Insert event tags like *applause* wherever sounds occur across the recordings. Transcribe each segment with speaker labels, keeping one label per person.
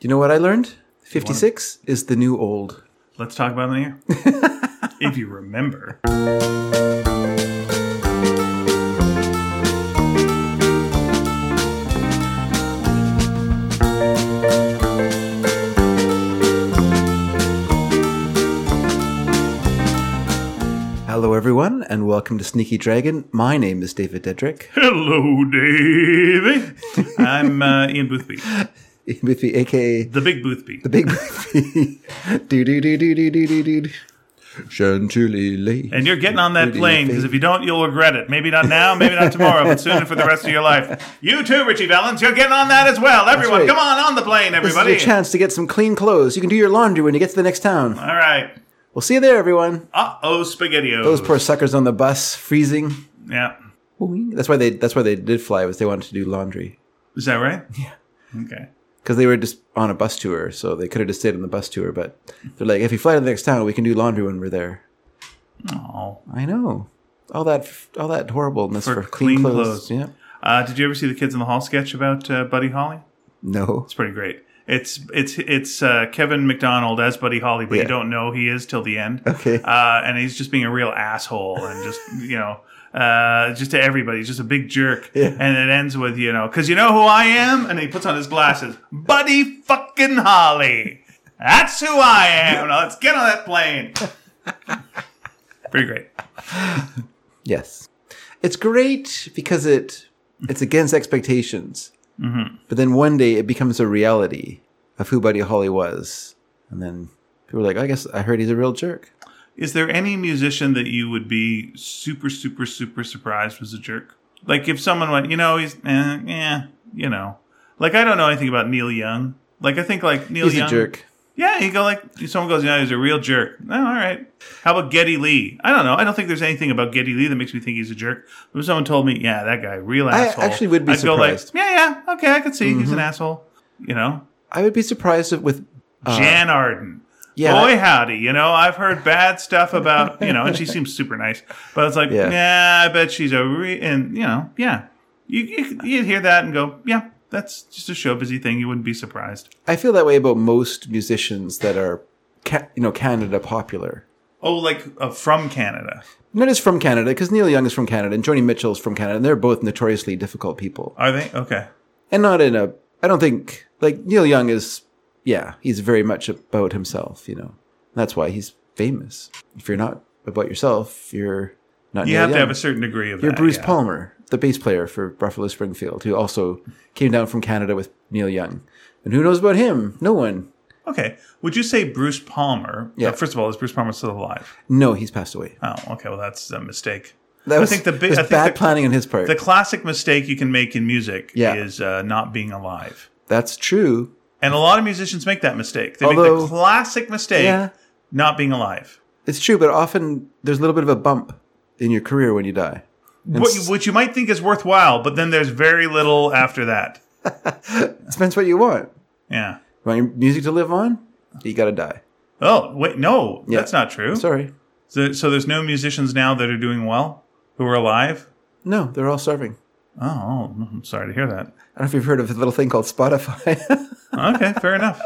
Speaker 1: You know what I learned? 56 is the new old.
Speaker 2: Let's talk about it on
Speaker 1: *laughs*
Speaker 2: the air. if you remember.
Speaker 1: Hello, everyone, and welcome to Sneaky Dragon. My name is David Dedrick. *laughs*
Speaker 2: Hello, Davey. I'm uh, Ian Boothby,
Speaker 1: With the AKA
Speaker 2: the big Boothby.
Speaker 1: the Big Movie. *laughs* do, do, do, do, do, do, do, do. Chantilly Lee.
Speaker 2: and you're getting on that
Speaker 1: Booty
Speaker 2: plane because if you don't, you'll regret it. Maybe not now, maybe not tomorrow, but soon and for the rest of your life. You too, Richie Valens. You're getting on that as well. Everyone,
Speaker 1: right.
Speaker 2: come on on the plane,
Speaker 1: This is your
Speaker 2: everybody.
Speaker 1: chance to get some clean clothes. You can do your laundry when you get to the next town.
Speaker 2: All right.
Speaker 1: We'll see you there, everyone.
Speaker 2: Uh oh, SpaghettiOs.
Speaker 1: Those poor suckers on the bus, freezing.
Speaker 2: yeah.
Speaker 1: Boing. That's why they. That's why they did fly. Was they wanted to do laundry
Speaker 2: Is that right? Yeah. Okay.
Speaker 1: because they were just on a bus tour, so they could have just stayed on the bus tour. But they're like, if you fly to the next town, we can do laundry when we're there.
Speaker 2: Oh.
Speaker 1: I know. All that, f- all that horribleness for,
Speaker 2: For
Speaker 1: clean,
Speaker 2: clean
Speaker 1: clothes.
Speaker 2: clothes.
Speaker 1: Yeah.
Speaker 2: Uh, did you ever see the Kids in the Hall sketch about uh, Buddy Holly?
Speaker 1: No.
Speaker 2: It's pretty great. It's it's it's uh, Kevin McDonald as Buddy Holly, but
Speaker 1: Yeah.
Speaker 2: you don't know he is till the end.
Speaker 1: Okay.
Speaker 2: Uh, and he's just being a real asshole and just you know uh, just to everybody, he's just a big jerk.
Speaker 1: Yeah.
Speaker 2: And it ends with you know because you know who I am, and he puts on his glasses, Buddy fucking Holly. That's who I am. Now let's get on that plane. *laughs* pretty great.
Speaker 1: Yes. It's great because it it's against expectations. Mm-hmm. But then one day it becomes a reality of who Buddy Holly was. And then people are like, I guess I heard he's a real jerk.
Speaker 2: Is there any musician that you would be super, super, super surprised was a jerk? Like if someone went, you know, he's eh, yeah, you know, like I don't know anything about Neil Young. Like I think like Neil
Speaker 1: He's
Speaker 2: Young,
Speaker 1: a jerk.
Speaker 2: Yeah, you go like someone goes, you know, he's a real jerk. Oh, all right. How about Getty Lee? I don't know. I don't think there's anything about Getty Lee that makes me think he's a jerk. But if someone told me, yeah, that guy, real
Speaker 1: I
Speaker 2: asshole.
Speaker 1: actually would be
Speaker 2: I'd
Speaker 1: surprised. Mm-hmm.
Speaker 2: Go like, yeah, yeah, okay, I could see he's an asshole. You know,
Speaker 1: I would be surprised if with uh,
Speaker 2: Jan Arden.
Speaker 1: Yeah.
Speaker 2: Boy, howdy. You know, I've heard bad stuff about, you know, and she seems super nice, but it's like,
Speaker 1: Yeah.
Speaker 2: yeah, I bet she's a, re-, and, you know, yeah. You, you, you'd hear that and go, yeah, that's just a show busy thing. You wouldn't be surprised.
Speaker 1: I feel that way about most musicians that are ca- you know Canada popular.
Speaker 2: Oh, like uh, from Canada.
Speaker 1: Not just from Canada, because Neil Young is from Canada and Joni Mitchell's from Canada, and they're both notoriously difficult people.
Speaker 2: Are they? Okay.
Speaker 1: and not in a i don't think like neil young is yeah he's very much about himself you know that's why he's famous if you're not about yourself you're not
Speaker 2: You
Speaker 1: neil
Speaker 2: have
Speaker 1: young.
Speaker 2: to have a certain degree of
Speaker 1: you're
Speaker 2: that,
Speaker 1: bruce
Speaker 2: yeah.
Speaker 1: palmer the bass player for buffalo springfield who also came down from canada with neil young and who knows about him no one
Speaker 2: Okay. Would you say Bruce Palmer?
Speaker 1: Yeah.
Speaker 2: uh, first of all, is Bruce Palmer still alive?
Speaker 1: no he's passed away
Speaker 2: Oh, okay. Well, that's a mistake.
Speaker 1: that was,
Speaker 2: I think the
Speaker 1: was
Speaker 2: big, I think
Speaker 1: bad
Speaker 2: the,
Speaker 1: planning on his part
Speaker 2: the classic mistake you can make in music
Speaker 1: Yeah.
Speaker 2: is uh, not being alive.
Speaker 1: that's true
Speaker 2: And a lot of musicians make that mistake. They make
Speaker 1: Although-
Speaker 2: the classic mistake
Speaker 1: Yeah.
Speaker 2: not being alive.
Speaker 1: it's true but often there's a little bit of a bump in your career when you die And
Speaker 2: What, you- which you might think is worthwhile, but then there's very little after that.
Speaker 1: it depends what you want
Speaker 2: Yeah.
Speaker 1: want your music to live on you gotta die
Speaker 2: Oh, wait, no,
Speaker 1: Yeah.
Speaker 2: that's not true. So,
Speaker 1: Sorry.
Speaker 2: so there's no musicians now that are doing well who are alive?
Speaker 1: No, they're all starving.
Speaker 2: Oh, oh, I'm sorry to hear that.
Speaker 1: I don't know if you've heard of a little thing called Spotify. *laughs*
Speaker 2: Okay, fair enough.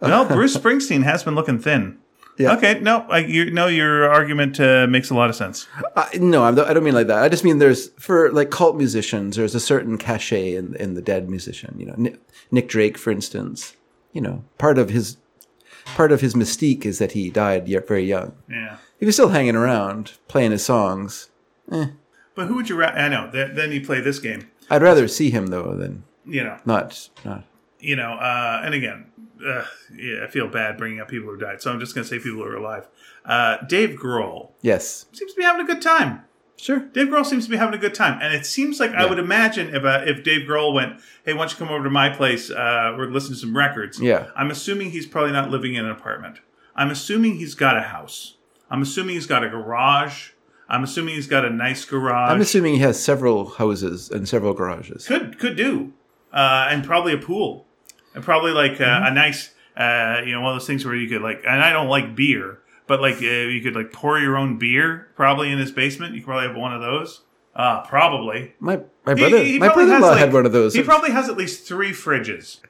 Speaker 2: Well, Bruce Springsteen has been looking thin.
Speaker 1: Yeah.
Speaker 2: Okay, no, I, you, no, your argument uh, makes a lot of sense.
Speaker 1: I, no, I'm, I don't mean like that. I just mean there's for like cult musicians, there's a certain cachet in in the dead musician. You know, Nick, Nick Drake, for instance. You know, part of his part of his mystique is that he died yet very young.
Speaker 2: Yeah.
Speaker 1: He was still hanging around playing his songs.
Speaker 2: But who would you? Ra- I know. Th- then you play this game.
Speaker 1: I'd rather see him though than
Speaker 2: You know.
Speaker 1: not not.
Speaker 2: you know, uh, and again, uh, yeah, I feel bad bringing up people who died, so I'm just going to say people who are alive. Uh, Dave Grohl
Speaker 1: Yes,
Speaker 2: seems to be having a good time.
Speaker 1: sure.
Speaker 2: Dave Grohl seems to be having a good time, and it seems like I would imagine if uh, if Dave Grohl went, "Hey, why don't you come over to my place? Uh, we're listening to some records."
Speaker 1: Yeah.
Speaker 2: I'm assuming he's probably not living in an apartment. I'm assuming he's got a house. I'm assuming he's got a garage. I'm assuming he's got a nice garage.
Speaker 1: I'm assuming he has several houses and several garages.
Speaker 2: could could do, uh, and probably a pool, and probably like uh,
Speaker 1: Mm-hmm.
Speaker 2: a nice, uh, you know, one of those things where you could like. And I don't like beer, but like uh, you could like pour your own beer probably in his basement. You could probably have one of those. Uh, probably.
Speaker 1: My my
Speaker 2: He-
Speaker 1: brother
Speaker 2: he
Speaker 1: my
Speaker 2: probably
Speaker 1: brother in
Speaker 2: has,
Speaker 1: law
Speaker 2: like-
Speaker 1: had one of those.
Speaker 2: He probably has at least three fridges.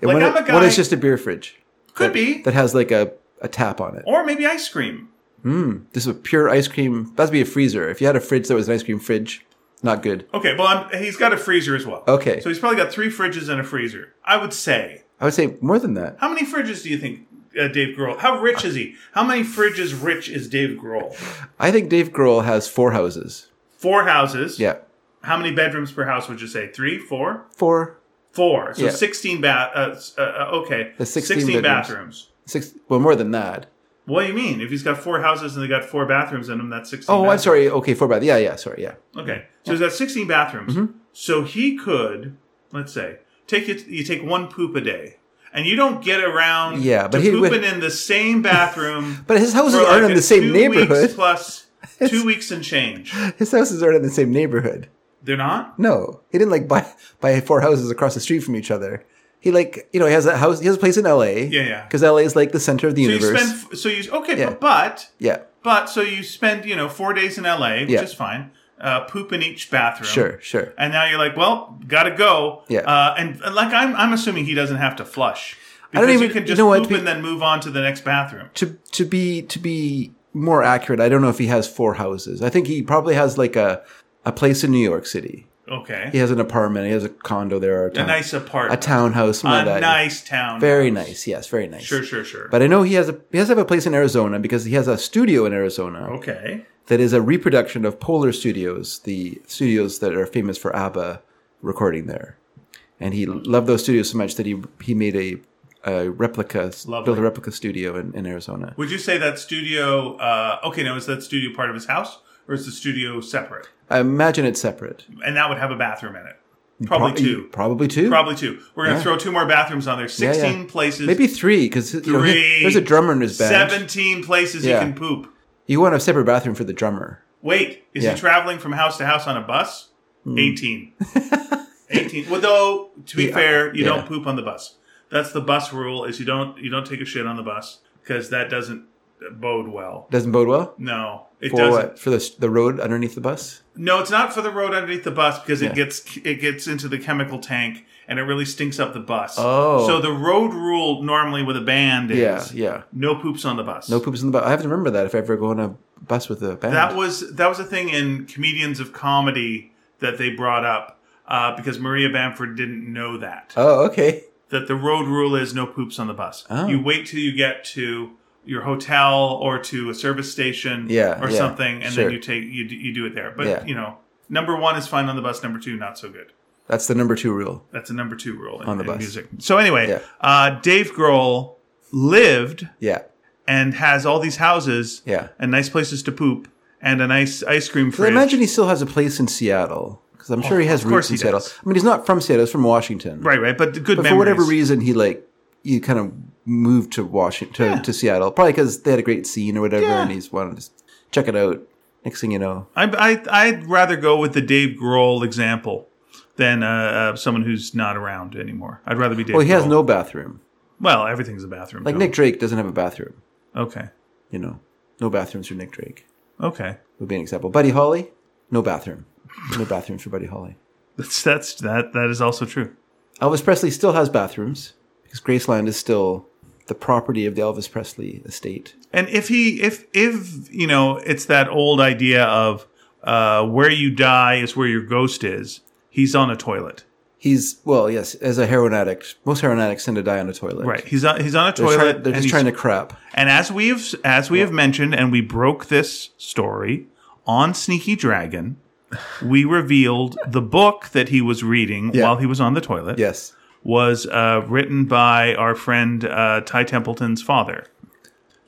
Speaker 1: And
Speaker 2: Like,
Speaker 1: what,
Speaker 2: I'm a
Speaker 1: it- what is
Speaker 2: guy-
Speaker 1: just a beer fridge?
Speaker 2: Could
Speaker 1: that-
Speaker 2: be.
Speaker 1: That has like a, a tap on it.
Speaker 2: Or maybe ice cream.
Speaker 1: Mm, this is a pure ice cream. That'd be a freezer. If you had a fridge that was an ice cream fridge, not good.
Speaker 2: Okay, well, I'm, he's got a freezer as well.
Speaker 1: Okay.
Speaker 2: So he's probably got three fridges and a freezer. I would say.
Speaker 1: I would say more than that.
Speaker 2: How many fridges do you think uh, Dave Grohl? How rich is he? How many fridges rich is Dave Grohl?
Speaker 1: I think Dave Grohl has four houses.
Speaker 2: Four houses.
Speaker 1: Yeah.
Speaker 2: How many bedrooms per house would you say? Three, four,
Speaker 1: Four,
Speaker 2: four. So
Speaker 1: Yeah.
Speaker 2: sixteen bath. Uh, s- uh, uh, okay.
Speaker 1: The 16 bedrooms.
Speaker 2: bathrooms.
Speaker 1: six, well, more than that.
Speaker 2: What do you mean? If he's got four houses and they got four bathrooms in them, that's sixteen.
Speaker 1: Oh, I'm
Speaker 2: bathrooms.
Speaker 1: sorry. Okay, four by. Yeah, yeah, sorry. Yeah.
Speaker 2: Okay, so he's got sixteen bathrooms.
Speaker 1: Mm-hmm.
Speaker 2: So he could, let's say, take it. You take one poop a day, and you don't get around.
Speaker 1: Yeah, but
Speaker 2: to
Speaker 1: he
Speaker 2: pooping
Speaker 1: would-
Speaker 2: in the same bathroom.
Speaker 1: *laughs* But his houses
Speaker 2: for
Speaker 1: aren't
Speaker 2: like
Speaker 1: in
Speaker 2: a
Speaker 1: the same
Speaker 2: two
Speaker 1: neighborhood. *laughs*
Speaker 2: Weeks *laughs* plus two weeks and change.
Speaker 1: His houses aren't in the same neighborhood.
Speaker 2: They're not.
Speaker 1: No, he didn't like buy *laughs* buy four houses across the street from each other. He like you know he has a house. He has a place in L.A.
Speaker 2: Yeah, yeah.
Speaker 1: Because L.A. is like the center of the
Speaker 2: So you
Speaker 1: universe.
Speaker 2: spend. So you okay,
Speaker 1: Yeah.
Speaker 2: but, but
Speaker 1: yeah,
Speaker 2: but so you spend you know four days in L.A., which
Speaker 1: Yeah.
Speaker 2: is fine. Uh, poop in each bathroom.
Speaker 1: sure, sure.
Speaker 2: And now you're like, well, gotta go.
Speaker 1: Yeah.
Speaker 2: Uh, and and like I'm, I'm assuming he doesn't have to flush.
Speaker 1: I don't
Speaker 2: Because
Speaker 1: even-
Speaker 2: you can
Speaker 1: you
Speaker 2: just
Speaker 1: know what,
Speaker 2: poop
Speaker 1: be-
Speaker 2: and then move on to the next bathroom.
Speaker 1: To to be to be more accurate, I don't know if he has four houses. I think he probably has like a a place in New York City.
Speaker 2: Okay.
Speaker 1: He has an apartment. He has a condo there, or a,
Speaker 2: A
Speaker 1: town,
Speaker 2: nice
Speaker 1: a
Speaker 2: apartment.
Speaker 1: townhouse, something
Speaker 2: A
Speaker 1: like that.
Speaker 2: nice town.
Speaker 1: Very nice. Yes, very nice.
Speaker 2: Sure, sure, sure.
Speaker 1: But I know he has a he has to have a place in Arizona because he has a studio in Arizona.
Speaker 2: okay.
Speaker 1: that is a reproduction of Polar Studios, the studios that are famous for ABBA recording there. And
Speaker 2: Hmm.
Speaker 1: he loved those studios so much that he he made a, a replica,
Speaker 2: Lovely.
Speaker 1: built a replica studio in, in Arizona.
Speaker 2: Would you say that studio, uh, okay, now is that studio part of his house or is the studio separate?
Speaker 1: I imagine it's separate.
Speaker 2: And that would have a bathroom in it. Probably
Speaker 1: Pro-
Speaker 2: two.
Speaker 1: Probably two.
Speaker 2: Probably two. We're going to
Speaker 1: Yeah.
Speaker 2: throw two more bathrooms on there. 16 places.
Speaker 1: Maybe three, because
Speaker 2: Three.
Speaker 1: there's a drummer in his band.
Speaker 2: 17 places
Speaker 1: Yeah.
Speaker 2: you can poop.
Speaker 1: You want a separate bathroom for the drummer.
Speaker 2: Wait, is
Speaker 1: Yeah. Hmm.
Speaker 2: he traveling from house to house on a bus?
Speaker 1: *laughs*
Speaker 2: 18. 18. Well, though, to be
Speaker 1: Yeah.
Speaker 2: fair, you
Speaker 1: Yeah.
Speaker 2: don't poop on the bus. That's the bus rule is you don't you don't take a shit on the bus because that doesn't bode well.
Speaker 1: Doesn't bode well?
Speaker 2: No, it
Speaker 1: For
Speaker 2: doesn't.
Speaker 1: what? For the, the road underneath the bus?
Speaker 2: No, it's not for the road underneath the bus because
Speaker 1: Yeah.
Speaker 2: it gets it gets into the chemical tank and it really stinks up the bus.
Speaker 1: Oh.
Speaker 2: So the road rule normally with a band is
Speaker 1: Yeah, yeah.
Speaker 2: no poops on the bus.
Speaker 1: No poops in the bus. I have to remember that if I ever go on a bus with a band.
Speaker 2: That was that was a thing in comedians of comedy that they brought up uh, because Maria Bamford didn't know that
Speaker 1: oh, okay.
Speaker 2: that the road rule is no poops on the bus.
Speaker 1: Oh.
Speaker 2: You wait till you get to your hotel or to a service station
Speaker 1: Yeah,
Speaker 2: or
Speaker 1: yeah,
Speaker 2: something, and
Speaker 1: sure.
Speaker 2: then you take you d- you do it there. But
Speaker 1: Yeah.
Speaker 2: you know, number one is fine on the bus. Number two, not so good.
Speaker 1: That's the number two rule.
Speaker 2: That's a number two rule in,
Speaker 1: On the
Speaker 2: in
Speaker 1: bus.
Speaker 2: music. So anyway,
Speaker 1: Yeah.
Speaker 2: uh, Dave Grohl lived
Speaker 1: Yeah,
Speaker 2: and has all these houses
Speaker 1: yeah.
Speaker 2: and nice places to poop and a nice ice cream
Speaker 1: But I
Speaker 2: fridge.
Speaker 1: imagine he still has a place in Seattle because I'm sure he has
Speaker 2: Oh, of course
Speaker 1: roots in
Speaker 2: he
Speaker 1: Seattle.
Speaker 2: does.
Speaker 1: I mean, he's not from Seattle; he's from Washington.
Speaker 2: Right, right. But the good
Speaker 1: But
Speaker 2: memories.
Speaker 1: for whatever reason, he like he kind of moved to Washington to, to Seattle, probably because they had a great scene or whatever,
Speaker 2: Yeah.
Speaker 1: and he's wanted to s- check it out. Next thing you know,
Speaker 2: I, I, I'd rather go with the Dave Grohl example than uh, uh, someone who's not around anymore. I'd rather be Dave
Speaker 1: well, he has
Speaker 2: Grohl.
Speaker 1: no bathroom.
Speaker 2: Well, everything's a bathroom.
Speaker 1: Like
Speaker 2: Bill.
Speaker 1: Nick Drake doesn't have a bathroom.
Speaker 2: Okay.
Speaker 1: You know, no bathrooms for Nick Drake
Speaker 2: Okay.
Speaker 1: would be an example. Buddy Holly, no bathroom, no bathrooms for Buddy Holly.
Speaker 2: That's, that's, that, that is also true.
Speaker 1: Elvis Presley still has bathrooms because Graceland is still the property of the Elvis Presley estate.
Speaker 2: And if he, if, if, you know, it's that old idea of uh, where you die is where your ghost is, he's on a toilet.
Speaker 1: He's well, yes, as a heroin addict, most heroin addicts tend to die on a toilet.
Speaker 2: Right. He's on, he's on a
Speaker 1: They're,
Speaker 2: toilet.
Speaker 1: try- they're
Speaker 2: and
Speaker 1: just
Speaker 2: he's
Speaker 1: trying to crap.
Speaker 2: And as we've as we have mentioned, and we broke this story on Sneaky Dragon, we revealed the book that he was reading while he was on the toilet
Speaker 1: Yes.
Speaker 2: was uh, written by our friend uh, Ty Templeton's father.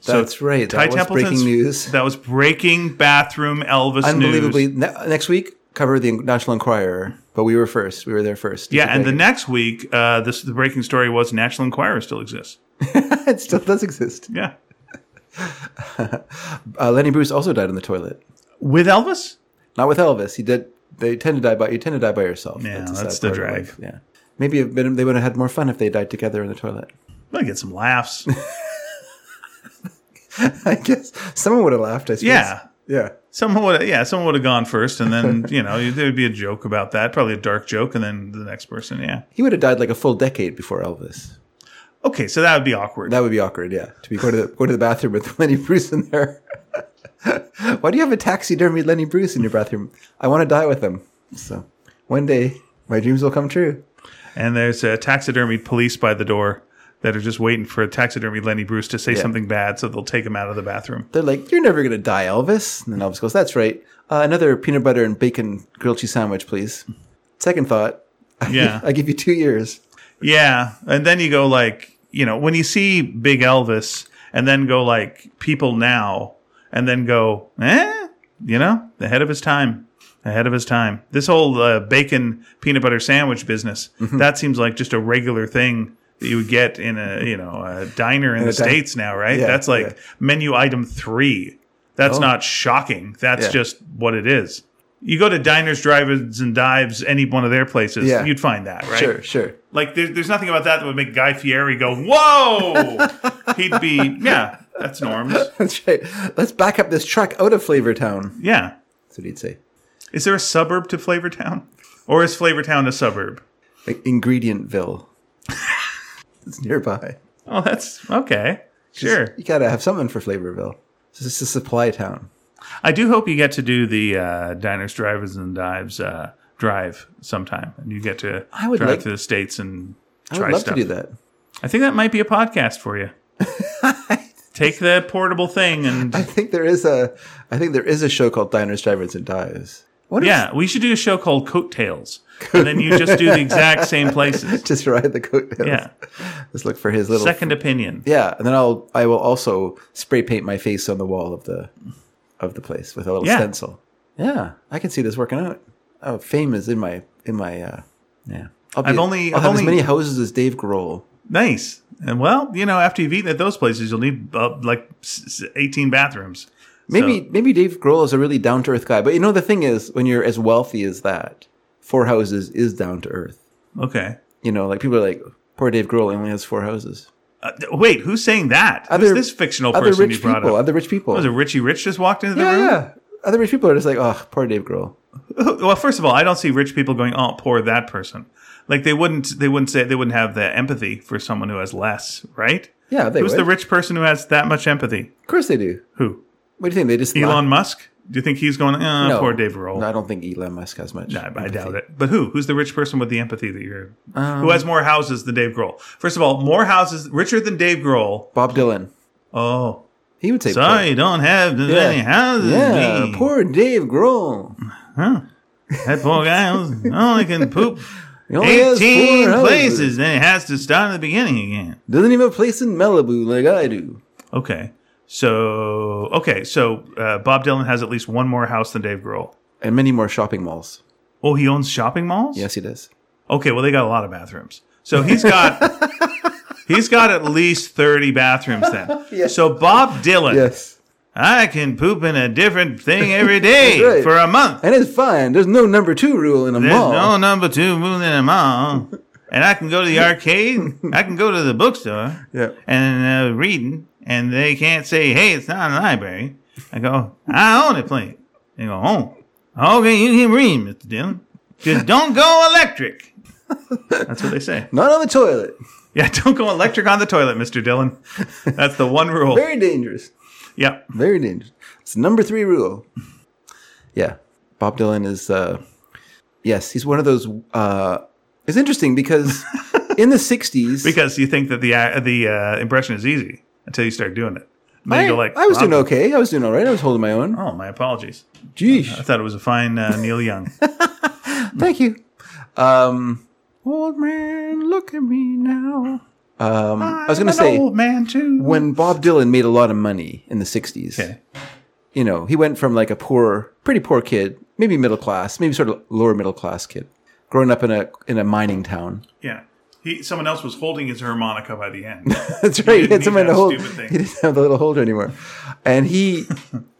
Speaker 1: That's right. That was breaking news.
Speaker 2: That was breaking bathroom Elvis
Speaker 1: Unbelievably,
Speaker 2: news.
Speaker 1: ne- next week cover the National Enquirer, but we were first. We were there first.
Speaker 2: Yeah, and the next week, uh, this the breaking story was National Enquirer still exists.
Speaker 1: *laughs* it still does exist.
Speaker 2: Yeah,
Speaker 1: Uh, Lenny Bruce also died on the toilet.
Speaker 2: with Elvis.
Speaker 1: Not with Elvis. He did. They tend to die by. You tend to die by yourself.
Speaker 2: Yeah,
Speaker 1: a sad
Speaker 2: that's the
Speaker 1: part of
Speaker 2: drag.
Speaker 1: life. Yeah. Maybe it'd been, they would have had more fun if they died together in the toilet. *laughs*
Speaker 2: I get some laughs.
Speaker 1: I guess someone would have laughed. I suppose.
Speaker 2: Yeah.
Speaker 1: Yeah.
Speaker 2: Someone would, yeah, someone would have gone first, and then *laughs* you know there'd be a joke about that, probably a dark joke, and then the next person, yeah.
Speaker 1: He would have died like a full decade before Elvis.
Speaker 2: Okay, so that would be awkward.
Speaker 1: That would be awkward, yeah. To be go to the, go to the bathroom with *laughs* Lenny Bruce in there. *laughs* Why do you have a taxidermy Lenny Bruce in your bathroom? I want to die with him. So one day my dreams will come true.
Speaker 2: and there's a taxidermy police by the door that are just waiting for a taxidermy Lenny Bruce to say something bad, so they'll take him out of
Speaker 1: *laughs*
Speaker 2: the bathroom.
Speaker 1: They're like, "You're never gonna die, Elvis." And then Elvis goes, "That's right. Uh, another peanut butter and bacon grilled cheese sandwich, please." Second thought.
Speaker 2: Yeah.
Speaker 1: *laughs* I give you two years.
Speaker 2: Yeah, and then you go like, you know, when you see Big Elvis, and then go like people now, and then go, eh, you know, ahead of his time, ahead of his time. This whole uh, bacon peanut butter sandwich business
Speaker 1: Mm-hmm.
Speaker 2: that seems like just a regular thing that you would get in a you know a diner in, the
Speaker 1: din-
Speaker 2: states now, right?
Speaker 1: Yeah,
Speaker 2: That's like
Speaker 1: yeah. Oh.
Speaker 2: menu item three. That's not shocking. That's
Speaker 1: Yeah.
Speaker 2: just what it is. You go to diners, drive-ins, and dives, any one of their places,
Speaker 1: Yeah.
Speaker 2: you'd find that, right?
Speaker 1: Sure, sure. *laughs*
Speaker 2: Like there, there's nothing about that that would make Guy Fieri go, *laughs* "Whoa!" He'd be, yeah, that's norms.
Speaker 1: That's right. Let's back up this truck out of Flavor Town.
Speaker 2: Yeah.
Speaker 1: That's what he'd say.
Speaker 2: Is there a suburb to Flavortown, or is Flavortown a suburb?
Speaker 1: Like Ingredientville. *laughs* it's nearby.
Speaker 2: Oh, that's okay. Sure.
Speaker 1: You gotta have something for Flavorville. It's just a supply town.
Speaker 2: I do hope you get to do the uh, diners, drivers, and dives uh, drive sometime, and you get to
Speaker 1: I would
Speaker 2: drive
Speaker 1: like-
Speaker 2: to the states and
Speaker 1: I
Speaker 2: try
Speaker 1: would love
Speaker 2: stuff.
Speaker 1: to do that.
Speaker 2: I think that might be a podcast for
Speaker 1: *laughs*
Speaker 2: you. Take the portable thing
Speaker 1: *laughs*
Speaker 2: and
Speaker 1: I think there is a. I think there is a show called Diners, Drivers, and Dives. *laughs* What if
Speaker 2: Yeah, we should do a show called Coattails. And then you just do the exact same places.
Speaker 1: just ride the coattails? *laughs*
Speaker 2: Yeah.
Speaker 1: Let's look for his little.
Speaker 2: Second opinion.
Speaker 1: Yeah, and then I'll. I will also spray paint my face on the wall of the, of the place with a little
Speaker 2: Yeah.
Speaker 1: stencil. Yeah, I can see this working out. Oh, fame is in my in my. uh Yeah, I'll be,
Speaker 2: I've only-
Speaker 1: I'll
Speaker 2: I've
Speaker 1: have as
Speaker 2: only-
Speaker 1: many houses as Dave Grohl.
Speaker 2: Nice. And well, you know, after you've eaten at those places, you'll need uh, like s- s- 18 bathrooms.
Speaker 1: Maybe maybe Dave Grohl is a really down to earth guy, but you know the thing is, when you're as wealthy as that, four houses is down to earth.
Speaker 2: Okay.
Speaker 1: You know, like people are like, poor Dave Grohl he only has four houses.
Speaker 2: Uh, th- wait, who's saying that?
Speaker 1: Other-
Speaker 2: who's this fictional
Speaker 1: Other
Speaker 2: Oh, person you
Speaker 1: rich
Speaker 2: brought
Speaker 1: people.
Speaker 2: up?
Speaker 1: Other rich people.
Speaker 2: Was it Richie Rich just walked into the
Speaker 1: yeah,
Speaker 2: room?
Speaker 1: yeah. Other rich people are just like, oh, poor Dave Grohl.
Speaker 2: Well, first of all, I don't see rich people going, "Oh, poor that person." Like they wouldn't, they wouldn't say they wouldn't have the empathy for someone who has less, right?
Speaker 1: Yeah, they
Speaker 2: Who's
Speaker 1: would.
Speaker 2: the rich person who has that much empathy?
Speaker 1: of course they do.
Speaker 2: Who?
Speaker 1: What do you think? They just
Speaker 2: Elon Musk? Do you think he's going, uh,
Speaker 1: No.
Speaker 2: poor Dave Roll?
Speaker 1: No, I don't think Elon Musk has much.
Speaker 2: I, I doubt it. But who? Who's the rich person with the empathy that you're?
Speaker 1: Um,
Speaker 2: who has more houses than Dave Grohl? First of all, more houses, richer than Dave Grohl.
Speaker 1: Bob Dylan.
Speaker 2: Oh,
Speaker 1: He would say,
Speaker 2: sorry, don't have as many
Speaker 1: Poor.
Speaker 2: houses.
Speaker 1: Yeah,
Speaker 2: me.
Speaker 1: poor Dave Grohl.
Speaker 2: that poor guy was- only can poop
Speaker 1: He *laughs* only has
Speaker 2: eighteen
Speaker 1: four houses.
Speaker 2: places, then it has to start at the beginning again.
Speaker 1: Doesn't even have a place in Malibu like I do.
Speaker 2: Okay, so okay, so uh, Bob Dylan has at least one more house than Dave Grohl.
Speaker 1: And many more shopping malls.
Speaker 2: Oh, he owns shopping malls.
Speaker 1: Yes, he does.
Speaker 2: Okay, well they got a lot of bathrooms. So
Speaker 1: *laughs*
Speaker 2: he's got he's got at least 30 bathrooms
Speaker 1: *laughs*
Speaker 2: then.
Speaker 1: Yes.
Speaker 2: So Bob Dylan,
Speaker 1: Yes.
Speaker 2: I can poop in a different thing every day
Speaker 1: That's right.
Speaker 2: for a month.
Speaker 1: And it's fine. There's no number two rule in a
Speaker 2: There's
Speaker 1: mall.
Speaker 2: no number 2 moon in a mall. And I can go to the arcade, I can go to the bookstore
Speaker 1: Yeah.
Speaker 2: and uh, reading and they can't say, "Hey, it's not a library." I go, "I own it, please." They go, "Oh. Okay, you can read, Mr. Dylan. Just don't go electric." That's what they say.
Speaker 1: Not on the toilet.
Speaker 2: Yeah, *laughs* don't go electric on the toilet, Mr. Dillon. *laughs* That's the one rule.
Speaker 1: Very dangerous.
Speaker 2: Yeah.
Speaker 1: Very dangerous. It's the number three rule. Yeah, Bob Dylan is. Uh, yes, he's one of those. Uh, it's interesting because in the
Speaker 2: *laughs*
Speaker 1: '60s,
Speaker 2: Because you think that the uh, the uh, impression is easy until you start doing it. And then
Speaker 1: I,
Speaker 2: you go like,
Speaker 1: I was doing
Speaker 2: "Wow."
Speaker 1: okay. I was doing all right. I was holding my own.
Speaker 2: Oh, my apologies. I *laughs*
Speaker 1: Jeez,
Speaker 2: thought it was a fine uh, Neil Young.
Speaker 1: thank you. Um, old man, look at me now. Um, *laughs* I was
Speaker 2: I'm
Speaker 1: gonna
Speaker 2: an
Speaker 1: say
Speaker 2: old man too.
Speaker 1: when Bob Dylan made a lot of money in the '60s.
Speaker 2: Okay.
Speaker 1: you know, he went from like a poor, pretty poor kid, maybe middle class, maybe sort of lower middle class kid, growing up in a in a mining town. *laughs*
Speaker 2: Yeah. He, someone else was holding his harmonica by the
Speaker 1: *laughs*
Speaker 2: end.
Speaker 1: That's right. He
Speaker 2: didn't
Speaker 1: had someone
Speaker 2: need
Speaker 1: to
Speaker 2: that
Speaker 1: hold.
Speaker 2: stupid thing.
Speaker 1: He didn't have the little holder anymore, and
Speaker 2: *laughs*
Speaker 1: he,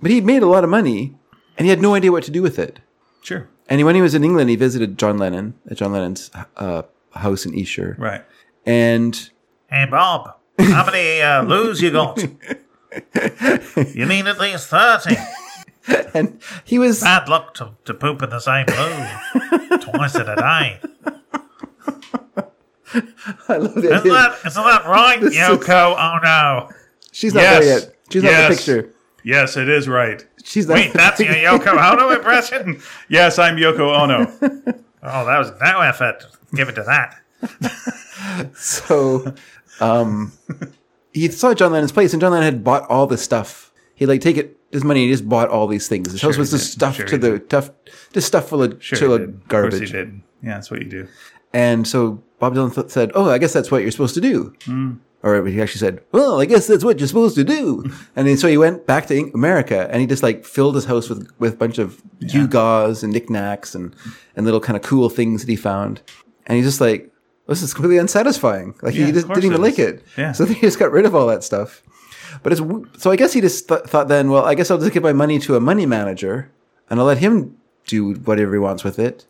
Speaker 1: but he made a lot of money, and he had no idea what to do with it.
Speaker 2: sure.
Speaker 1: And when he was in England, he visited John Lennon at John Lennon's uh, house in Esher,
Speaker 2: Right.
Speaker 1: and
Speaker 2: Hey, Bob,
Speaker 1: *laughs*
Speaker 2: how many uh, loos you got? you need at least 30.
Speaker 1: and he was
Speaker 3: Bad luck to, to poop in the same poo twice in a day.
Speaker 1: *laughs* I love the
Speaker 3: Isn't
Speaker 1: idea.
Speaker 3: that, isn't that right,
Speaker 1: This is-
Speaker 3: Yoko? Oh no.
Speaker 1: She's not there
Speaker 2: Yes.
Speaker 1: yet. She's not in the
Speaker 2: Yes.
Speaker 1: picture.
Speaker 2: Yes, it is right.
Speaker 1: She's not.
Speaker 3: Wait, that's your Yoko
Speaker 1: *laughs*
Speaker 3: Ono impression?
Speaker 2: Yes, I'm Yoko Ono.
Speaker 3: Oh, that was no effort given to that.
Speaker 1: so um, he saw John Lennon's place, and John Lennon had bought all this stuff. He like take it his money. He just bought all these things. His house was
Speaker 2: he
Speaker 1: just
Speaker 2: did.
Speaker 1: stuffed
Speaker 2: Sure
Speaker 1: to
Speaker 2: he
Speaker 1: the tough, just stuff full of
Speaker 2: Sure,
Speaker 1: full
Speaker 2: you
Speaker 1: of
Speaker 2: did. Of course
Speaker 1: garbage.
Speaker 2: you did. Yeah, that's what you do.
Speaker 1: And so Bob Dylan th- said, "Oh, I guess that's what you're supposed to do."
Speaker 2: Mm.
Speaker 1: Or he actually said, "Well, I guess that's what you're supposed to
Speaker 2: *laughs*
Speaker 1: do." and then, so he went back to Eng- America, and he just like filled his house with with a bunch of gewgaws and knickknacks and and little kind of cool things that he found. And he's just like, "This is completely unsatisfying." Like
Speaker 2: Yeah,
Speaker 1: he
Speaker 2: of
Speaker 1: just
Speaker 2: course
Speaker 1: didn't even
Speaker 2: it
Speaker 1: like
Speaker 2: is.
Speaker 1: it.
Speaker 2: Yeah.
Speaker 1: So he just got rid of all that stuff. But it's w- so I guess he just th- thought then, well, I guess I'll just give my money to a money manager, and I'll let him do whatever he wants with it.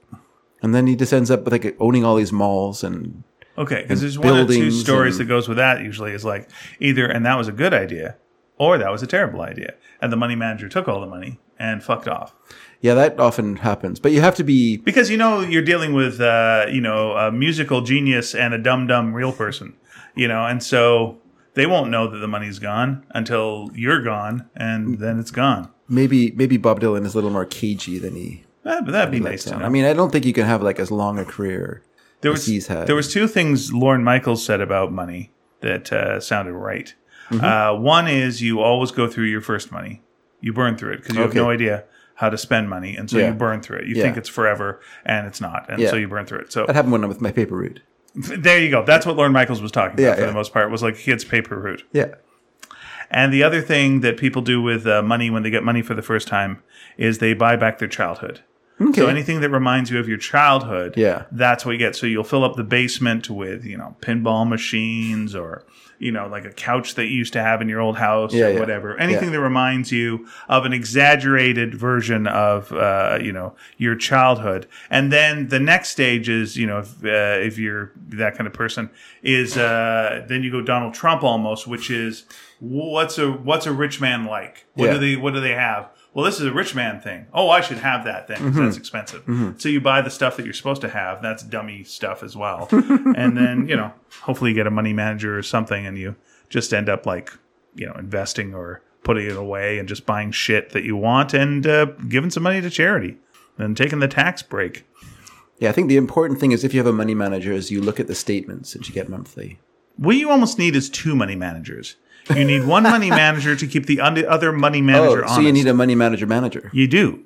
Speaker 1: And then he just ends up with like owning all these malls and
Speaker 2: Okay, because there's one or two
Speaker 1: buildings
Speaker 2: stories
Speaker 1: and-
Speaker 2: that goes with that usually is like either and that was a good idea or that was a terrible idea. And the money manager took all the money and fucked off.
Speaker 1: yeah, that often happens. But you have to be
Speaker 2: Because you know you're dealing with uh, you know a musical genius and a dumb dumb real person, you know, and so they won't know that the money's gone until you're gone and then it's gone.
Speaker 1: maybe maybe Bob Dylan is a little more cagey than he.
Speaker 2: Eh, but that'd be nice
Speaker 1: lets
Speaker 2: to
Speaker 1: on.
Speaker 2: know.
Speaker 1: I mean, I don't think you can have like as long a career.
Speaker 2: there
Speaker 1: as
Speaker 2: was
Speaker 1: he's had.
Speaker 2: there was two things Lauren Michaels said about money that uh, sounded right.
Speaker 1: Mm-hmm.
Speaker 2: Uh, one is you always go through your first money, you burn through it because you
Speaker 1: Okay.
Speaker 2: have no idea how to spend money, and so
Speaker 1: Yeah.
Speaker 2: you burn through it. You
Speaker 1: Yeah.
Speaker 2: think it's forever, and it's not, and
Speaker 1: Yeah.
Speaker 2: so you burn through it. So *laughs*
Speaker 1: that happened when I'm with my paper route.
Speaker 2: there you go. That's what Lauren Michaels was talking about
Speaker 1: Yeah,
Speaker 2: for
Speaker 1: yeah.
Speaker 2: the most part. Was like kids' paper route.
Speaker 1: Yeah,
Speaker 2: And the other thing that people do with uh, money when they get money for the first time is they buy back their childhood.
Speaker 1: Okay.
Speaker 2: So anything that reminds you of your childhood,
Speaker 1: Yeah.
Speaker 2: that's what you get. So you'll fill up the basement with, you know, pinball machines or, you know, like a couch that you used to have in your old house
Speaker 1: Yeah,
Speaker 2: or
Speaker 1: yeah.
Speaker 2: whatever. Anything
Speaker 1: Yeah.
Speaker 2: that reminds you of an exaggerated version of, uh, you know, your childhood. And then the next stage is, you know, if, uh, if you're that kind of person, is uh, then you go Donald Trump almost, which is what's a what's a rich man like? What
Speaker 1: Yeah.
Speaker 2: do they what do they have? Well, this is a rich man thing. Oh, I should have that then 'cause
Speaker 1: Mm-hmm.
Speaker 2: that's expensive. So you buy the stuff that you're supposed to have. That's dummy stuff
Speaker 1: *laughs*
Speaker 2: as well. and then you know, hopefully you get a money manager or something, and you just end up like you know investing or putting it away and just buying shit that you want and uh, giving some money to charity and taking the tax break.
Speaker 1: yeah. I think the important thing is if you have a money manager, is you look at the statements that you get monthly.
Speaker 2: What you almost need is two money managers. You need
Speaker 1: *laughs*
Speaker 2: one money manager to keep the und- other money manager
Speaker 1: Oh,
Speaker 2: honest.
Speaker 1: so you need a Mm-hmm. money manager manager.
Speaker 2: You do.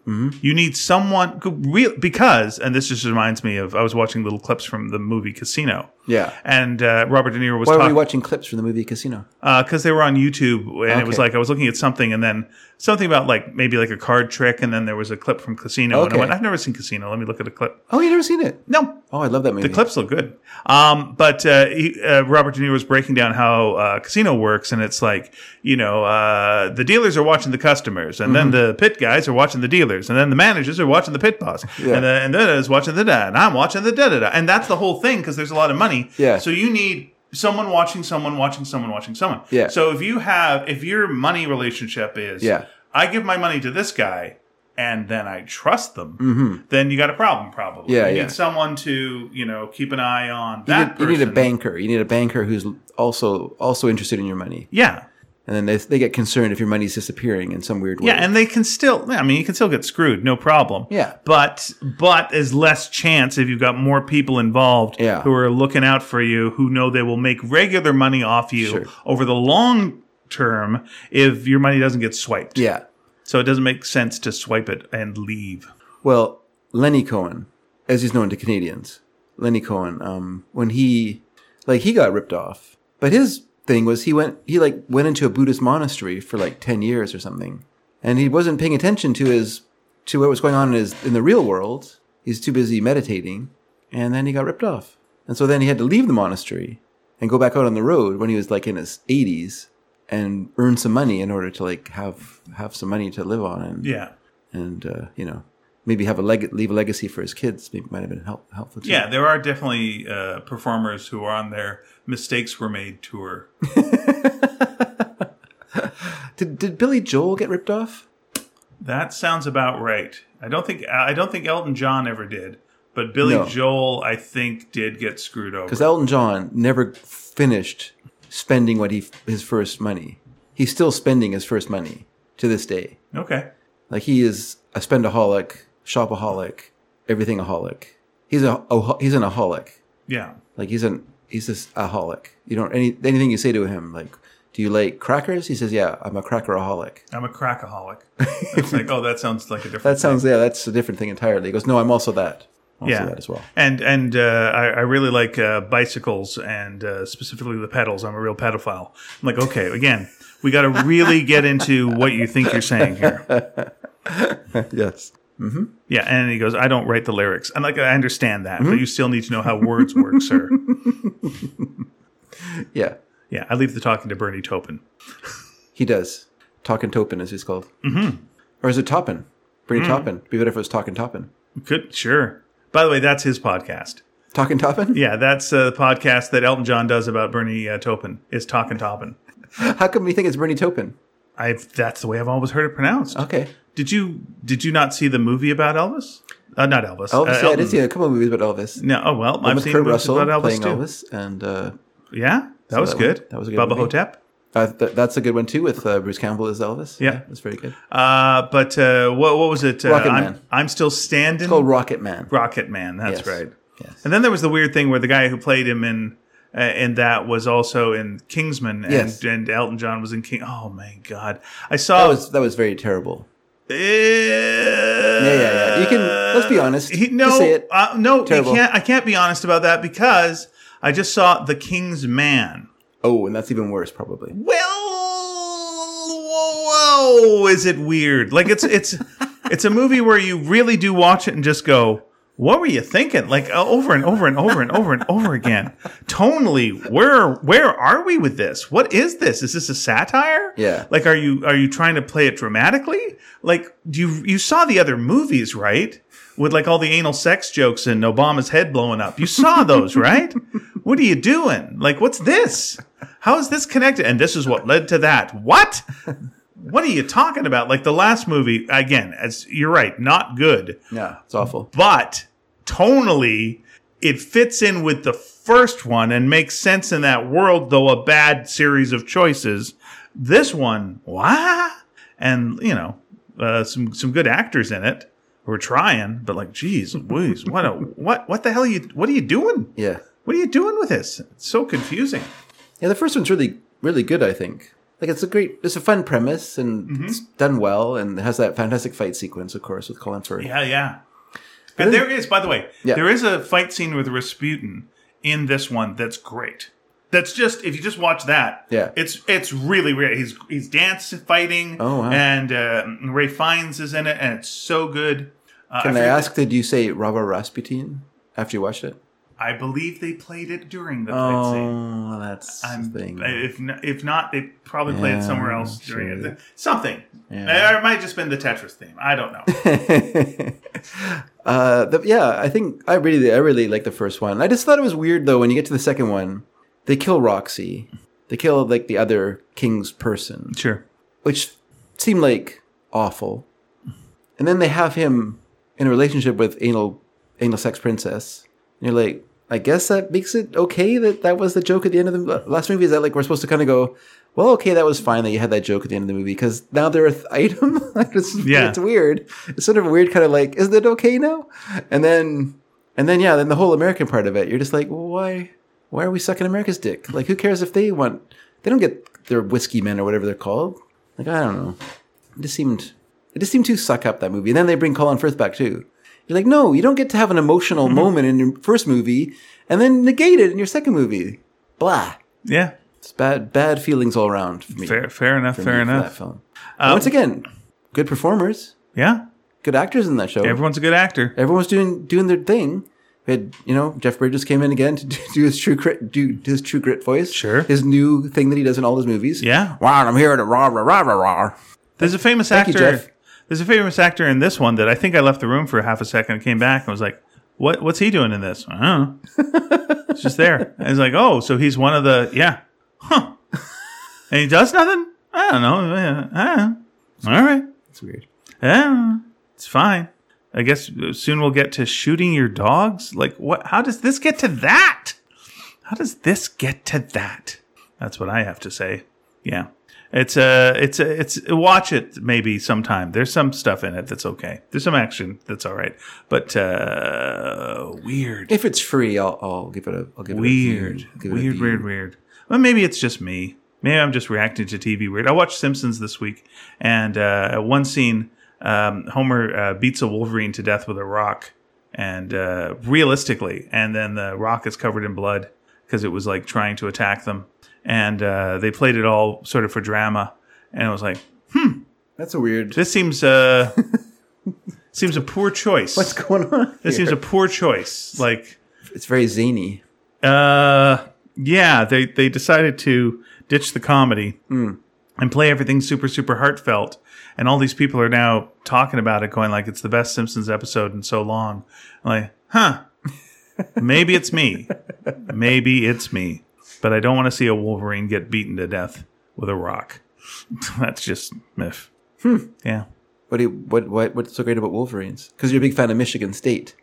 Speaker 2: You need someone real because, and this just reminds me of I was watching little clips from the movie Casino.
Speaker 1: Yeah.
Speaker 2: And uh, Robert De Niro was
Speaker 1: Why were we
Speaker 2: talking
Speaker 1: watching clips from the movie Casino?
Speaker 2: because Uh, they were on YouTube, and it was
Speaker 1: Okay.
Speaker 2: like I was looking at something, and then something about like maybe like a card trick, and then there was a clip from Casino, and I
Speaker 1: Okay.
Speaker 2: went, I've never seen Casino. Let me look at a clip.
Speaker 1: Oh, you never seen it?
Speaker 2: No,
Speaker 1: Oh, I love that movie.
Speaker 2: the clips look good. Um, but uh, he, uh, Robert De Niro was breaking down how uh, casino works, and it's like you know uh, the dealers are watching the customers, and
Speaker 1: Mm-hmm.
Speaker 2: then the pit guys are watching the dealers, and then the managers are watching the pit boss, and the and then is watching the da, and I'm watching the da da da, and that's the whole thing because there's a lot of money.
Speaker 1: Yeah.
Speaker 2: So you need someone watching someone watching someone watching someone.
Speaker 1: Yeah.
Speaker 2: So if you have if your money relationship is
Speaker 1: Yeah.
Speaker 2: I give my money to this guy. And then I trust them.
Speaker 1: Mm-hmm.
Speaker 2: Then you got a problem, probably.
Speaker 1: Yeah,
Speaker 2: you
Speaker 1: yeah.
Speaker 2: Need someone to you know keep an eye on
Speaker 1: You
Speaker 2: that
Speaker 1: need, you need a
Speaker 2: person.
Speaker 1: banker. You need a banker who's also also interested in your money,
Speaker 2: Yeah.
Speaker 1: and then they, they get concerned if your money's disappearing in some weird way.
Speaker 2: Yeah, and they can still I mean you can still get screwed, no problem.
Speaker 1: Yeah.
Speaker 2: But but there's less chance if you've got more people involved
Speaker 1: Yeah.
Speaker 2: who are looking out for you, who know they will make regular money off you
Speaker 1: Sure.
Speaker 2: over the long term if your money doesn't get swiped.
Speaker 1: yeah.
Speaker 2: So it doesn't make sense to swipe it and leave.
Speaker 1: Well, Lenny Cohen, as he's known to Canadians, Lenny Cohen, um, when he like he got ripped off, but his thing was he went he like went into a Buddhist monastery for like ten years or something, and he wasn't paying attention to his to what was going on in his in the real world. He's too busy meditating, and then he got ripped off, and so then he had to leave the monastery and go back out on the road when he was like in his eighties and earn some money in order to like have have some money to live on and
Speaker 2: Yeah.
Speaker 1: and uh, you know maybe have a leg- leave a legacy for his kids maybe might have been help- helpful too.
Speaker 2: Yeah, there are definitely uh, performers who are on their mistakes were made tour.
Speaker 1: did, did billy joel get ripped off
Speaker 2: That sounds about right. I don't think I don't think Elton John ever did, but Billy
Speaker 1: No.
Speaker 2: Joel I think did get screwed over.
Speaker 1: Because Elton John never finished spending what he his first money. He's still spending his first money to this day.
Speaker 2: okay.
Speaker 1: Like he is a spendaholic, shopaholic, everythingaholic. He's a oh, he's an aholic.
Speaker 2: Yeah.
Speaker 1: Like he's an he's this aholic. You don't any anything you say to him like, do you like crackers? He says, yeah, I'm a crackeraholic.
Speaker 2: I'm a
Speaker 1: *laughs*
Speaker 2: crackaholic. It's like, oh, that sounds like a different.
Speaker 1: That sounds yeah, that's a different thing entirely. He goes, no, I'm also that. Also
Speaker 2: Yeah.
Speaker 1: that as
Speaker 2: *laughs*
Speaker 1: well.
Speaker 2: and and uh, I, I really like uh, bicycles and uh, specifically the pedals. I'm a real pedophile. I'm like, okay, again, we got to really get into what you think you're saying here.
Speaker 1: yes.
Speaker 2: Yeah, and he goes, I don't write the lyrics. I'm like, I understand that,
Speaker 1: Mm-hmm.
Speaker 2: but you still need to know how words work, sir.
Speaker 1: Yeah.
Speaker 2: Yeah, I leave the talking to Bernie Taupin.
Speaker 1: He does. Talking Topin, as he's called. Mm-hmm. Or is it Toppin? Bernie
Speaker 2: Mm.
Speaker 1: Toppin. Be better if it was Talking Toppin.
Speaker 2: Good, sure. By the way, that's his podcast.
Speaker 1: Talking Toppin?
Speaker 2: Yeah, that's uh, the podcast that Elton John does about Bernie uh, Taupin. It's Talkin' Toppin.
Speaker 1: *laughs* How come you think it's Bernie Topin?
Speaker 2: I that's the way I've always heard it pronounced.
Speaker 1: Okay.
Speaker 2: Did you did you not see the movie about Elvis? Uh, not Elvis.
Speaker 1: Elvis,
Speaker 2: uh,
Speaker 1: yeah, I
Speaker 2: Elton.
Speaker 1: did see a couple of movies about Elvis.
Speaker 2: No, oh well,
Speaker 1: One
Speaker 2: I've
Speaker 1: with
Speaker 2: seen
Speaker 1: Kurt
Speaker 2: movies
Speaker 1: Russell
Speaker 2: about Elvis
Speaker 1: playing
Speaker 2: too.
Speaker 1: Elvis, and uh,
Speaker 2: Yeah, that was
Speaker 1: that one-
Speaker 2: good.
Speaker 1: that was a good
Speaker 2: Baba
Speaker 1: movie.
Speaker 2: Hotep.
Speaker 1: uh, th- that's a good one too with uh, Bruce Campbell as Elvis.
Speaker 2: Yeah.
Speaker 1: that's very good.
Speaker 2: Uh, but uh, what what was it? Uh,
Speaker 1: Rocket
Speaker 2: I'm,
Speaker 1: Man.
Speaker 2: I'm still standing.
Speaker 1: Called Oh, Rocket Man.
Speaker 2: Rocket Man. That's
Speaker 1: Yes.
Speaker 2: right.
Speaker 1: Yes.
Speaker 2: And then there was the weird thing where the guy who played him in uh, in that was also in Kingsman, and,
Speaker 1: Yes.
Speaker 2: and Elton John was in King. Oh my God! I saw.
Speaker 1: That was that was very terrible.
Speaker 2: yeah,
Speaker 1: Yeah, yeah, yeah. You can let's be honest.
Speaker 2: He,
Speaker 1: Just
Speaker 2: no,
Speaker 1: say it.
Speaker 2: Uh, no, you
Speaker 1: Terrible.
Speaker 2: can't. I can't be honest about that because I just saw The King's Man.
Speaker 1: Oh, and that's even worse, probably.
Speaker 2: Well, whoa, whoa, is it weird? Like it's it's it's a movie where you really do watch it and just go, "What were you thinking?" Like uh, over and over and over and over and over again. Tonally, where where are we with this? What is this? Is this a satire?
Speaker 1: Yeah.
Speaker 2: Like, are you are you trying to play it dramatically? Like, do you you saw the other movies, right? With like all the anal sex jokes and Obama's head blowing up. You saw those, *laughs* right? What are you doing? Like, what's this? How is this connected? And this is what led to that. What? What are you talking about? Like the last movie, again, as you're right, not good,
Speaker 1: Yeah, it's awful.
Speaker 2: but tonally, it fits in with the first one and makes sense in that world, though a bad series of choices. This one, wah, and you know, uh, some some good actors in it who are trying, but like, geez, whiz, what a what what the hell are you what are you doing?
Speaker 1: Yeah,
Speaker 2: What are you doing with this? It's so confusing.
Speaker 1: yeah. The first one's really really good. I think. Like it's a great, it's a fun premise and
Speaker 2: Mm-hmm.
Speaker 1: it's done well, and it has that fantastic fight sequence, of course, with Colin Firth.
Speaker 2: Yeah, yeah. And there is, by the way,
Speaker 1: Yeah.
Speaker 2: there is a fight scene with Rasputin in this one that's great. That's just if you just watch that,
Speaker 1: Yeah.
Speaker 2: it's it's really weird. He's he's dance fighting,
Speaker 1: Oh, wow.
Speaker 2: and uh, Ray Fiennes is in it, and it's so good. Uh,
Speaker 1: Can I,
Speaker 2: forget-
Speaker 1: ask, did you say Robert Rasputin after you watched it?
Speaker 2: I believe they played it during the fight scene.
Speaker 1: Oh, that's
Speaker 2: I'm-
Speaker 1: the thing.
Speaker 2: If n- if not, they probably played it somewhere
Speaker 1: Yeah,
Speaker 2: else during
Speaker 1: sure.
Speaker 2: it. Something,
Speaker 1: Yeah.
Speaker 2: or it might have just been the Tetris theme. I don't
Speaker 1: *laughs*
Speaker 2: know.
Speaker 1: uh, the, yeah, I think I really, I really like the first one. I just thought it was weird though when you get to the second one, they kill Roxy, they kill like the other king's person,
Speaker 2: *laughs* sure.
Speaker 1: which seemed like awful, and then they have him in a relationship with anal anal sex princess, and you're like. I guess that makes it okay that that was the joke at the end of the last movie. Is that like we're supposed to kind of go, well, okay, that was fine that you had that joke at the end of the movie because now they're a th- *laughs* item. Like, it's,
Speaker 2: Yeah.
Speaker 1: it's weird. It's sort of weird, kind of like, is it okay now? And then, and then, yeah, then the whole American part of it, you're just like, well, why, why are we sucking America's dick? Like, who cares if they want? They don't get their whiskey men or whatever they're called. Like, I don't know. It just seemed, it just seemed to suck up that movie. And then they bring Colin Firth back too. You're like, no, you don't get to have an emotional
Speaker 2: Mm-hmm.
Speaker 1: moment in your first movie and then negate it in your second movie. Blah.
Speaker 2: Yeah.
Speaker 1: It's bad, bad feelings all around for me.
Speaker 2: Fair. Fair enough.
Speaker 1: for me
Speaker 2: Fair
Speaker 1: for
Speaker 2: enough. Um,
Speaker 1: that film. And Once again, good performers,
Speaker 2: Yeah.
Speaker 1: good actors in that show.
Speaker 2: Everyone's a good actor.
Speaker 1: Everyone's doing doing their thing. We had you know Jeff Bridges came in again to *laughs* do, do his true grit, do, do his true grit voice.
Speaker 2: Sure.
Speaker 1: his new thing that he does in all his movies.
Speaker 2: Yeah.
Speaker 1: wow, I'm here to rah rah rah rah rah.
Speaker 2: There's a famous
Speaker 1: you,
Speaker 2: actor.
Speaker 1: Jeff.
Speaker 2: There's a famous actor in this one that I think I left the room for half a second and came back and was like, "What? What's he doing in this?" I
Speaker 1: *laughs*
Speaker 2: don't know. it's just there. And it's like, "Oh, so he's one of the yeah, huh?" And he does nothing. I don't know. Yeah, I don't know. Ah. All right.
Speaker 1: It's weird.
Speaker 2: eh, it's fine. I guess soon we'll get to shooting your dogs. Like what? How does this get to that? How does this get to that? That's what I have to say. Yeah, it's a, it's a, it's watch it maybe sometime. There's some stuff in it that's okay. There's some action that's all right, but uh, weird.
Speaker 1: If it's free, I'll, I'll give it a. I'll give It
Speaker 2: Weird.
Speaker 1: a view. I'll give it a
Speaker 2: Weird,
Speaker 1: view.
Speaker 2: weird, weird. Well, maybe it's just me. Maybe I'm just reacting to TV weird. I watched Simpsons this week, and uh, one scene, um, Homer uh, beats a Wolverine to death with a rock, and uh, realistically, and then the rock is covered in blood because it was like trying to attack them, and uh, they played it all sort of for drama, and I was like,
Speaker 1: That's a weird.
Speaker 2: this
Speaker 1: *laughs*
Speaker 2: seems uh, seems a poor choice.
Speaker 1: What's *laughs* going on?
Speaker 2: this
Speaker 1: here?
Speaker 2: seems a poor choice. Like.
Speaker 1: It's very zany.
Speaker 2: Uh, yeah, they they decided to ditch the comedy
Speaker 1: Hmm.
Speaker 2: and play everything super super heartfelt, and all these people are now talking about it, going like it's the best Simpsons episode in so long. I'm like,
Speaker 1: *laughs*
Speaker 2: huh? Maybe it's me. Maybe it's me. But I don't want to see a Wolverine get beaten to death with a rock. *laughs* That's just myth.
Speaker 1: Hmm.
Speaker 2: Yeah.
Speaker 1: What do you, what what what's so great about Wolverines? Because you're a big fan of Michigan State.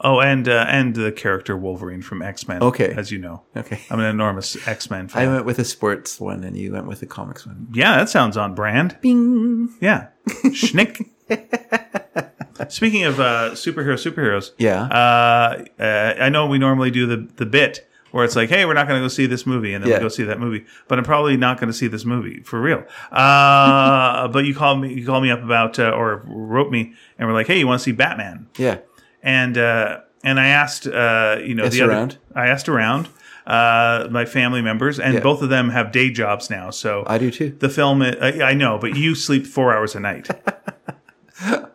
Speaker 2: Oh, and uh, and the character Wolverine from X Men.
Speaker 1: Okay.
Speaker 2: as you know,
Speaker 1: Okay.
Speaker 2: I'm an enormous X Men
Speaker 1: I
Speaker 2: fan.
Speaker 1: went with a sports one, and you went with a comics one.
Speaker 2: yeah, that sounds on brand.
Speaker 1: Bing.
Speaker 2: Yeah. Schnick. *laughs* Speaking of uh, superhero superheroes,
Speaker 1: Yeah.
Speaker 2: uh, uh, I know we normally do the, the bit where it's like, hey, we're not going to go see this movie, and then
Speaker 1: Yeah.
Speaker 2: we go see that movie. But I'm probably not going to see this movie for real. Uh, *laughs* but you called me, you called me up about uh, or wrote me, and we're like, hey, you want to see Batman?
Speaker 1: yeah.
Speaker 2: and uh, and I asked, uh, you know,
Speaker 1: Asked
Speaker 2: the other,
Speaker 1: around?
Speaker 2: I asked around uh, my family members, and
Speaker 1: Yeah.
Speaker 2: both of them have day jobs now. So
Speaker 1: I do too.
Speaker 2: The film, uh, I, I know, but you sleep four hours a night,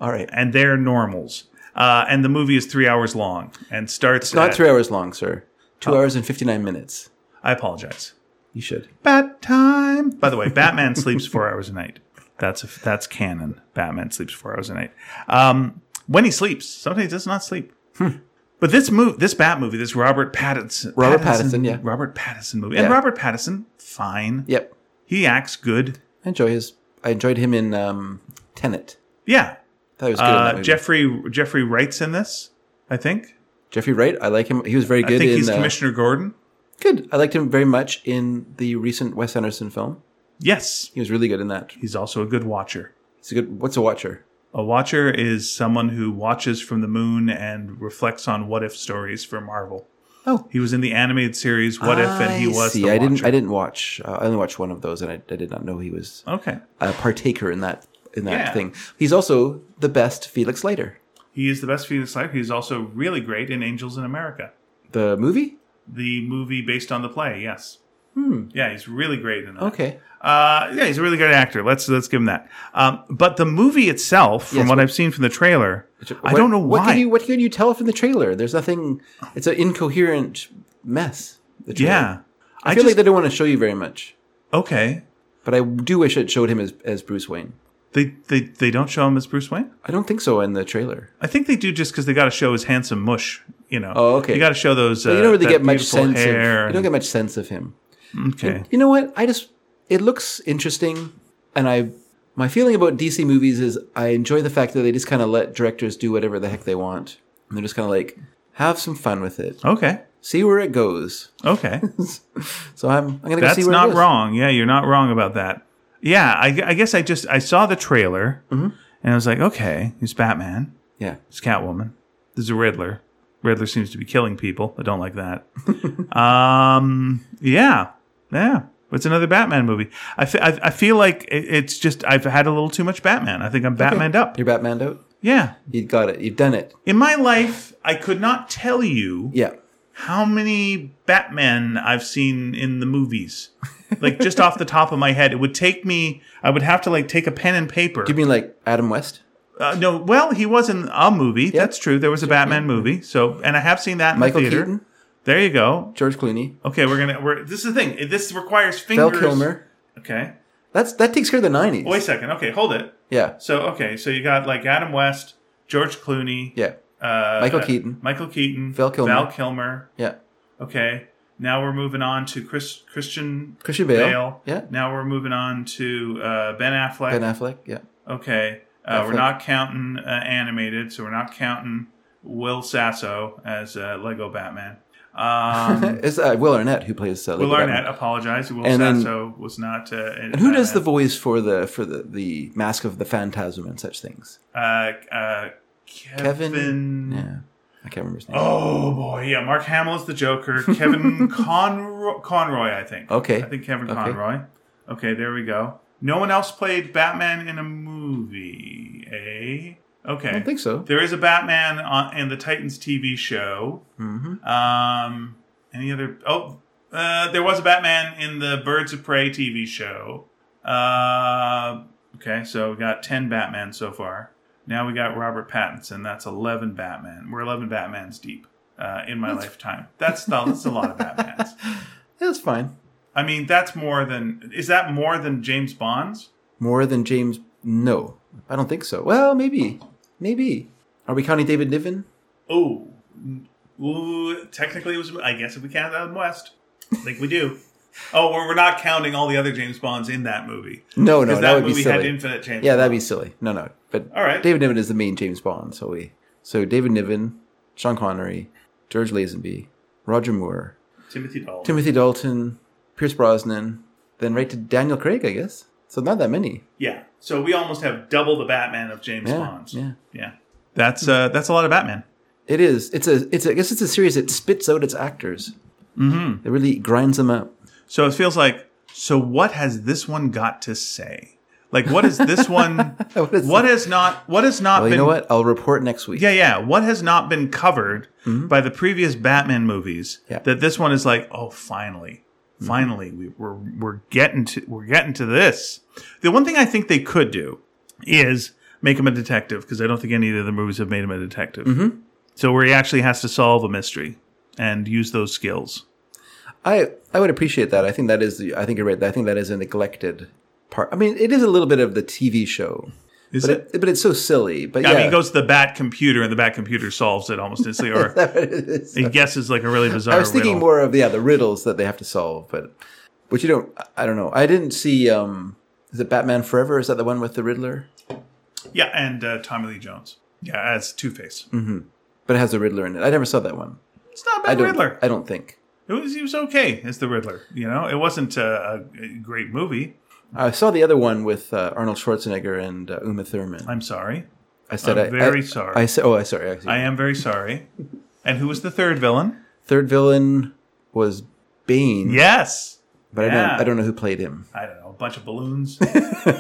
Speaker 1: All right.
Speaker 2: and they're normals. Uh, and the movie is three hours long and starts.
Speaker 1: It's not
Speaker 2: at-
Speaker 1: three hours long, sir. Two
Speaker 2: Oh.
Speaker 1: hours and fifty nine minutes.
Speaker 2: I apologize.
Speaker 1: You should.
Speaker 2: Bat time. By the way, Batman *laughs* sleeps four hours a night. That's a, that's canon. Batman sleeps four hours a night. Um, when he sleeps, sometimes he does not sleep.
Speaker 1: Hmm.
Speaker 2: But this movie, this Bat movie, this Robert Pattinson,
Speaker 1: Robert Pattinson, yeah.
Speaker 2: Robert Pattinson movie,
Speaker 1: Yeah.
Speaker 2: and Robert Pattinson, fine,
Speaker 1: Yep.
Speaker 2: he acts good.
Speaker 1: I enjoy his. I enjoyed him in um, Tenet.
Speaker 2: Yeah,
Speaker 1: That was good. in that
Speaker 2: uh,
Speaker 1: movie.
Speaker 2: Jeffrey Jeffrey Wright's in this, I think.
Speaker 1: Jeffrey Wright. I like him. He was very
Speaker 2: I
Speaker 1: good
Speaker 2: think
Speaker 1: in.
Speaker 2: he's
Speaker 1: uh,
Speaker 2: Commissioner Gordon.
Speaker 1: good. I liked him very much in the recent Wes Anderson film.
Speaker 2: Yes,
Speaker 1: He was really good in that.
Speaker 2: he's also a good watcher.
Speaker 1: He's a good. What's a watcher?
Speaker 2: A watcher is someone who watches from the moon and reflects on what if stories for Marvel.
Speaker 1: Oh.
Speaker 2: He was in the animated series What If, and he
Speaker 1: I
Speaker 2: was
Speaker 1: See,
Speaker 2: the
Speaker 1: I
Speaker 2: watcher.
Speaker 1: didn't. I didn't watch. Uh, I only watched one of those, and I, I did not know he was
Speaker 2: Okay.
Speaker 1: a partaker in that in that
Speaker 2: Yeah.
Speaker 1: thing. He's also the best Felix Leiter.
Speaker 2: He is the best Phoenix Life. He's also really great in Angels in America,
Speaker 1: The movie.
Speaker 2: the movie based on the play. Yes. Hmm. Yeah, he's really great in that.
Speaker 1: Okay.
Speaker 2: Uh, yeah, he's a really good actor. Let's let's give him that. Um, but the movie itself, from
Speaker 1: Yes,
Speaker 2: what
Speaker 1: what-
Speaker 2: I've seen from the trailer, I
Speaker 1: What-
Speaker 2: don't know
Speaker 1: What
Speaker 2: why.
Speaker 1: can you What can you tell from the trailer? There's nothing. It's an incoherent mess. The trailer.
Speaker 2: yeah,
Speaker 1: I,
Speaker 2: I
Speaker 1: feel like
Speaker 2: just
Speaker 1: they don't want to show you very much,
Speaker 2: okay.
Speaker 1: but I do wish it showed him as as Bruce Wayne.
Speaker 2: They they they don't show him as Bruce Wayne.
Speaker 1: I don't think so in the trailer.
Speaker 2: I think they do just because they got to show his handsome mush. You know.
Speaker 1: Oh, okay.
Speaker 2: You got to show those. Uh,
Speaker 1: you don't really
Speaker 2: that
Speaker 1: get much
Speaker 2: beautiful
Speaker 1: sense. Of,
Speaker 2: hair
Speaker 1: you don't get much sense of him.
Speaker 2: and- okay.
Speaker 1: You know what? I just it looks interesting, and I my feeling about DC movies is I enjoy the fact that they just kind of let directors do whatever the heck they want, and they're just kind of like have some fun with it,
Speaker 2: Okay.
Speaker 1: see where it goes. *laughs*
Speaker 2: Okay.
Speaker 1: So I'm I'm gonna go
Speaker 2: That's
Speaker 1: see where it
Speaker 2: not
Speaker 1: goes.
Speaker 2: wrong. Yeah, you're not wrong about that. Yeah, I, I guess I just I saw the trailer
Speaker 1: Mm-hmm.
Speaker 2: and I was like, okay, he's Batman,
Speaker 1: Yeah,
Speaker 2: he's Catwoman, there's a Riddler. Riddler seems to be killing people. I don't like that. um, yeah, yeah. It's another Batman movie. I fe- I- I feel like it- it's just I've had a little too much Batman. I think I'm Batmaned up.
Speaker 1: you're Batman out.
Speaker 2: Yeah.
Speaker 1: You got it. You've done it.
Speaker 2: In my life, I could not tell you
Speaker 1: Yeah.
Speaker 2: how many Batman I've seen in the movies. Like just off the top of my head, it would take me. I would have to like take a pen and paper.
Speaker 1: You mean like Adam West,
Speaker 2: uh, no, well, he was in a movie. That's true. There was a Batman movie. So, and I have seen that in
Speaker 1: Michael
Speaker 2: the theater.
Speaker 1: Keaton,
Speaker 2: There you go.
Speaker 1: George Clooney,
Speaker 2: Okay, we're gonna. We're this is the thing. This requires fingers.
Speaker 1: Val Kilmer?
Speaker 2: Okay.
Speaker 1: That's that takes care of the '90s.
Speaker 2: Wait a second. Okay, hold it.
Speaker 1: Yeah,
Speaker 2: So okay, so you got like Adam West, George Clooney,
Speaker 1: yeah,
Speaker 2: uh,
Speaker 1: Michael Keaton.
Speaker 2: Michael Keaton,
Speaker 1: Val Kilmer.
Speaker 2: Val Kilmer.
Speaker 1: yeah.
Speaker 2: Okay. Now we're moving on to Chris Christian
Speaker 1: Christian Bale.
Speaker 2: Bale.
Speaker 1: Yeah.
Speaker 2: Now we're moving on to uh, Ben Affleck.
Speaker 1: Ben Affleck. Yeah.
Speaker 2: okay. Uh, we're not counting uh, animated, so we're not counting Will Sasso as uh, Lego Batman.
Speaker 1: *laughs*
Speaker 2: Um,
Speaker 1: It's uh, Will Arnett who plays uh,
Speaker 2: Will
Speaker 1: Lego
Speaker 2: Arnett
Speaker 1: Batman.
Speaker 2: apologized. Will
Speaker 1: And then-
Speaker 2: Sasso was not. Uh,
Speaker 1: And who does the voice for the for the, the Mask of the Phantasm and such things?
Speaker 2: uh, uh, Kevin?
Speaker 1: Kevin.
Speaker 2: Mm.
Speaker 1: Yeah, I can't remember his name.
Speaker 2: Oh boy, yeah. Mark Hamill is the Joker.
Speaker 1: *laughs*
Speaker 2: Kevin Conroy, Conroy, I think.
Speaker 1: Okay.
Speaker 2: I think Kevin
Speaker 1: Okay.
Speaker 2: Conroy. Okay, there we go. No one else played Batman in a movie, eh? Okay.
Speaker 1: I don't think so.
Speaker 2: There is a Batman on, in the Titans TV show.
Speaker 1: hmm
Speaker 2: Um, any other? Oh, uh, there was a Batman in the Birds of Prey TV show. Uh, okay, so we got ten Batman so far. Now we got Robert Pattinson. That's eleven Batman. We're eleven Batmans deep uh, in my lifetime. That's not, that's a lot of Batmans.
Speaker 1: That's fine.
Speaker 2: I mean, that's more than is that more than James Bond's?
Speaker 1: More than James? No, I don't think so. Well, maybe, maybe. Are we counting David Niven?
Speaker 2: Oh, ooh, technically it was. I guess if we count Adam West, I think we do. Oh, well, we're not counting all the other James Bonds in that movie.
Speaker 1: No, no, that,
Speaker 2: Because that,
Speaker 1: would be
Speaker 2: movie had
Speaker 1: silly.
Speaker 2: infinite James.
Speaker 1: yeah, that'd be silly. No, no. But
Speaker 2: All right.
Speaker 1: David Niven is the main James Bond, so we so David Niven, Sean Connery, George Lazenby, Roger Moore,
Speaker 2: Timothy Dalton.
Speaker 1: Timothy Dalton, Pierce Brosnan, then right to Daniel Craig, I guess. So not that many.
Speaker 2: yeah. So we almost have double the Batman of James
Speaker 1: Yeah,
Speaker 2: Bonds.
Speaker 1: yeah.
Speaker 2: That's uh, that's a lot of Batman.
Speaker 1: It is. It's a. It's. A, I guess it's a series that spits out its actors. Mm-hmm. It really grinds them up.
Speaker 2: So it feels like. So what has this one got to say? Like what is this one?
Speaker 1: *laughs* What is-
Speaker 2: what has not? What has not
Speaker 1: Well,
Speaker 2: been?
Speaker 1: you know what? I'll report next week.
Speaker 2: Yeah, yeah. What has not been covered by the previous Batman movies
Speaker 1: Mm-hmm. Yeah. Mm-hmm.
Speaker 2: that this one is like, oh, finally, finally, we, we're we're getting to we're getting to this. The one thing I think they could do is make him a detective because I don't think any of the movies have made him a detective.
Speaker 1: Mm-hmm.
Speaker 2: So where he actually has to solve a mystery and use those skills.
Speaker 1: I I would appreciate that. I think that is. The, I think you're right. I think that is a neglected part. I mean, it is a little bit of the TV show,
Speaker 2: Is
Speaker 1: but
Speaker 2: it?
Speaker 1: it, but it's so silly. But yeah,
Speaker 2: I mean, he
Speaker 1: *laughs*
Speaker 2: goes to the bat computer and the bat computer solves it almost instantly, or he guesses like a really bizarre.
Speaker 1: I was thinking
Speaker 2: riddle.
Speaker 1: more of yeah the riddles that they have to solve, but but you don't. I don't know. I didn't see. um Is it Batman Forever? Is that the one with the Riddler?
Speaker 2: Yeah, and uh, Tommy Lee Jones. Yeah, as Two Face.
Speaker 1: But it has the Riddler in it. I never saw that one.
Speaker 2: It's not a
Speaker 1: Mm-hmm. I
Speaker 2: bad
Speaker 1: don't.
Speaker 2: Riddler.
Speaker 1: I don't think.
Speaker 2: It was he was okay as the Riddler. You know, it wasn't a, a great movie.
Speaker 1: I saw the other one with uh, Arnold Schwarzenegger and uh, Uma Thurman. i
Speaker 2: I'm sorry.
Speaker 1: said
Speaker 2: I'm
Speaker 1: I-
Speaker 2: very
Speaker 1: I-
Speaker 2: sorry.
Speaker 1: I said. Oh, I sorry. I see.
Speaker 2: I am very sorry. And who was the third villain?
Speaker 1: Third villain was Bane.
Speaker 2: Yes,
Speaker 1: But I
Speaker 2: Yeah.
Speaker 1: don't. I don't know who played him. *laughs*
Speaker 2: I don't know. A bunch of balloons.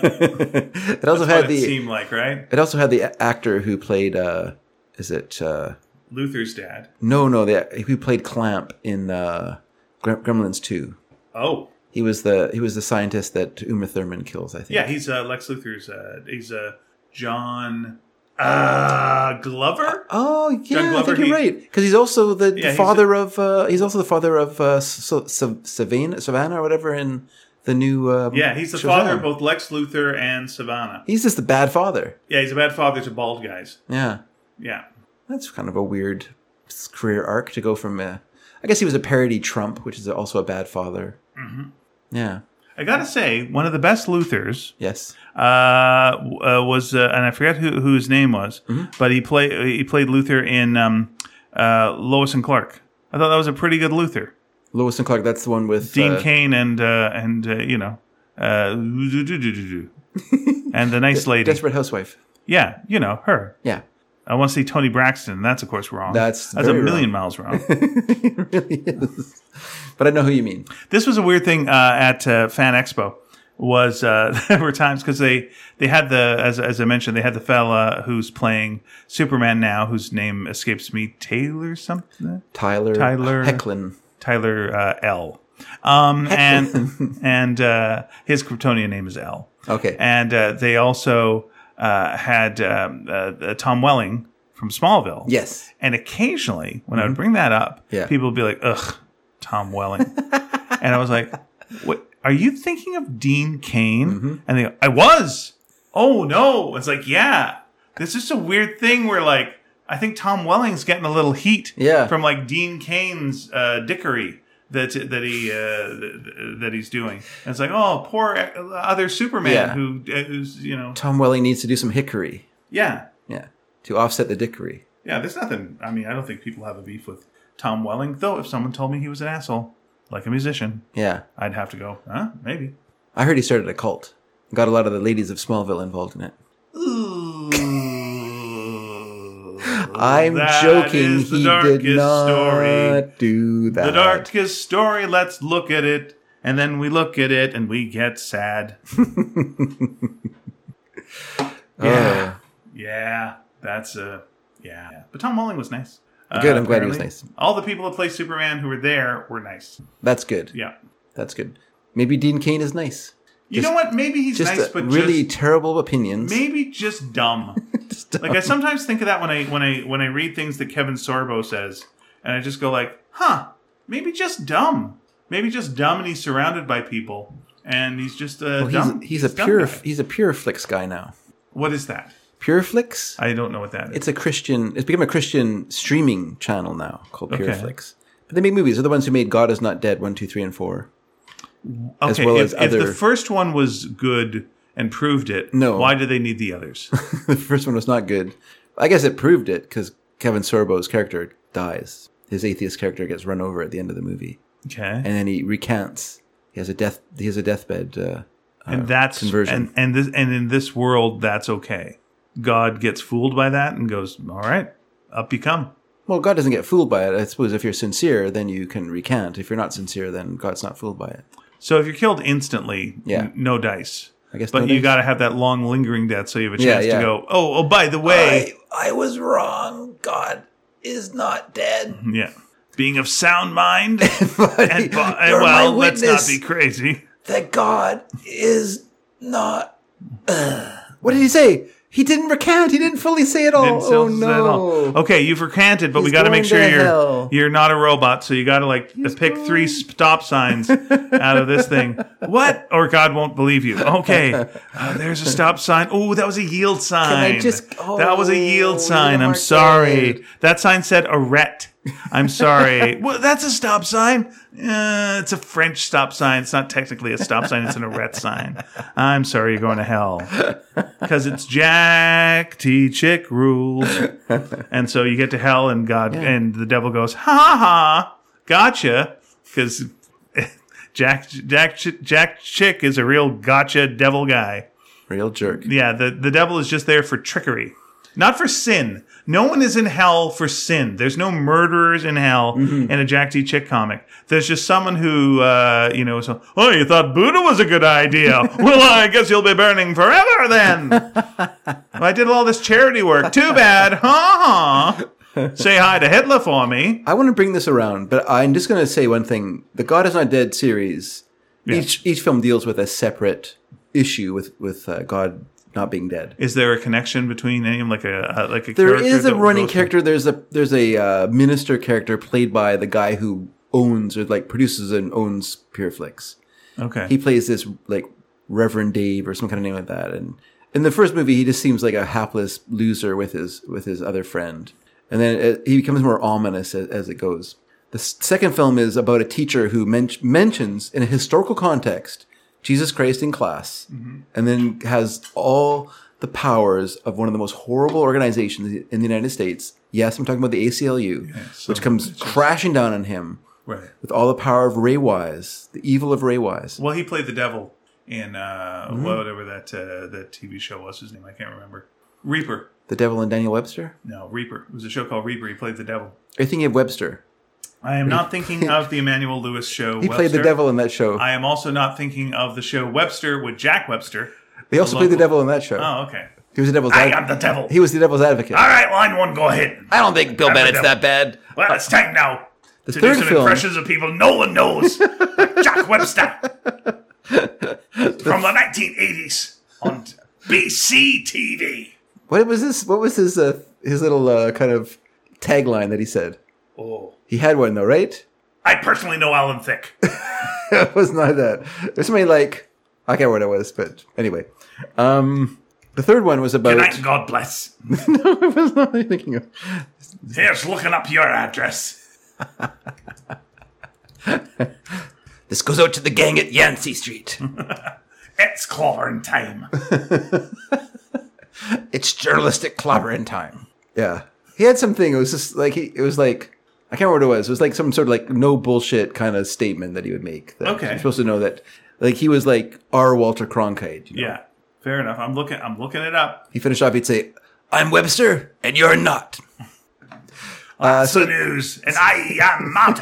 Speaker 1: it also
Speaker 2: what
Speaker 1: had
Speaker 2: it
Speaker 1: the.
Speaker 2: seemed like right.
Speaker 1: it also had the a- actor who played. uh Is it? uh
Speaker 2: Luther's dad.
Speaker 1: No, no. The who played Clamp in uh, Grem- Gremlins Two.
Speaker 2: Oh,
Speaker 1: He was the he was the scientist that Uma Thurman kills. I think.
Speaker 2: yeah. He's uh, Lex Luthor's. Uh, he's uh, John uh, Glover.
Speaker 1: Oh yeah,
Speaker 2: John
Speaker 1: I
Speaker 2: Glover,
Speaker 1: think you're
Speaker 2: he-
Speaker 1: right because he's also the, the
Speaker 2: Yeah, he's
Speaker 1: father of uh, he's also the father of uh, S- S- Savannah, Savannah or whatever in the new. Um,
Speaker 2: Yeah, he's the
Speaker 1: Shazam.
Speaker 2: father of both Lex Luthor and Savannah.
Speaker 1: He's just the bad father.
Speaker 2: Yeah, he's a bad father to bald guys.
Speaker 1: Yeah,
Speaker 2: Yeah.
Speaker 1: that's kind of a weird s- career arc to go from. uh, I guess he was a parody Trump, which is also a bad father. Mm-hmm. Yeah.
Speaker 2: I gotta say, one of the best Luthers
Speaker 1: Yes.
Speaker 2: uh, w- uh, was uh, and I forget who, who his name was,
Speaker 1: Mm-hmm.
Speaker 2: but he played he played Luther in um, uh, Lois and Clark. I thought that was a pretty good Luther.
Speaker 1: Lewis and Clark. That's the one with
Speaker 2: Dean
Speaker 1: uh,
Speaker 2: Kane and uh, and uh, you know uh, *laughs* doo-doo-doo-doo-doo. and the nice lady.
Speaker 1: Desperate Housewife.
Speaker 2: Yeah, you know her.
Speaker 1: Yeah. *laughs*
Speaker 2: I want to see Tony Braxton. That's of course wrong.
Speaker 1: That's
Speaker 2: that's a
Speaker 1: very
Speaker 2: million
Speaker 1: wrong. *laughs*
Speaker 2: miles wrong.
Speaker 1: it really is. But I know who you mean.
Speaker 2: this was a weird thing uh, at uh, Fan Expo. Was uh, *laughs* there were times because they they had the as as I mentioned they had the fella who's playing Superman now whose name escapes me Taylor something
Speaker 1: Tyler.
Speaker 2: Tyler-
Speaker 1: Hecklin.
Speaker 2: Tyler uh, L. Um, and and uh, his Kryptonian name is L.
Speaker 1: Okay.
Speaker 2: And uh, they also uh, had um, uh, uh, Tom Welling from Smallville.
Speaker 1: yes.
Speaker 2: And occasionally, when I would bring that up,
Speaker 1: Mm-hmm. Yeah.
Speaker 2: people would be like, ugh, Tom Welling. and I was like, what? Are you thinking of Dean Kane?
Speaker 1: Mm-hmm.
Speaker 2: And they go, I was. Oh, no. It's like, yeah. This is a weird thing where, like, I think Tom Welling's getting a little heat
Speaker 1: Yeah.
Speaker 2: from, like, Dean Kane's uh, dickery. that that he uh, that- that he's doing. And it's like, oh, poor other Superman
Speaker 1: Yeah.
Speaker 2: who uh, who's you know,
Speaker 1: Tom Welling needs to do some hickory.
Speaker 2: yeah,
Speaker 1: Yeah. To offset the dickory.
Speaker 2: yeah. There's nothing. I mean, I don't think people have a beef with Tom Welling, though. If someone told me he was an asshole, like a musician,
Speaker 1: Yeah.
Speaker 2: I'd have to go, huh? Maybe.
Speaker 1: I heard he started a cult. Got a lot of the ladies of Smallville involved in it. I'm
Speaker 2: That
Speaker 1: joking.
Speaker 2: is the
Speaker 1: He
Speaker 2: darkest
Speaker 1: did not
Speaker 2: story.
Speaker 1: do that.
Speaker 2: The darkest story. Let's look at it, and then we look at it, and we get sad.
Speaker 1: Oh.
Speaker 2: Yeah. Yeah, that's a yeah. But Tom Welling was nice. Uh,
Speaker 1: Good, I'm glad he was
Speaker 2: apparently.
Speaker 1: nice.
Speaker 2: All the people that play Superman who were there were nice.
Speaker 1: That's good.
Speaker 2: Yeah.
Speaker 1: That's good. Maybe Dean Kane is nice.
Speaker 2: You
Speaker 1: Just-
Speaker 2: know what? Maybe he's
Speaker 1: Just
Speaker 2: nice,
Speaker 1: uh,
Speaker 2: but
Speaker 1: really
Speaker 2: just,
Speaker 1: terrible opinions.
Speaker 2: maybe
Speaker 1: *laughs*
Speaker 2: just dumb.
Speaker 1: Just, uh,
Speaker 2: like I sometimes think of that when I when I when I read things that Kevin Sorbo says, and I just go like, huh, maybe just dumb. Maybe just dumb, and he's surrounded by people, and he's just a
Speaker 1: well, he's,
Speaker 2: dumb.
Speaker 1: he's a
Speaker 2: dumb
Speaker 1: pure
Speaker 2: guy.
Speaker 1: he's a pure flicks guy now.
Speaker 2: What is that?
Speaker 1: Pureflix?
Speaker 2: I don't know what that is.
Speaker 1: It's a Christian. It's become a Christian streaming channel now called
Speaker 2: Okay.
Speaker 1: Pureflix. But they make movies. They're the ones who made God Is Not Dead one, two, three, and four. *laughs*
Speaker 2: okay,
Speaker 1: as well
Speaker 2: if,
Speaker 1: as
Speaker 2: if
Speaker 1: other-
Speaker 2: the first one was good and proved it,
Speaker 1: No.
Speaker 2: why do they need the
Speaker 1: *laughs*
Speaker 2: others?
Speaker 1: the first one was not good. I guess it proved it because Kevin Sorbo's character dies. His atheist character gets run over at the end of the movie,
Speaker 2: Okay.
Speaker 1: and then he recants. He has a death. He has a deathbed. Uh,
Speaker 2: and that's
Speaker 1: conversion.
Speaker 2: And, and this and in this world, that's okay. God gets fooled by that and goes, "All right, up you come."
Speaker 1: well, God doesn't get fooled by it. I suppose if you're sincere, then you can recant. If you're not sincere, then God's not fooled by it.
Speaker 2: So if you're killed instantly,
Speaker 1: Yeah.
Speaker 2: n- no dice.
Speaker 1: I guess.
Speaker 2: But
Speaker 1: no
Speaker 2: you
Speaker 1: doubt.
Speaker 2: got to have that long lingering death, so you have a
Speaker 1: Yeah,
Speaker 2: chance
Speaker 1: yeah.
Speaker 2: to go. Oh, oh, by the way,
Speaker 1: I was wrong. God is not *laughs*
Speaker 2: *laughs*
Speaker 1: dead.
Speaker 2: yeah, being of
Speaker 1: *laughs*
Speaker 2: sound mind. And, bo- and
Speaker 1: You're my
Speaker 2: well, let's not
Speaker 1: witness.
Speaker 2: be crazy.
Speaker 1: that God is not. *clears throat* what did he say? He didn't recant. He didn't fully say it all.
Speaker 2: Didn't
Speaker 1: oh
Speaker 2: sound
Speaker 1: no!
Speaker 2: at all. Okay, you've recanted, but we
Speaker 1: He's
Speaker 2: got to
Speaker 1: going
Speaker 2: make sure
Speaker 1: to
Speaker 2: you're
Speaker 1: hell.
Speaker 2: you're not a robot. So you got to like uh, pick three
Speaker 1: *laughs*
Speaker 2: stop signs out of this thing. What? Or God won't believe you.
Speaker 1: *laughs*
Speaker 2: Okay, Uh, there's a stop sign. Oh, that was a yield sign.
Speaker 1: just-
Speaker 2: that was a
Speaker 1: oh,
Speaker 2: yield sign.
Speaker 1: you
Speaker 2: I'm
Speaker 1: are
Speaker 2: sorry.
Speaker 1: God.
Speaker 2: That sign said arret. I'm
Speaker 1: *laughs*
Speaker 2: sorry. well, that's a stop sign. Uh, it's a French stop sign. It's not technically a stop sign. It's an arret sign. I'm sorry. You're going to hell because it's Jack T. Chick rules. and so you get to hell, and God and the devil goes, "Ha ha, ha, gotcha," because *laughs* Jack Jack Ch- Jack Chick is a real gotcha devil guy.
Speaker 1: Real jerk.
Speaker 2: Yeah, the the devil is just there for trickery, not for sin. No one is in hell for sin. There's no murderers in hell
Speaker 1: Mm-hmm.
Speaker 2: in a Jack T. Chick comic. There's just someone who, uh, you know, so, oh, you thought Buddha was a good idea.
Speaker 1: *laughs*
Speaker 2: well, I guess you'll be burning forever then. well, I did all this charity work. Too bad. Ha
Speaker 1: *laughs*
Speaker 2: ha. Say hi to Hitler for me.
Speaker 1: I want to bring this around, but I'm just going to say one thing: the God is not dead series. Each each film deals with a separate issue with with uh, God not being dead.
Speaker 2: Is there a connection between any like a, a like a
Speaker 1: There
Speaker 2: character
Speaker 1: is
Speaker 2: that
Speaker 1: a running
Speaker 2: goes-
Speaker 1: character. There's a there's a uh, minister character played by the guy who owns or like produces and owns Pureflix.
Speaker 2: Okay.
Speaker 1: he plays this like Reverend Dave or some kind of name like that. And in the first movie, he just seems like a hapless loser with his with his other friend. And then it, he becomes more ominous as, as it goes. The s- second film is about a teacher who men- mentions in a historical context Jesus Christ in class, and then has all the powers of one of the most horrible organizations in the United States. Yes, I'm talking about the ACLU,
Speaker 2: so
Speaker 1: which comes crashing down on him
Speaker 2: right.
Speaker 1: with all the power of Ray Wise, the evil of Ray Wise.
Speaker 2: Well, he played the devil in uh,
Speaker 1: Mm-hmm.
Speaker 2: whatever that uh, that TV show was. His name I can't remember. Reaper.
Speaker 1: The Devil and Daniel Webster?
Speaker 2: No, Reaper. It was a show called Reaper. He played the devil.
Speaker 1: Or you thinking of Webster?
Speaker 2: I am not thinking of the Emmanuel Lewis show.
Speaker 1: He played the devil in that show.
Speaker 2: I am also not thinking of the show Webster with Jack Webster.
Speaker 1: they also played the
Speaker 2: local-
Speaker 1: devil in that show.
Speaker 2: Oh, okay.
Speaker 1: He was the devil's
Speaker 2: I
Speaker 1: ad-
Speaker 2: am the devil.
Speaker 1: He was the devil's advocate.
Speaker 2: All right, line one, go ahead.
Speaker 1: I don't think Bill
Speaker 2: I'm the devil.
Speaker 1: bad.
Speaker 2: Well, it's time now
Speaker 1: The
Speaker 2: to do
Speaker 1: third
Speaker 2: some
Speaker 1: film,
Speaker 2: impressions of people no
Speaker 1: *laughs*
Speaker 2: one knows. Jack Webster from the 1980s on BC TV.
Speaker 1: what was this? What was his uh, his little uh, kind of tagline that he said?
Speaker 2: Oh.
Speaker 1: He had one though, right? *laughs*
Speaker 2: I personally know Alan Thick.
Speaker 1: it was not that. There's somebody like I can't remember what it was, but anyway, um, the third one was about. *laughs*
Speaker 2: Good night and God bless.
Speaker 1: no, it was not what I'm thinking of.
Speaker 2: Here's looking up your address.
Speaker 1: This goes out to the gang at Yancey Street.
Speaker 2: It's clobbering time.
Speaker 1: it's journalistic clobbering time. Yeah. He had something. It was just like, he, it was like, I can't remember what it was. It was like some sort of like no bullshit kind of statement that he would make. that
Speaker 2: Okay.
Speaker 1: You're supposed to know that, like, he was like our Walter Cronkite. you know?
Speaker 2: Yeah, fair enough. I'm looking. I'm looking it up.
Speaker 1: He finished off, he'd say, I'm Webster and you're not.
Speaker 2: That's the news, and I am out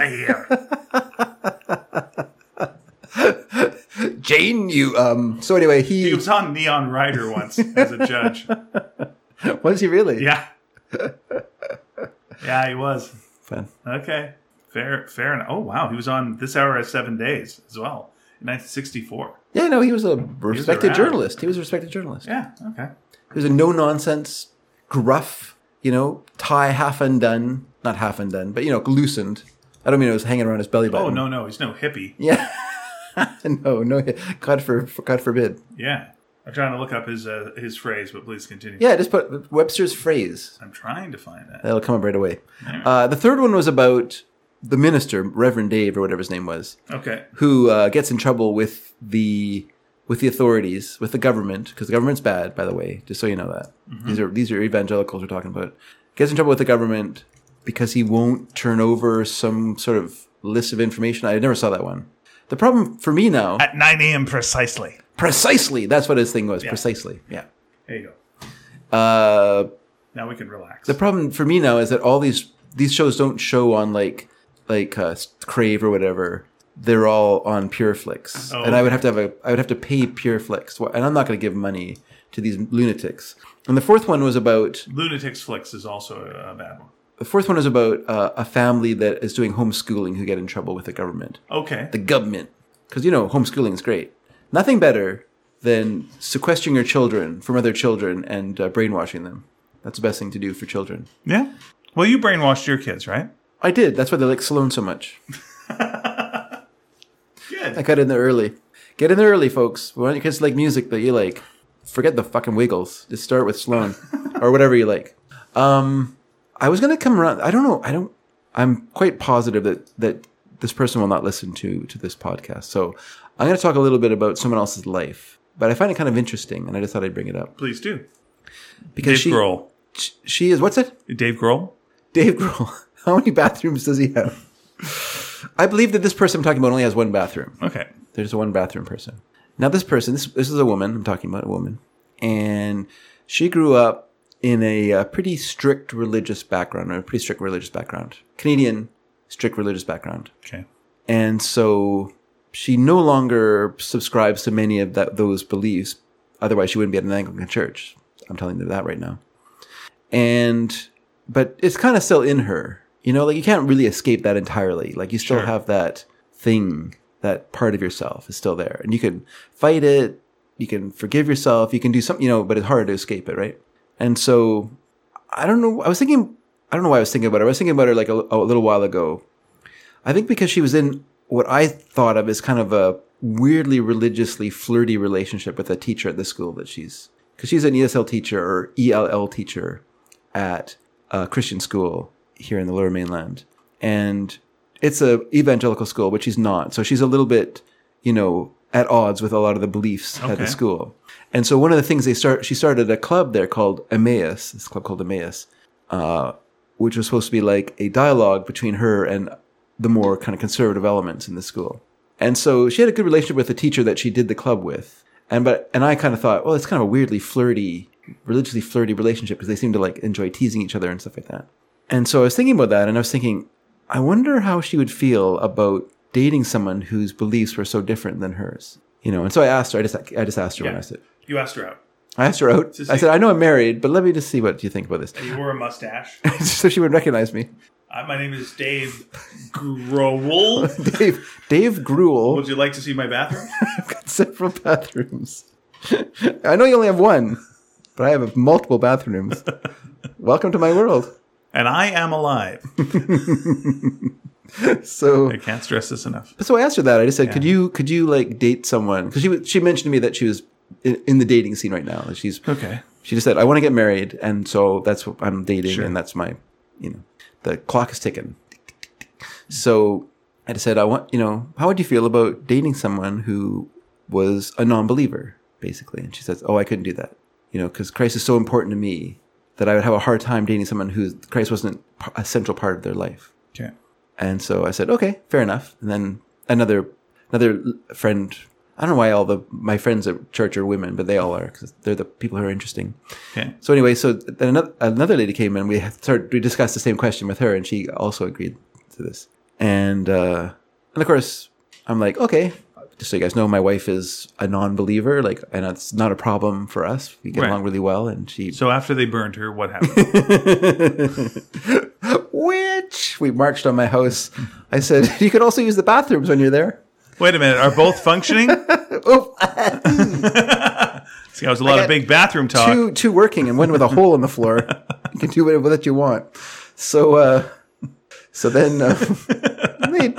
Speaker 2: of *laughs* here.
Speaker 1: Jane, you, um, so anyway, he,
Speaker 2: He was on Neon Rider once as a judge.
Speaker 1: was he really?
Speaker 2: Yeah, yeah, he was.
Speaker 1: Fun.
Speaker 2: Okay, fair, fair enough. Oh wow, he was on This Hour of Seven Days as well in 1964.
Speaker 1: Yeah, no, he was a respected
Speaker 2: around.
Speaker 1: journalist. He was a respected journalist.
Speaker 2: Yeah, okay.
Speaker 1: He was a no nonsense, gruff, you know, tie half undone, not half undone, but you know, loosened. I don't mean it was hanging around his belly button.
Speaker 2: Oh no, no, he's no hippie.
Speaker 1: Yeah. *laughs* no, no. God for, God forbid.
Speaker 2: Yeah, I'm trying to look up his uh, his phrase, but please continue.
Speaker 1: Yeah, just put Webster's phrase.
Speaker 2: I'm trying to find that.
Speaker 1: That'll come up right away. Uh, the third one was about the minister, Reverend Dave, or whatever his name was,
Speaker 2: Okay.
Speaker 1: who uh, gets in trouble with the with the authorities, with the government, because the government's bad, by the way, just so you know that. These are these are evangelicals we're talking about. Gets in trouble with the government because he won't turn over some sort of list of information. I never saw that one. The problem for me now,
Speaker 2: At 9 a.m. precisely.
Speaker 1: precisely, that's what his thing was, precisely. Yeah.
Speaker 2: There you go.
Speaker 1: Uh,
Speaker 2: Now we can relax.
Speaker 1: the problem for me now is that all these these shows don't show on like like uh, Crave or whatever. They're all on Pureflix,
Speaker 2: Oh,
Speaker 1: and I would have to have a I would have to pay Pureflix, Wh- and I'm not going to give money to these lunatics. And the fourth one was about
Speaker 2: Lunatics Flicks is also a, a bad one.
Speaker 1: the fourth one was about uh, a family that is doing homeschooling who get in trouble with the government.
Speaker 2: Okay.
Speaker 1: The government, because you know homeschooling is great. Nothing better than sequestering your children from other children and uh, brainwashing them. That's the best thing to do for children.
Speaker 2: yeah. Well, you brainwashed your kids, right?
Speaker 1: I did. That's why they like Sloan so much.
Speaker 2: Good.
Speaker 1: I got in there early. Get in there early, folks. Why don't you kids like music that you like? Forget the fucking Wiggles. Just start with Sloan or whatever you like. Um, I was gonna come around. I don't know. I don't. I'm quite positive that that this person will not listen to to this podcast. So I'm gonna talk a little bit about someone else's life, but I find it kind of interesting, and I just thought I'd bring it up
Speaker 2: Please do.
Speaker 1: because she
Speaker 2: Grohl.
Speaker 1: sh- she is what's it?
Speaker 2: Dave Grohl?
Speaker 1: Dave Grohl. *laughs* How many bathrooms does he have? I believe that this person I'm talking about only has one bathroom.
Speaker 2: Okay.
Speaker 1: There's one bathroom person. Now this person, this this is a woman. I'm talking about a woman, and she grew up in a, uh pretty strict religious background, or a pretty strict religious background, Canadian strict religious background,
Speaker 2: Okay.
Speaker 1: and so she no longer subscribes to many of that those beliefs. Otherwise, she wouldn't be at an Anglican church. I'm telling you that right now, and but it's kind of still in her, you know. Like you can't really escape that entirely. Like you still
Speaker 2: Sure.
Speaker 1: have that thing, that part of yourself is still there, and you can fight it. You can forgive yourself. You can do something, you know. But it's hard to escape it, right? And so I don't know. I was thinking. I don't know why I was thinking about her. I was thinking about her like a, a little while ago. I think because she was in what I thought of as kind of a weirdly religiously flirty relationship with a teacher at the school that she's because she's an ESL teacher or ELL teacher at a Christian school here in the Lower Mainland, and it's a evangelical school, but she's not. So she's a little bit, you know, at odds with a lot of the beliefs at
Speaker 2: Okay.
Speaker 1: the school. And so one of the things they start, she started a club there called Emmaus. This club called Emmaus, uh, which was supposed to be like a dialogue between her and the more kind of conservative elements in the school. And so she had a good relationship with the teacher that she did the club with. And but and I kind of thought, well, it's kind of a weirdly flirty, religiously flirty relationship because they seem to like enjoy teasing each other and stuff like that. And so I was thinking about that, and I was thinking, I wonder how she would feel about dating someone whose beliefs were so different than hers. You know, and so I asked her. I just I just asked her when
Speaker 2: Yeah.
Speaker 1: I said
Speaker 2: You asked her out.
Speaker 1: I asked her out.
Speaker 2: To
Speaker 1: I
Speaker 2: see-
Speaker 1: said I know I'm married, but let me just see what you think about this, *laughs*
Speaker 2: You wore a mustache. *laughs*
Speaker 1: so she would recognize me.
Speaker 2: Hi, my name is Dave Grohl.
Speaker 1: Dave Dave Gruel.
Speaker 2: Would you like to see my bathroom?
Speaker 1: *laughs* got several bathrooms. I know you only have one, but I have multiple bathrooms. Welcome to my world.
Speaker 2: *laughs* and I am alive.
Speaker 1: So,
Speaker 2: I can't stress this enough.
Speaker 1: so I asked her that. I just said, "Could you, could you like date someone?" Because she was- she mentioned to me that she was in, in the dating scene right now. That she's
Speaker 2: Okay.
Speaker 1: she just said, "I want to get married," and so that's what I'm dating, and that's my, you know, the clock is ticking. So, I said, I want, you know, how would you feel about dating someone who was a non believer, basically? And she says, Oh, I couldn't do that, you know, because Christ is so important to me that I would have a hard time dating someone who Christ wasn't p- a central part of their life.
Speaker 2: Okay.
Speaker 1: And so I said, okay, fair enough. And then another another l- friend. I don't know why all the my friends at church are women, but they all are because they're the people who are interesting.
Speaker 2: Okay.
Speaker 1: So anyway, so then another, another lady came in. We had started we discussed the same question with her, and she also agreed to this. And uh, and of course, I'm like, okay. Just so you guys know, my wife is a non-believer, like, and it's not a problem for us. We get
Speaker 2: Right.
Speaker 1: along really well, and she
Speaker 2: So after they burned her,
Speaker 1: *laughs*
Speaker 2: what happened?
Speaker 1: Which we marched on my house. I said, *laughs* "You can also use the bathrooms when you're there."
Speaker 2: Wait a minute. Are both
Speaker 1: *laughs*
Speaker 2: functioning?
Speaker 1: Oh,
Speaker 2: *laughs* See, that was a lot of big bathroom talk.
Speaker 1: two two working and one with a hole in the floor. You can do whatever that you want. So, uh, so then uh, *laughs* they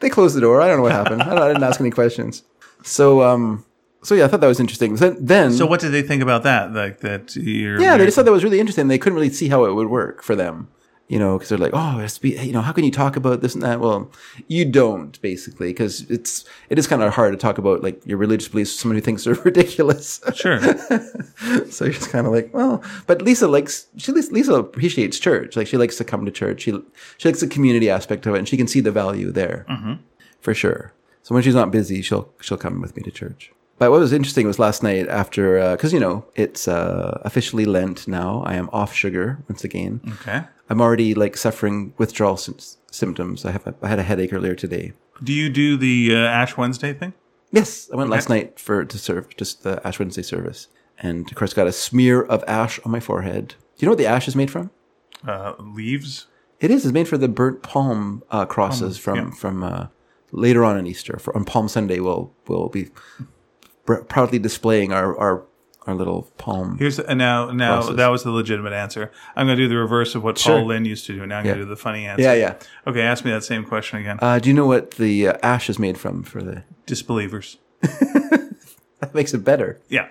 Speaker 1: they closed the door. I don't know what happened. I, don't, I didn't ask any questions. So, um, so yeah, I thought that was interesting. Then, then
Speaker 2: So what did they think about that? Like that you're
Speaker 1: Yeah, they
Speaker 2: married-
Speaker 1: just thought that was really interesting. They couldn't really see how it would work for them, you know, because they're like, oh, it's be, you know, how can you talk about this and that? Well, you don't basically, because it's it is kind of hard to talk about like your religious beliefs. with Someone who thinks they're *laughs* ridiculous,
Speaker 2: sure.
Speaker 1: so you're just kind of like, well, but Lisa likes she Lisa appreciates church. Like she likes to come to church. She she likes the community aspect of it, and she can see the value there for sure. So when she's not busy, she'll she'll come with me to church. But what was interesting was last night after because you know it's uh, officially Lent now. I am off sugar once again.
Speaker 2: Okay.
Speaker 1: I'm already like suffering withdrawal sym- symptoms. I have a, I had a headache earlier today.
Speaker 2: Do you do the uh, Ash Wednesday thing?
Speaker 1: Yes, I went last night for to serve just the Ash Wednesday service, and of course got a smear of ash on my forehead. Do you know what the ash is made from?
Speaker 2: Uh, leaves.
Speaker 1: It is. It's made for the burnt palm uh, crosses from from uh, later on in Easter. For, on Palm Sunday, we'll we'll be pr- proudly displaying our our, our little palm.
Speaker 2: Here's uh, now now
Speaker 1: Crosses.
Speaker 2: that was the legitimate answer. I'm going to do the reverse of what
Speaker 1: Sure.
Speaker 2: Paul Lynn used to do. Now I'm going
Speaker 1: Yeah.
Speaker 2: to do the funny answer.
Speaker 1: Yeah, yeah.
Speaker 2: Okay, ask me that same question again.
Speaker 1: Uh, do you know what the uh, ash is made from? For the *laughs*
Speaker 2: Disbelievers.
Speaker 1: that makes it better.
Speaker 2: Yeah,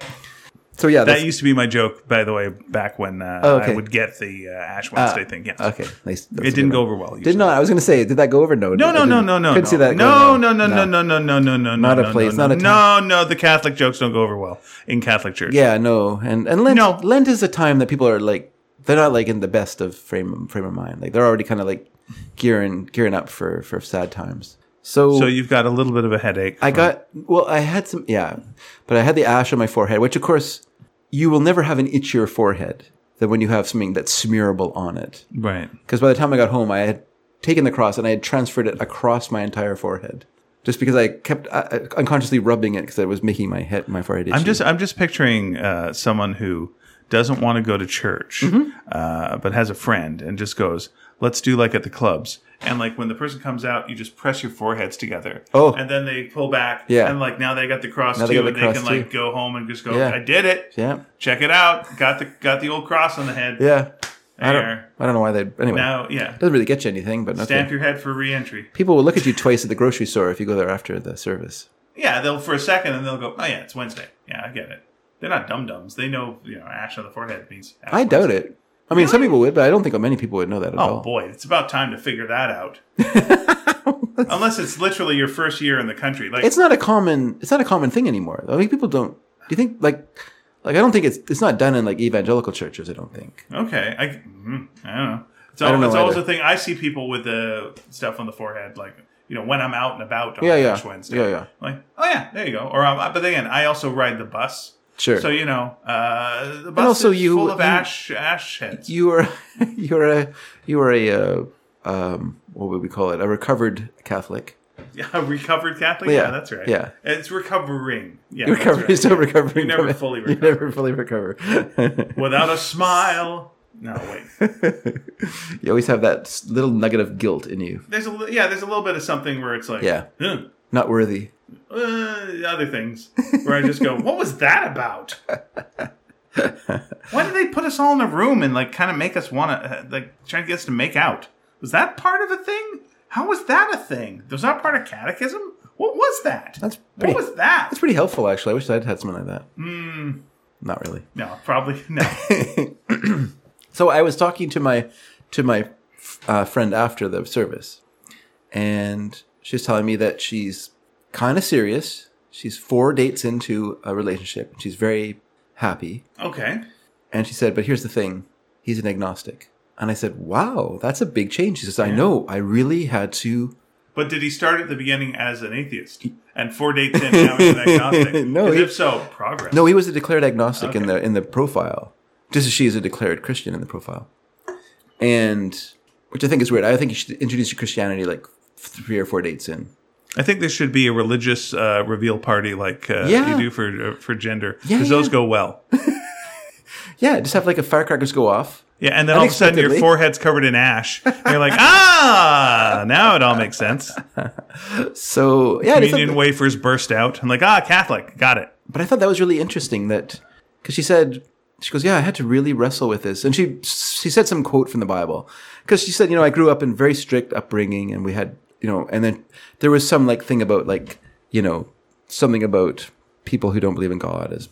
Speaker 1: So yeah,
Speaker 2: that
Speaker 1: that's,
Speaker 2: used to be my joke, by the way, back when uh,
Speaker 1: Oh, okay. uh,
Speaker 2: I would get the uh, Ash Wednesday thing. Yeah,
Speaker 1: okay. Nice.
Speaker 2: it didn't go over well.
Speaker 1: Did
Speaker 2: usually.
Speaker 1: not. I was going to say, did that go over? No.
Speaker 2: No, no, no, no, no.
Speaker 1: Couldn't
Speaker 2: no.
Speaker 1: see that.
Speaker 2: No,
Speaker 1: going
Speaker 2: no,
Speaker 1: over.
Speaker 2: no, no, no, no, no, no, no.
Speaker 1: Not a
Speaker 2: no,
Speaker 1: place,
Speaker 2: No,
Speaker 1: not a
Speaker 2: no, no. The Catholic jokes don't go over well in Catholic church.
Speaker 1: Yeah, no, and and Lent,
Speaker 2: No.
Speaker 1: Lent is a time that people are like they're not like in the best of frame frame of mind. Like they're already kind of like gearing gearing up for for sad times. So,
Speaker 2: So you've got a little bit of a headache.
Speaker 1: I got well, I had some yeah, but I had the ash on my forehead, which of course you will never have an itchier forehead than when you have something that's smearable on it.
Speaker 2: right.
Speaker 1: Because by the time I got home, I had taken the cross and I had transferred it across my entire forehead. Just because I kept uh, unconsciously rubbing it because it was making my head, my forehead itchy.
Speaker 2: I'm just I'm just picturing uh, someone who doesn't want to go to church,
Speaker 1: Mm-hmm.
Speaker 2: uh, but has a friend and just goes, "Let's do like at the clubs." And like when the person comes out, you just press your foreheads together.
Speaker 1: Oh.
Speaker 2: and then they pull back.
Speaker 1: Yeah.
Speaker 2: and like now they got the cross
Speaker 1: Now they
Speaker 2: too,
Speaker 1: got
Speaker 2: and
Speaker 1: the
Speaker 2: they
Speaker 1: cross
Speaker 2: can
Speaker 1: too.
Speaker 2: like go home and just go,
Speaker 1: Yeah.
Speaker 2: "I did it."
Speaker 1: yeah,
Speaker 2: Check it out. Got the got the old cross on the head.
Speaker 1: yeah. I don't,
Speaker 2: There.
Speaker 1: I don't know why they. Anyway,
Speaker 2: Now, yeah.
Speaker 1: Doesn't really get you anything, but okay.
Speaker 2: Stamp your head for reentry.
Speaker 1: People will look at you twice at the grocery store if you go there after the service.
Speaker 2: Yeah, they'll for a second, and they'll go, "Oh yeah, it's Wednesday." Yeah, I get it. They're not dum dums. They know, you know, ash on the forehead means. Ash
Speaker 1: I doubt it. I mean, some people would, but I don't think many people would know that at
Speaker 2: Oh
Speaker 1: all.
Speaker 2: boy, it's about time to figure that
Speaker 1: *laughs*
Speaker 2: out. Unless it's literally your first year in the country, like
Speaker 1: It's not a common. It's not a common thing anymore. I mean, people don't. Do you think like, like I don't think it's it's not done in like evangelical churches. I don't think.
Speaker 2: okay, I, mm, I don't know. It's,
Speaker 1: don't
Speaker 2: al-
Speaker 1: know
Speaker 2: it's always
Speaker 1: either.
Speaker 2: a thing. I see people with the stuff on the forehead, like you know, when I'm out and about on
Speaker 1: Yeah, yeah,
Speaker 2: Ash Wednesday.
Speaker 1: yeah, yeah.
Speaker 2: Like, oh yeah, there you go. Or um, but again, I also ride the bus.
Speaker 1: Sure.
Speaker 2: So you know, uh, the bus
Speaker 1: also
Speaker 2: is
Speaker 1: you-
Speaker 2: full of
Speaker 1: you-
Speaker 2: ash ash heads.
Speaker 1: you are, *laughs* you are a, you are a, uh, um, what would we call it? A recovered Catholic.
Speaker 2: *laughs* Yeah, recovered Catholic.
Speaker 1: Yeah,
Speaker 2: Yeah, that's right.
Speaker 1: yeah.
Speaker 2: it's recovering. Yeah,
Speaker 1: You're
Speaker 2: that's
Speaker 1: recovered,
Speaker 2: right.
Speaker 1: still recovering.
Speaker 2: You never
Speaker 1: from it.
Speaker 2: fully
Speaker 1: You never fully recover. *laughs*
Speaker 2: without a smile. No wait.
Speaker 1: you always have that s- little nugget of guilt in you.
Speaker 2: There's a li- yeah, there's a little bit of something where it's like
Speaker 1: Yeah.
Speaker 2: "Huh,
Speaker 1: Not worthy.
Speaker 2: uh, other things where I just go, what was that about? Why did they put us all in a room and like kind of make us want to uh, like try to get us to make out? Was that part of a thing? How was that a thing? Was that part of catechism? What was that?
Speaker 1: That's pretty-
Speaker 2: what was that?
Speaker 1: That's pretty helpful, actually. I wish I'd had something like that. Not really.
Speaker 2: No, probably no.
Speaker 1: So I was talking to my to my uh, friend after the service, and She was telling me that she's kind of serious. She's four dates into a relationship. She's very happy.
Speaker 2: Okay.
Speaker 1: And she said, But here's the thing he's an agnostic. And I said, Wow, that's a big change. She says, I know. I really had to.
Speaker 2: But did he start at the beginning as an atheist? And four dates in, now he's an
Speaker 1: *laughs*
Speaker 2: agnostic.
Speaker 1: No,
Speaker 2: 'Cause
Speaker 1: he-
Speaker 2: if so, progress.
Speaker 1: No, he was a declared agnostic in
Speaker 2: Okay.
Speaker 1: the in the profile, just as she is a declared Christian in the profile, and which I think is weird. I think you should introduce your Christianity like three or four dates in.
Speaker 2: I think there should be a religious uh, reveal party like uh,
Speaker 1: Yeah.
Speaker 2: you do for uh, for gender because
Speaker 1: Yeah,
Speaker 2: those
Speaker 1: yeah.
Speaker 2: go well.
Speaker 1: Yeah, just have like a firecrackers go off.
Speaker 2: Yeah, and then all of a sudden your
Speaker 1: Unexpectedly.
Speaker 2: forehead's covered in ash. And you're like, ah, now it all
Speaker 1: *laughs*
Speaker 2: makes sense.
Speaker 1: So yeah, I just thought
Speaker 2: Communion
Speaker 1: that-
Speaker 2: wafers burst out. I'm like, ah, Catholic, got it.
Speaker 1: but I thought that was really interesting that because she said she goes, yeah, I had to really wrestle with this, and she she said some quote from the Bible because she said, you know, I grew up in very strict upbringing, and we had you know, and then there was some like thing about like you know something about people who don't believe in God as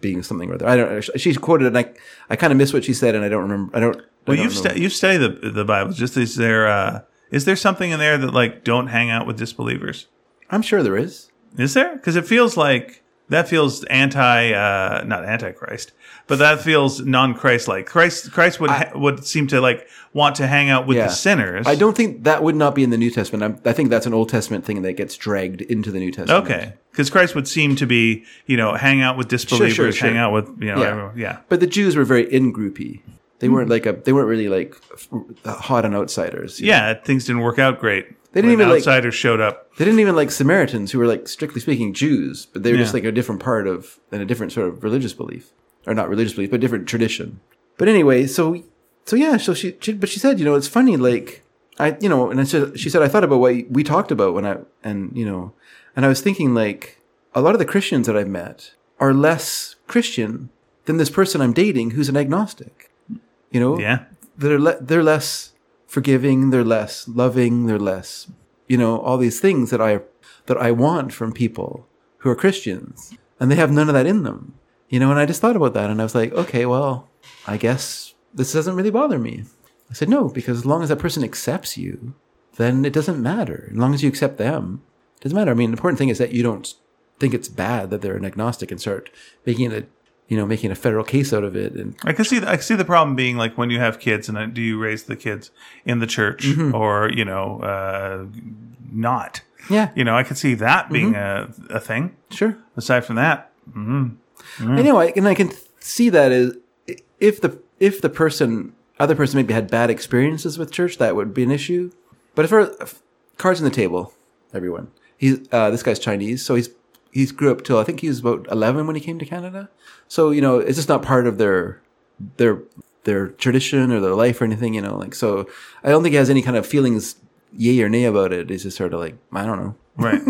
Speaker 1: being something or other. I don't. She quoted it, and I I kind of missed what she said, and I don't remember. I don't. I
Speaker 2: Well,
Speaker 1: don't
Speaker 2: you've
Speaker 1: know.
Speaker 2: stu- you've studied the the Bible. Just is there uh, is there something in there that like don't hang out with disbelievers?
Speaker 1: I'm sure there is.
Speaker 2: Is there? Because it feels like that feels anti, uh, not antichrist, but that feels non-Christ like. Christ, Christ would ha- would seem to like want to hang out with
Speaker 1: Yeah.
Speaker 2: the sinners.
Speaker 1: I don't think that would not be in the New Testament. I'm, I think that's an Old Testament thing that gets dragged into the New Testament.
Speaker 2: Okay, because Christ would seem to be, you know, hang out with disbelievers,
Speaker 1: sure.
Speaker 2: hang out with, you know,
Speaker 1: Yeah.
Speaker 2: everyone. yeah.
Speaker 1: But the Jews were very in groupy. They
Speaker 2: Hmm.
Speaker 1: weren't like a. They weren't really like f- uh, hot on outsiders. you know?
Speaker 2: yeah, things didn't work out great.
Speaker 1: They didn't
Speaker 2: when
Speaker 1: even, like-
Speaker 2: outsiders showed up.
Speaker 1: They didn't even like Samaritans, who were like strictly speaking Jews, but they were just
Speaker 2: Yeah.
Speaker 1: like a different part of and a different sort of religious belief, or not religious belief, but different tradition. But anyway, so so yeah, so she, she but she said, you know, it's funny, like I, you know, and I said, she said, I thought about what we talked about when I and you know, and I was thinking like a lot of the Christians that I've met are less Christian than this person I'm dating who's an agnostic. You know,
Speaker 2: Yeah,
Speaker 1: they're le- they're less forgiving, they're less loving, they're less, you know, all these things that I that I want from people who are Christians, and they have none of that in them, you know. And I just thought about that, and I was like, okay, well, I guess this doesn't really bother me. I said no because as long as that person accepts you, then it doesn't matter. As long as you accept them, it doesn't matter. I mean, the important thing is that you don't think it's bad that they're an agnostic and start making it, a, you know, making a federal case out of it and
Speaker 2: I can see. The, I can see the problem being like when you have kids, and uh, do you raise the kids in the church
Speaker 1: Mm-hmm.
Speaker 2: or you know, uh, not?
Speaker 1: yeah,
Speaker 2: You know, I could see that being
Speaker 1: Mm-hmm.
Speaker 2: a, a thing.
Speaker 1: sure.
Speaker 2: Aside from that,
Speaker 1: I know, I, and I can see that as if the if the person other person maybe had bad experiences with church, that would be an issue. But if, our, if cards on the table, everyone, he's uh, this guy's Chinese, so he's he's grew up till I think he was about eleven when he came to Canada. So you know, it's just not part of their their their tradition or their life or anything. You know, like so, I don't think he has any kind of feelings, yay or nay about it. He's just sort of like I don't know
Speaker 2: right?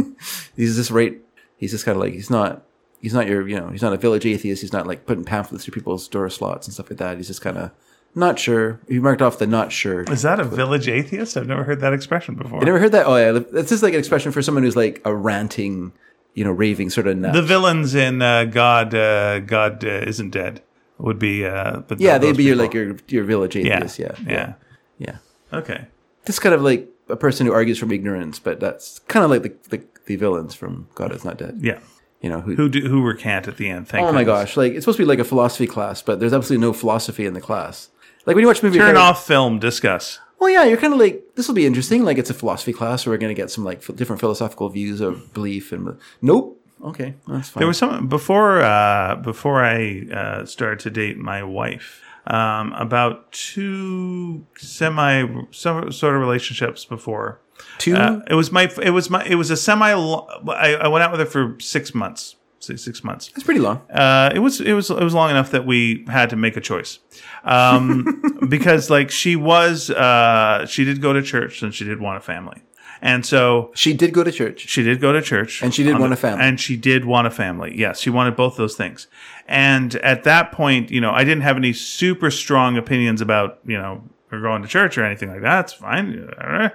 Speaker 1: he's just right he's just kind of like he's not he's not your you know he's not a village atheist he's not like putting pamphlets through people's door slots and stuff like that he's just kind of not sure he marked off the not sure
Speaker 2: *laughs* Is that a village atheist? I've never heard that expression before.
Speaker 1: you never heard that oh yeah that's just like an expression for someone who's like a ranting you know raving sort of nut.
Speaker 2: the villains in uh, God, uh, God uh, isn't dead would be. Uh, but
Speaker 1: yeah
Speaker 2: those
Speaker 1: they'd be your
Speaker 2: people.
Speaker 1: like your your village
Speaker 2: yeah,
Speaker 1: atheist yeah
Speaker 2: yeah,
Speaker 1: yeah
Speaker 2: Okay,
Speaker 1: this kind of like a person who argues from ignorance but that's kind of like the, the the villains from god is not dead
Speaker 2: yeah.
Speaker 1: you know who
Speaker 2: Who do, who recant at the end? Thank
Speaker 1: Oh my
Speaker 2: goodness.
Speaker 1: gosh! Like it's supposed to be like a philosophy class, but there's absolutely no philosophy in the class. Like when you watch a movie,
Speaker 2: Turn
Speaker 1: you're
Speaker 2: off film. Discuss.
Speaker 1: Well, yeah, you're kind of like this will be interesting. Like it's a philosophy class, where we're going to get some like f- different philosophical views of belief. And nope, okay, that's fine.
Speaker 2: There was some before uh, before I uh, started to date my wife. Um, about two semi some sort of relationships before.
Speaker 1: two.
Speaker 2: Uh, it was my it was my it was a semi. I, I went out with her for six months. Six, six months.
Speaker 1: it's pretty long.
Speaker 2: Uh, it was it was it was long enough that we had to make a choice,
Speaker 1: *laughs*
Speaker 2: um, because like she was uh, she did go to church and she did want a family, and so
Speaker 1: She did go to church.
Speaker 2: she did go to church
Speaker 1: And she did
Speaker 2: On
Speaker 1: want
Speaker 2: the-
Speaker 1: a family.
Speaker 2: and she did want a family. Yes, she wanted both those things, and at that point, you know, I didn't have any super strong opinions about you know her going to church or anything like that. It's fine, uh,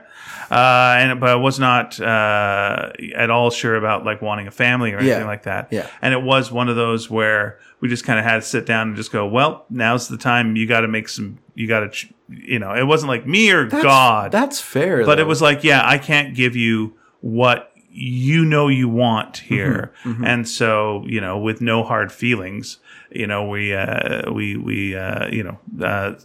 Speaker 2: and but I was not uh, at all sure about like wanting a family or anything
Speaker 1: Yeah.
Speaker 2: like that.
Speaker 1: Yeah.
Speaker 2: And it was one of those where we just kind of had to sit down and just go, well, now's the time you got to make some, you got to, ch- you know, it wasn't like me or
Speaker 1: That's-
Speaker 2: God,
Speaker 1: that's fair.
Speaker 2: but it
Speaker 1: though.
Speaker 2: was like, yeah, I can't give you what you know you want here
Speaker 1: Mm-hmm.
Speaker 2: and so you know with no hard feelings you know we uh we we uh you know uh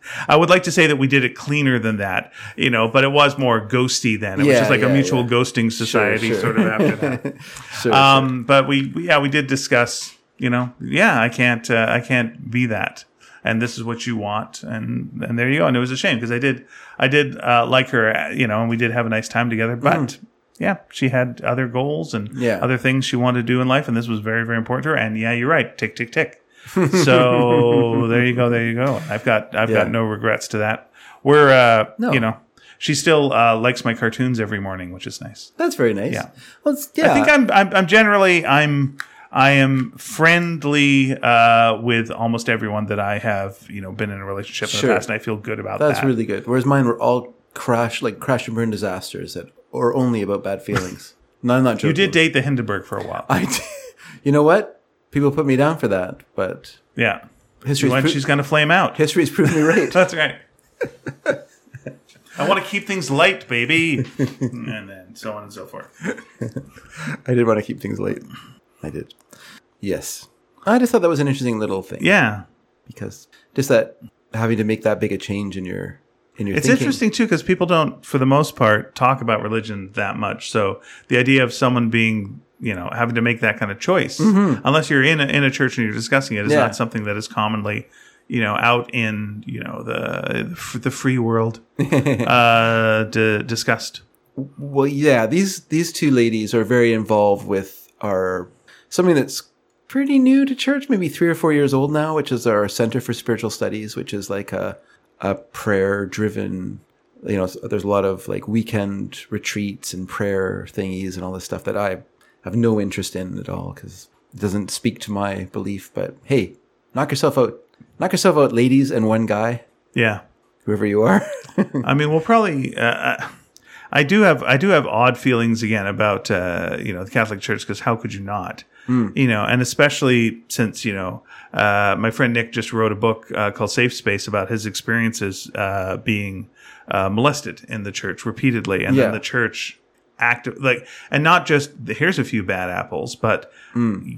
Speaker 2: *laughs* i would like to say that we did it cleaner than that you know but it was more ghosty then it was
Speaker 1: Yeah,
Speaker 2: just like a
Speaker 1: yeah,
Speaker 2: mutual
Speaker 1: yeah.
Speaker 2: ghosting society
Speaker 1: sure.
Speaker 2: sort of after
Speaker 1: *laughs*
Speaker 2: that
Speaker 1: Sure,
Speaker 2: um, but we, we- yeah, we did discuss. You know, yeah, I can't, uh, I can't be that. And this is what you want, and and there you go. And it was a shame because I did, I did uh, like her, uh, you know, and we did have a nice time together. But yeah, she had other goals and
Speaker 1: Mm-hmm. Yeah.
Speaker 2: other things she wanted to do in life, and this was very, very important to her. And yeah, you're right, tick, tick, tick.
Speaker 1: *laughs*
Speaker 2: so there you go, there you go. I've got, I've got
Speaker 1: Yeah.
Speaker 2: no regrets to that. We're, uh,
Speaker 1: No.
Speaker 2: you know, she still uh, likes my cartoons every morning, which is nice.
Speaker 1: That's very nice.
Speaker 2: Yeah.
Speaker 1: Well, it's- yeah.
Speaker 2: I think I'm, I'm I'm generally I'm I am friendly uh, with almost everyone that I have you know been in a relationship in
Speaker 1: Sure.
Speaker 2: the past, and I feel good about
Speaker 1: That's
Speaker 2: that.
Speaker 1: really good. Whereas mine were all crash, like crash and burn disasters that or only about bad
Speaker 2: *laughs*
Speaker 1: feelings. no, I'm not joking.
Speaker 2: you did date the Hindenburg for a while,
Speaker 1: I did. *laughs* You know what? People put me down for that, but
Speaker 2: yeah. She
Speaker 1: history's,
Speaker 2: went,
Speaker 1: pro-
Speaker 2: she's gonna flame out.
Speaker 1: history's proven me right.
Speaker 2: *laughs* That's right. I want to keep things light,
Speaker 1: *laughs*
Speaker 2: baby, and then so on and so forth.
Speaker 1: I did want to keep things late. I did. Yes. I just thought that was an interesting little thing.
Speaker 2: Yeah,
Speaker 1: Because just that having to make that big a change in your in your
Speaker 2: It's
Speaker 1: thinking.
Speaker 2: interesting too because people don't, for the most part, talk about religion that much. So the idea of someone being, you know, having to make that kind of choice, unless you're in a, in a church and you're discussing it, is
Speaker 1: Mm-hmm. Yeah.
Speaker 2: not something that is commonly, you know, out in you know the the
Speaker 1: *laughs*
Speaker 2: free world uh, d- discussed.
Speaker 1: Well, yeah, these these two ladies are very involved with our something that's pretty new to church, maybe three or four years old now, which is our Center for Spiritual Studies, which is like a a prayer driven. You know, there's a lot of like weekend retreats and prayer thingies and all this stuff that I have no interest in at all because it doesn't speak to my belief. But hey, knock yourself out, knock yourself out, ladies and one guy,
Speaker 2: Yeah,
Speaker 1: whoever you are. *laughs*
Speaker 2: I mean, we'll probably. Uh, I do have I do have odd feelings again about uh, you know the Catholic Church because how could you not you know and especially since you know uh, my friend Nick just wrote a book uh, called Safe Space about his experiences uh, being uh, molested in the church repeatedly and
Speaker 1: Yeah.
Speaker 2: then the church active like and not just the, here's a few bad apples but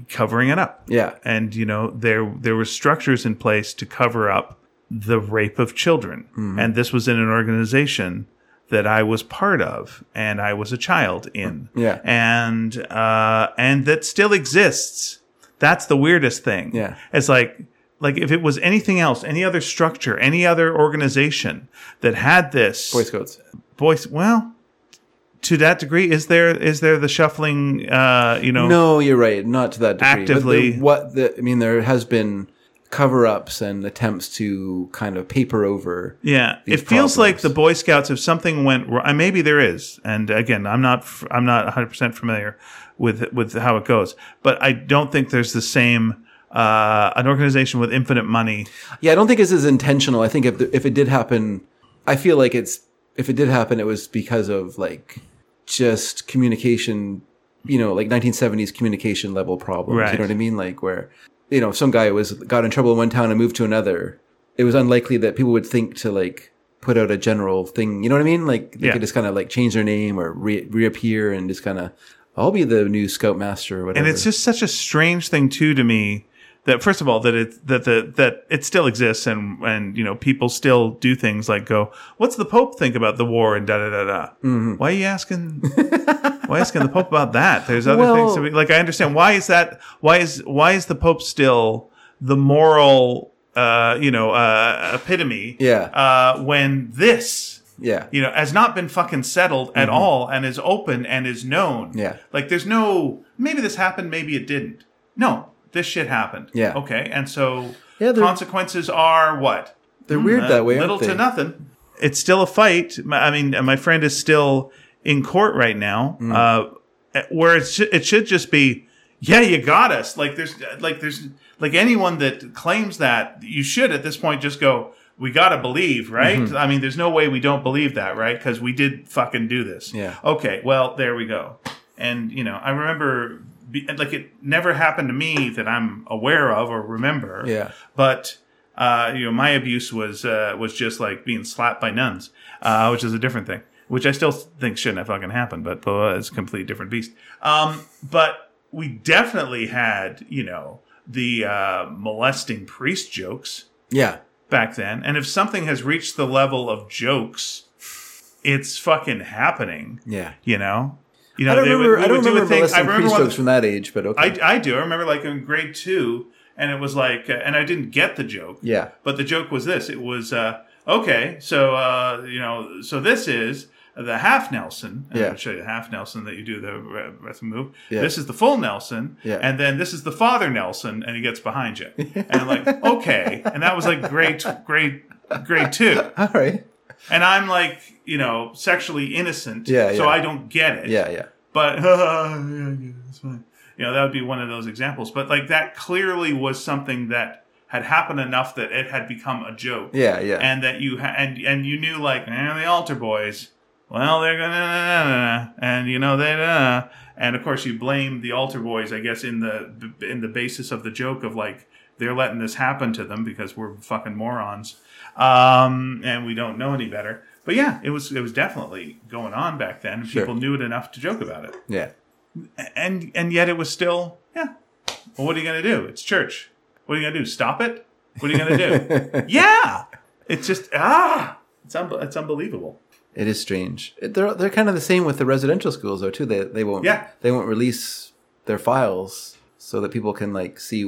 Speaker 2: covering it up
Speaker 1: yeah,
Speaker 2: and you know there there were structures in place to cover up the rape of children
Speaker 1: Mm-hmm.
Speaker 2: and this was in an organization that I was part of and I was a child in
Speaker 1: Yeah.
Speaker 2: and uh and that still exists that's the weirdest thing
Speaker 1: Yeah.
Speaker 2: it's like like if it was anything else any other structure any other organization that had this
Speaker 1: Boy Scouts.
Speaker 2: voice well to that degree is there is there the shuffling uh you know
Speaker 1: No, you're right. Not to that degree. But the-
Speaker 2: Actively-
Speaker 1: what the I mean, there has been cover-ups and attempts to kind of paper over.
Speaker 2: Yeah,
Speaker 1: these
Speaker 2: it feels like
Speaker 1: problems.
Speaker 2: the Boy Scouts. If something went wrong, and maybe there is, and again, I'm not, f- I'm not 100 percent familiar with with how it goes, but I don't think there's the same uh, an organization with infinite money.
Speaker 1: Yeah, I don't think this is intentional. I think if the, if it did happen, I feel like it's if it did happen, it was because of like just communication. You know, like 1970s communication level problems.
Speaker 2: Right.
Speaker 1: You know what I mean? Like where you know if some guy was got in trouble in one town and moved to another. It was unlikely that people would think to like put out a general thing. You know what I mean? Like they
Speaker 2: Yeah.
Speaker 1: could just kind of like change their name or re- reappear and just kind of I'll be the new scoutmaster or whatever.
Speaker 2: And it's just such a strange thing too to me that first of all that it that the that it still exists and and you know people still do things like go what's the pope think about the war and da da da da
Speaker 1: Mm-hmm.
Speaker 2: why are you asking why asking the pope about that there's other
Speaker 1: Well-
Speaker 2: things to be like i understand why is that why is why is the pope still the moral uh you know uh epitome
Speaker 1: Yeah.
Speaker 2: uh when this
Speaker 1: yeah. Mm-hmm.
Speaker 2: you know, has not been fucking settled at all and is open and is known.
Speaker 1: Yeah.
Speaker 2: Like there's no maybe this happened, maybe it didn't. No, this shit happened.
Speaker 1: Yeah.
Speaker 2: Okay. And so
Speaker 1: Yeah, they're-
Speaker 2: consequences are what?
Speaker 1: They're weird
Speaker 2: Uh,
Speaker 1: that way.
Speaker 2: Little
Speaker 1: aren't they?
Speaker 2: to nothing. It's still a fight. My- I mean, my friend is still in court right now.
Speaker 1: Mm.
Speaker 2: Uh, where it, sh- it should just be, yeah, you got us. Like there's like there's like anyone that claims that you should at this point just go. We gotta believe, right?
Speaker 1: Mm-hmm.
Speaker 2: I mean, there's no way we don't believe that, right? Because we did fucking do this.
Speaker 1: Yeah.
Speaker 2: Okay. Well, there we go. And you know, I remember, be, like, it never happened to me that I'm aware of or remember
Speaker 1: Yeah.
Speaker 2: but uh, you know my abuse was uh, was just like being slapped by nuns, uh, which is a different thing. which I still think shouldn't have fucking happened, but blah, blah, it's a completely different beast. Um, but we definitely had, you know, the uh, molesting priest jokes
Speaker 1: Yeah.
Speaker 2: back then. And if something has reached the level of jokes, it's fucking happening,
Speaker 1: Yeah.
Speaker 2: you know? You know,
Speaker 1: I don't
Speaker 2: they would-
Speaker 1: remember.
Speaker 2: we
Speaker 1: I don't
Speaker 2: would do a
Speaker 1: remember
Speaker 2: thing-
Speaker 1: molesting priest
Speaker 2: one-
Speaker 1: jokes from that age, but okay.
Speaker 2: I, I do. I remember like in grade two, and it was like, uh, and I didn't get the joke.
Speaker 1: yeah.
Speaker 2: But the joke was this: it was uh, okay. So uh, you know, so this is the half Nelson. And
Speaker 1: Yeah.
Speaker 2: I'll show you the half Nelson that you do the re- breath move.
Speaker 1: Yeah.
Speaker 2: This is the full Nelson.
Speaker 1: Yeah.
Speaker 2: And then this is the father Nelson, and he gets
Speaker 1: *laughs*
Speaker 2: behind you. And I'm like, okay. And that was like grade grade grade two.
Speaker 1: All right.
Speaker 2: And I'm like, you know, sexually innocent.
Speaker 1: Yeah,
Speaker 2: So
Speaker 1: yeah.
Speaker 2: I don't get it
Speaker 1: Yeah. Yeah.
Speaker 2: but *laughs* yeah, yeah, that's fine. You know, that would be one of those examples. But like that clearly was something that had happened enough that it had become a joke,
Speaker 1: Yeah. Yeah.
Speaker 2: and that you ha- and and you knew like eh, the altar boys. Well, they're gonna nah, nah, nah, nah, and you know they nah. and of course you blame the altar boys, I guess, in the in the basis of the joke of like they're letting this happen to them because we're fucking morons, um, and we don't know any better. But yeah, it was it was definitely going on back then.
Speaker 1: Sure.
Speaker 2: People knew it enough to joke about it
Speaker 1: yeah.
Speaker 2: and and yet it was still yeah well what are you going to do it's church what are you going to do stop it what are you going to do yeah it's just ah it's, un- it's unbelievable
Speaker 1: It is strange. It- They're they're kind of the same with the residential schools though too. They they won't
Speaker 2: Yeah.
Speaker 1: they won't release their files so that people can like see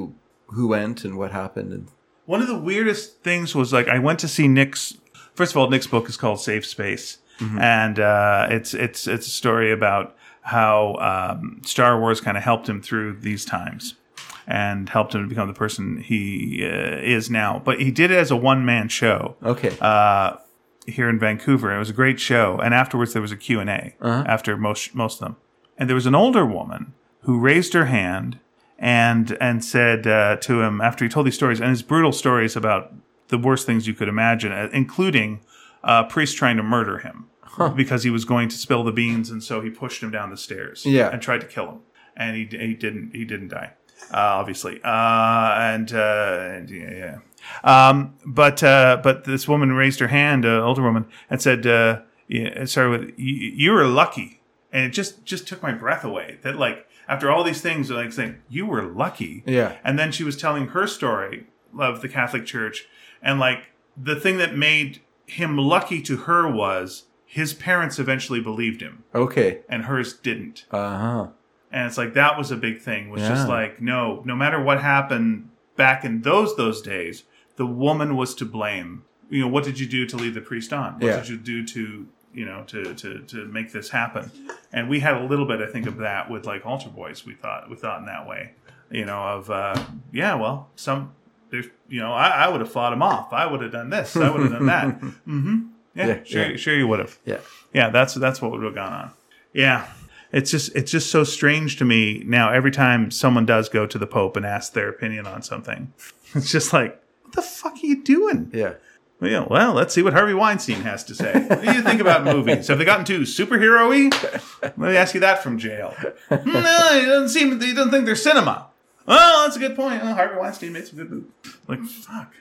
Speaker 1: who went and what happened and
Speaker 2: one of the weirdest things was like I went to see Nick's. First of all, Nick's book is called Safe Space, and uh, it's it's it's a story about how um, Star Wars kind of helped him through these times and helped him to become the person he uh, is now. But he did it as a one man show.
Speaker 1: Okay.
Speaker 2: Uh, here in Vancouver, it was a great show, and afterwards there was a Q and A
Speaker 1: Uh-huh.
Speaker 2: after most most of them, and there was an older woman who raised her hand and and said uh, to him after he told these stories and his brutal stories about the worst things you could imagine, uh, including a priest trying to murder him because he was going to spill the beans, and so he pushed him down the stairs
Speaker 1: Yeah.
Speaker 2: and tried to kill him, and he he didn't he didn't die, uh, obviously, uh, and, uh, and yeah. yeah. Um, but uh, but this woman raised her hand, uh, older woman, and said, uh, yeah, it started with, "You you were lucky," and it just just took my breath away. That like after all these things, like saying you were lucky,
Speaker 1: Yeah.
Speaker 2: and then she was telling her story of the Catholic Church, and like the thing that made him lucky to her was his parents eventually believed him,
Speaker 1: Okay.
Speaker 2: and hers didn't.
Speaker 1: Uh huh.
Speaker 2: And it's like that was a big thing, was just
Speaker 1: Yeah.
Speaker 2: like, no, no matter what happened back in those those days, the woman was to blame. You know, what did you do to lead the priest on? What
Speaker 1: Yeah.
Speaker 2: did you do to you know to, to to make this happen? And we had a little bit, I think, of that with like altar boys. We thought we thought in that way, you know, of uh, yeah, well, some there's you know, I, I would have fought him off. I would have done this. I would have
Speaker 1: *laughs*
Speaker 2: done that. hmm Yeah,
Speaker 1: Yeah,
Speaker 2: sure,
Speaker 1: yeah.
Speaker 2: sure, you would have
Speaker 1: Yeah.
Speaker 2: yeah that's that's what would have gone on yeah it's just it's just so strange to me now every time someone does go to the pope and ask their opinion on something *laughs* it's just like what the fuck are you doing
Speaker 1: Yeah.
Speaker 2: well, yeah, well let's see what harvey weinstein has to say what do you think about movies have they gotten too superhero-y let me ask you that from jail Hmm, no he doesn't seem he doesn't think they're cinema well that's a good point oh, harvey weinstein made some good movies like fuck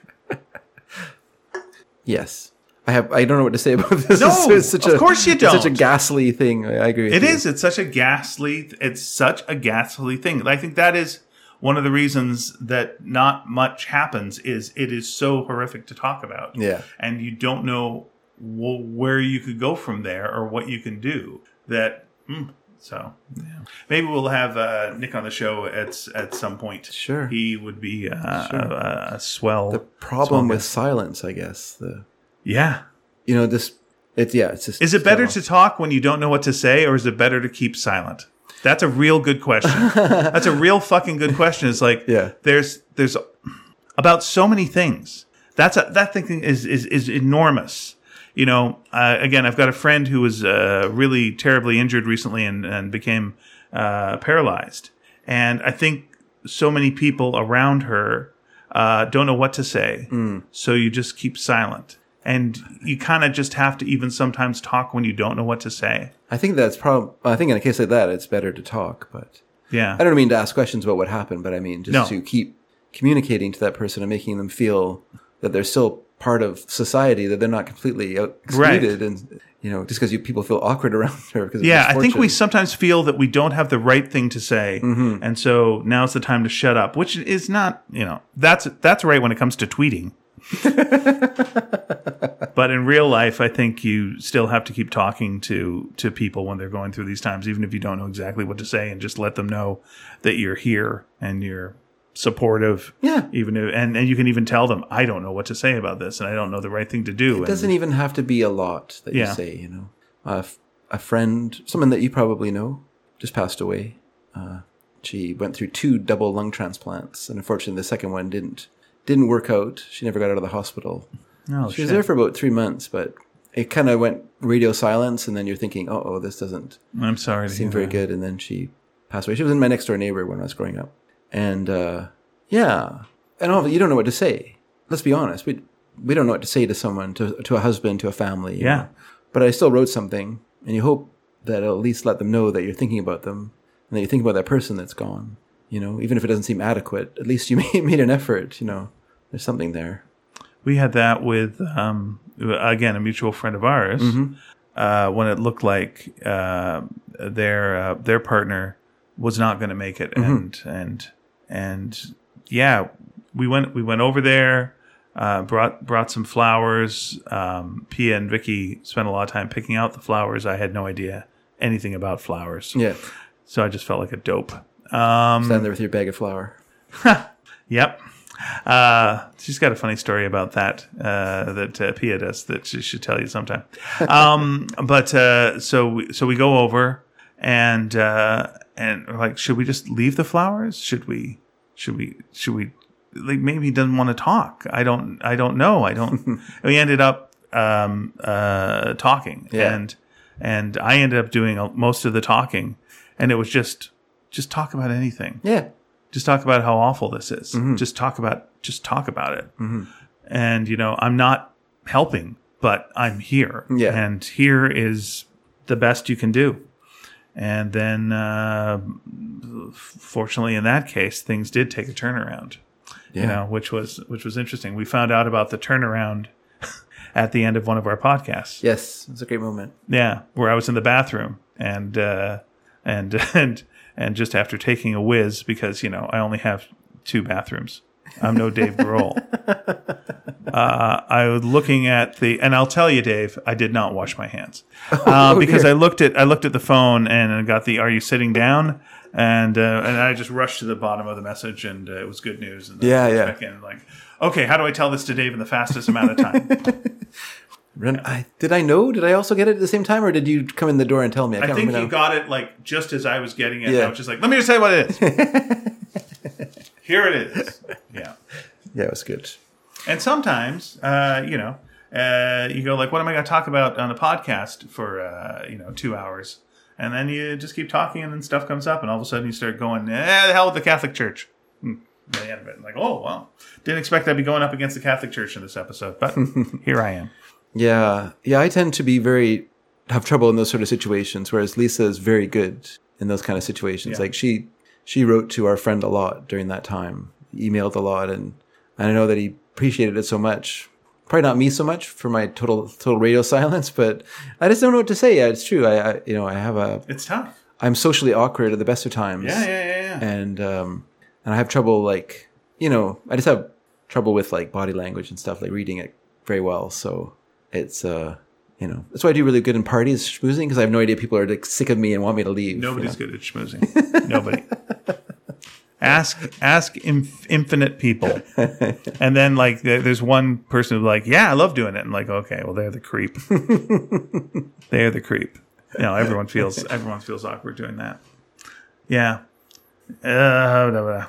Speaker 1: Yes. I have. I don't know what to say *laughs* about this.
Speaker 2: No,
Speaker 1: It's- it's such
Speaker 2: of
Speaker 1: a-
Speaker 2: course you
Speaker 1: it's Such a
Speaker 2: don't.
Speaker 1: ghastly thing. I agree. With
Speaker 2: It
Speaker 1: you.
Speaker 2: is. It's such a ghastly. It's such a ghastly thing. I think that is one of the reasons that not much happens. Is it is so horrific to talk about.
Speaker 1: Yeah.
Speaker 2: and you don't know wh- where you could go from there or what you can do. That mm, so yeah. maybe we'll have uh, Nick on the show at at some point.
Speaker 1: Sure.
Speaker 2: he would be uh,
Speaker 1: Sure.
Speaker 2: a, a swell.
Speaker 1: The problem with silence, I guess. The
Speaker 2: yeah.
Speaker 1: you know this. It's yeah. It's just.
Speaker 2: Is it better to talk when you don't know what to say, or is it better to keep silent? That's a real good question. That's a real fucking good question. It's like
Speaker 1: Yeah.
Speaker 2: there's there's about so many things. That's a, that thing is is is enormous. You know, uh, again, I've got a friend who was uh, really terribly injured recently and and became uh, paralyzed, and I think so many people around her uh, don't know what to say, so you just keep silent. And you kind of just have to even sometimes talk when you don't know what to say.
Speaker 1: I think that's probably. I think in a case like that, it's better to talk. But
Speaker 2: Yeah.
Speaker 1: I don't mean to ask questions about what happened, but I mean just
Speaker 2: No.
Speaker 1: to keep communicating to that person and making them feel that they're still part of society that they're not completely out-
Speaker 2: Right.
Speaker 1: excluded and you know just because you people feel awkward around her because of
Speaker 2: Yeah, I
Speaker 1: misfortune. Mm-hmm.
Speaker 2: think we sometimes feel that we don't have the right thing to say, and so now's the time to shut up, which is not, you know, that's that's right when it comes to
Speaker 1: *laughs*
Speaker 2: tweeting. but in real life, I think you still have to keep talking to to people when they're going through these times, even if you don't know exactly what to say, and just let them know that you're here and you're supportive.
Speaker 1: Yeah.
Speaker 2: even if, and and you can even tell them, I don't know what to say about this, and I don't know the right thing to do.
Speaker 1: It
Speaker 2: and-
Speaker 1: doesn't even have to be a lot that
Speaker 2: Yeah.
Speaker 1: you say, you know. A, f- a friend, someone that you probably know, just passed away. Uh, she went through two double lung transplants, and unfortunately, the second one didn't didn't work out. She never got out of the hospital.
Speaker 2: oh,
Speaker 1: She was
Speaker 2: shit.
Speaker 1: there for about three months, but it kind of went radio silence, and then you're thinking, "Oh, oh, this doesn't
Speaker 2: I'm sorry. To
Speaker 1: seem
Speaker 2: hear
Speaker 1: very
Speaker 2: that.
Speaker 1: good." And then she passed away. She was in my next door neighbor when I was growing up, and uh, yeah, and all, you don't know what to say. Let's be honest, we we don't know what to say to someone, to to a husband, to a family. you
Speaker 2: Yeah.
Speaker 1: know. but I still wrote something, and you hope that it'll at least let them know that you're thinking about them, and that you think about that person that's gone. You know, even if it doesn't seem adequate, at least you *laughs* made, made an effort. You know, there's something there.
Speaker 2: we had that with um, again a mutual friend of ours uh, when it looked like uh, their uh, their partner was not going to make it and and and yeah we went we went over there uh, brought brought some flowers um, Pia and Vicky spent a lot of time picking out the flowers I had no idea anything about flowers
Speaker 1: Yeah,
Speaker 2: so I just felt like a dope um,
Speaker 1: stand there with your bag of flour.
Speaker 2: Yep. Uh, she's got a funny story about that uh, that uh, Pia does that she should tell you sometime. Um, but uh, so we, so we go over and uh, and we're like, should we just leave the flowers? Should we? Should we? Should we? Like maybe he doesn't want to talk. I don't. I don't know. I don't. And we ended up um, uh, talking,
Speaker 1: Yeah.
Speaker 2: and and I ended up doing uh, most of the talking, and it was just just talk about anything
Speaker 1: Yeah,
Speaker 2: just talk about how awful this is
Speaker 1: Mm-hmm.
Speaker 2: just talk about just talk about it and you know i'm not helping but i'm here
Speaker 1: Yeah.
Speaker 2: and here is the best you can do and then uh, fortunately in that case things did take a turnaround
Speaker 1: yeah.
Speaker 2: you know which was which was interesting we found out about the turnaround *laughs* at the end of one of our podcasts
Speaker 1: Yes, it's a great moment.
Speaker 2: yeah, where I was in the bathroom and uh, and *laughs* and and just after taking a whiz because you know I only have two bathrooms. I'm
Speaker 1: *laughs*
Speaker 2: no Dave Grohl. uh, I was looking at the and I'll tell you, Dave, I did not wash my hands uh,
Speaker 1: *laughs* oh,
Speaker 2: because
Speaker 1: dear.
Speaker 2: I looked at I looked at the phone and I got the Are you sitting down? And uh, and I just rushed to the bottom of the message and uh, it was good news. And then
Speaker 1: Yeah,
Speaker 2: I was
Speaker 1: yeah.
Speaker 2: Back in, like, okay, how do I tell this to Dave in the fastest amount of time?
Speaker 1: Ren, I, did I know? Did I also get it at the same time, or did you come in the door and tell me?
Speaker 2: I think
Speaker 1: remember
Speaker 2: you got it like just as I was getting it.
Speaker 1: Yeah.
Speaker 2: I was just like, let me just tell you what it is. Here it is. Yeah.
Speaker 1: Yeah, it was good.
Speaker 2: And sometimes, uh, you know, uh, you go like, what am I going to talk about on a podcast for, uh, you know, two hours? And then you just keep talking and then stuff comes up and all of a sudden you start going, eh, the hell with the Catholic Church. Hmm. By the end of it. Like, oh, wow. Didn't expect I'd be going up against the Catholic Church in this episode, but here I am.
Speaker 1: Yeah, yeah. I tend to be very have trouble in those sort of situations, whereas Lisa is very good in those kind of situations.
Speaker 2: Yeah.
Speaker 1: Like she she wrote to our friend a lot during that time, emailed a lot, and and I know that he appreciated it so much. Probably not me so much for my total total radio *laughs* silence, but I just don't know what to say. Yeah, it's true. I, I you know I have a
Speaker 2: It's tough.
Speaker 1: I'm socially awkward at the best of times.
Speaker 2: Yeah, yeah, yeah, yeah.
Speaker 1: and um, and I have trouble like you know I just have trouble with like body language and stuff like reading it very well. So it's uh you know that's why I do really good in parties schmoozing because I have no idea people are like sick of me and want me to leave.
Speaker 2: Nobody's
Speaker 1: you
Speaker 2: good at schmoozing. Nobody. Ask ask inf- infinite people, and then like there- there's one person who's like, "Yeah, I love doing it," and like, okay, well they're the creep. they're the creep. No, everyone feels everyone feels awkward doing that. Yeah. Uh, blah, blah.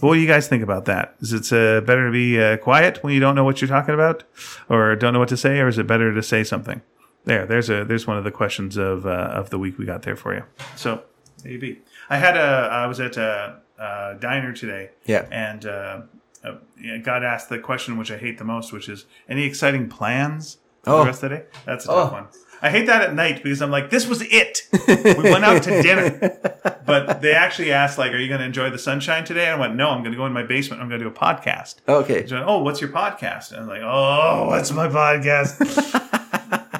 Speaker 2: What do you guys think about that? Is it uh, better to be uh, quiet when you don't know what you're talking about, or don't know what to say, or is it better to say something? There, there's a there's one of the questions of uh, of the week we got there for you. So there you be. I had a I was at a, a diner today.
Speaker 1: Yeah.
Speaker 2: And uh, uh, yeah, got asked the question which I hate the most, which is any exciting plans for
Speaker 1: Oh.
Speaker 2: the rest of the day? That's a tough
Speaker 1: Oh. *laughs*
Speaker 2: one. I hate that at night because I'm like, this was it. We went out to dinner. but they actually asked, like, "Are you going to enjoy the sunshine today?" I went, "No, I'm going to go in my basement. I'm going to do a podcast."
Speaker 1: Okay.
Speaker 2: They went, "Oh, what's your podcast?" And I'm like, "Oh, what's
Speaker 1: *laughs*
Speaker 2: my podcast?"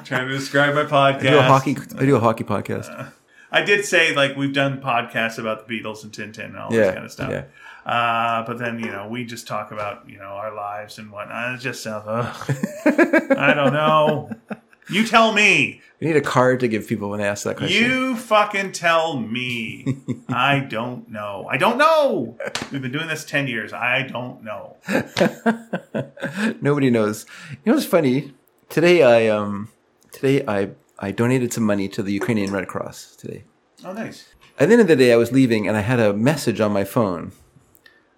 Speaker 2: Trying to describe my podcast.
Speaker 1: I do a hockey. I do a hockey podcast.
Speaker 2: I did say like we've done podcasts about the Beatles and Tintin and all
Speaker 1: Yeah,
Speaker 2: this kind of stuff.
Speaker 1: yeah.
Speaker 2: Uh, but then you know we just talk about you know our lives and whatnot. It just
Speaker 1: *laughs*
Speaker 2: sounds. Ugh, I don't know. You tell me.
Speaker 1: we need a card to give people when they ask that question.
Speaker 2: You fucking tell me. I don't know. I don't know. We've been doing this ten years. I don't know.
Speaker 1: *laughs* Nobody knows. You know what's funny? Today I um today I I donated some money to the Ukrainian Red Cross today.
Speaker 2: Oh, nice.
Speaker 1: At the end of the day, I was leaving and I had a message on my phone.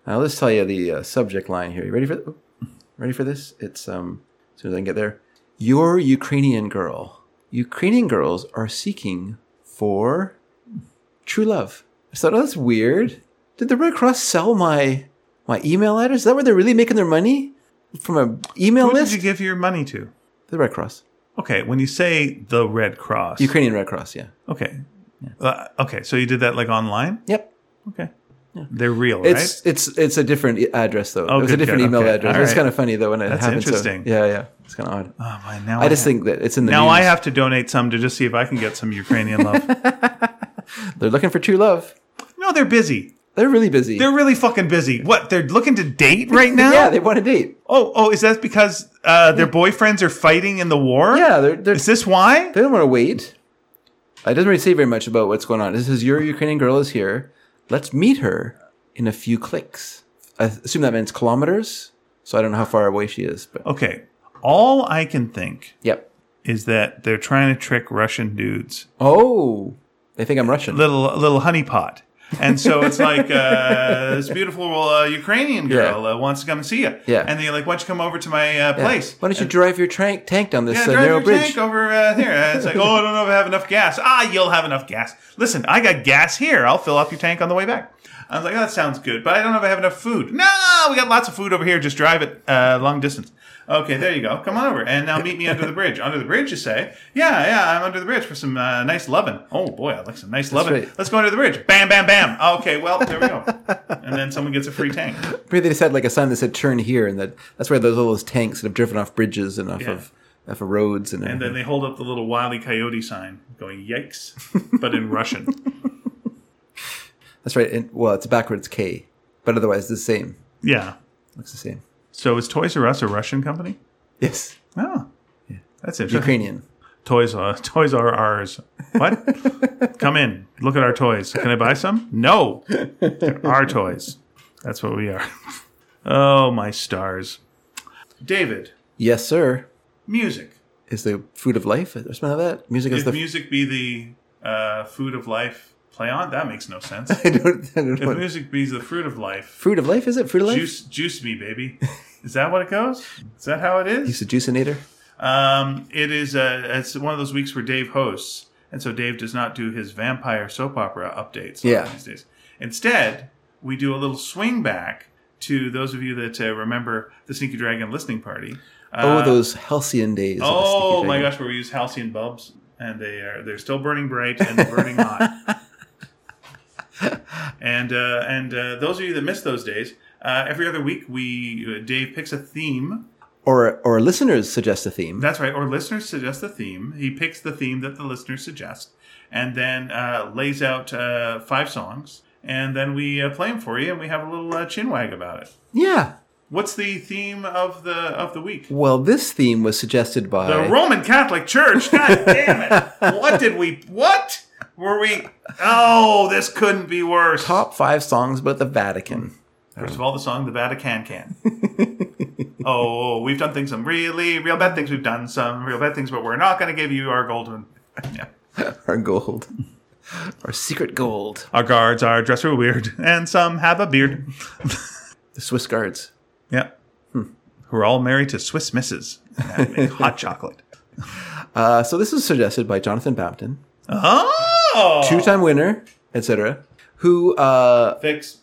Speaker 1: Now let's tell you the uh, subject line here. You ready for th- ready for this? It's um as soon as I can get there. Your Ukrainian girl. Ukrainian girls are seeking for true love. I thought, oh, that's weird. Did the Red Cross sell my my email address? Is that where they're really making their money from a email
Speaker 2: Who did
Speaker 1: list?
Speaker 2: you give your money to?
Speaker 1: The Red Cross,
Speaker 2: Okay, when you say the Red Cross,
Speaker 1: Ukrainian Red Cross. Yeah.
Speaker 2: Okay, Uh, okay. So you did that like online.
Speaker 1: Yep.
Speaker 2: Okay. They're real, right?
Speaker 1: It's it's it's a different i- address though.
Speaker 2: Oh,
Speaker 1: it was a
Speaker 2: good,
Speaker 1: different
Speaker 2: good,
Speaker 1: email
Speaker 2: okay.
Speaker 1: address.
Speaker 2: All
Speaker 1: It's
Speaker 2: right.
Speaker 1: kind of funny though when it
Speaker 2: That's
Speaker 1: happens. so-
Speaker 2: interesting.
Speaker 1: yeah, yeah. It's kind of odd.
Speaker 2: Oh, man, now
Speaker 1: I just
Speaker 2: have,
Speaker 1: think that it's in the
Speaker 2: now
Speaker 1: news.
Speaker 2: I have to donate some to just see if I can get some Ukrainian
Speaker 1: *laughs*
Speaker 2: love.
Speaker 1: They're looking for true love.
Speaker 2: no, they're busy.
Speaker 1: They're really busy.
Speaker 2: They're really fucking busy. What? They're looking to
Speaker 1: *laughs*
Speaker 2: date right now?
Speaker 1: yeah, they want a date.
Speaker 2: oh, oh, is that because uh, their boyfriends are fighting in the war?
Speaker 1: Yeah, they're, they're
Speaker 2: Is this why?
Speaker 1: they don't want to wait. It doesn't really say very much about what's going on. This is your Ukrainian girl is here. Let's meet her in a few clicks. I assume that means kilometers. So I don't know how far away she is, but
Speaker 2: Okay. All I can think
Speaker 1: yep.
Speaker 2: is that they're trying to trick Russian dudes.
Speaker 1: Oh, they think I'm Russian.
Speaker 2: Little little honeypot. And so it's like uh, this beautiful uh, Ukrainian girl uh, wants to come and see you.
Speaker 1: Yeah.
Speaker 2: And they're like, why don't you come over to my uh, place?
Speaker 1: Why don't you drive your tank tank down this
Speaker 2: Yeah,
Speaker 1: uh,
Speaker 2: drive
Speaker 1: narrow
Speaker 2: your
Speaker 1: bridge?
Speaker 2: tank over uh, here. Uh, It's like, oh, I don't know if I have enough gas. Ah, you'll have enough gas. Listen, I got gas here. I'll fill up your tank on the way back. I was like, oh, that sounds good, but I don't know if I have enough food. No, we got lots of food over here. Just drive it uh, long distance. Okay, there you go. Come on over, and now meet me under the bridge. Under the bridge, you say? Yeah, yeah, I'm under the bridge for some uh, nice lovin'. Oh boy, I like some nice lovin'.
Speaker 1: right.
Speaker 2: Let's go under the bridge. Bam, bam, bam. Okay, well, there we go. and then someone gets a free tank.
Speaker 1: Maybe they just had like a sign that said "turn here," and that that's where those all those tanks that have driven off bridges and off
Speaker 2: Yeah.
Speaker 1: of off of roads and,
Speaker 2: And
Speaker 1: everything.
Speaker 2: then they hold up the little wily coyote sign, going "yikes," but in Russian.
Speaker 1: that's right. And, well, it's backwards K, but otherwise it's the same.
Speaker 2: Yeah.
Speaker 1: Looks the same.
Speaker 2: So is Toys R Us a Russian company? *laughs*
Speaker 1: Yes,
Speaker 2: Oh, that's interesting.
Speaker 1: Ukrainian.
Speaker 2: Toys R Toys are ours.
Speaker 1: *laughs*
Speaker 2: What? Come in. Look at our toys. Can I buy some? No, they're our toys. That's what we are. *laughs* Oh my stars, David.
Speaker 1: Yes, sir.
Speaker 2: Music.
Speaker 1: Is the food of life? Or something like that. Music is
Speaker 2: If
Speaker 1: the.
Speaker 2: music be the uh, food of life, play on. That makes
Speaker 1: *laughs*
Speaker 2: no sense.
Speaker 1: *laughs* I don't. I don't know.
Speaker 2: If music be the fruit of life,
Speaker 1: Fruit of life is it? Fruit of life.
Speaker 2: juice juice me, baby. Is that what it goes? Is that how it is?
Speaker 1: He's a juicinator.
Speaker 2: Um, it is uh, it's one of those weeks where Dave hosts, and so Dave does not do his vampire soap opera updates. on
Speaker 1: Yeah.
Speaker 2: these days. Instead, we do a little swing back to those of you that uh, remember the Sneaky Dragon listening party.
Speaker 1: Oh,
Speaker 2: Uh,
Speaker 1: those halcyon days. of the
Speaker 2: Oh
Speaker 1: Sneaky
Speaker 2: my
Speaker 1: Dragon.
Speaker 2: gosh, where we use halcyon bulbs, and they are they're still burning bright and burning
Speaker 1: *laughs*
Speaker 2: hot. And uh, and uh, those of you that missed those days, uh, every other week we uh, Dave picks a theme
Speaker 1: Or or listeners suggest a theme.
Speaker 2: that's right. Or listeners suggest a theme. He picks the theme that the listeners suggest, and then uh, lays out uh, five songs, and then we uh, play them for you, and we have a little uh, chinwag about it.
Speaker 1: yeah.
Speaker 2: What's the theme of the of the week?
Speaker 1: Well, this theme was suggested by.
Speaker 2: The Roman Catholic Church. God damn it! What did we? What were we? Oh, this couldn't be worse.
Speaker 1: Top five songs about the Vatican.
Speaker 2: First of all, the song "The Vatican Can." oh, we've done things some really real bad things. We've done some real bad things, but we're not going to give you our golden. Yeah.
Speaker 1: Our gold. *laughs* Our secret gold.
Speaker 2: Our guards are dressed real weird, *laughs* and some have a beard.
Speaker 1: The Swiss guards.
Speaker 2: Yeah.
Speaker 1: Hmm.
Speaker 2: Who are all married to Swiss misses. and
Speaker 1: *laughs*
Speaker 2: make hot chocolate.
Speaker 1: Uh, so this was suggested by Jonathan Bapton,
Speaker 2: Oh!
Speaker 1: two-time winner, etc., who uh, *laughs*
Speaker 2: Fix.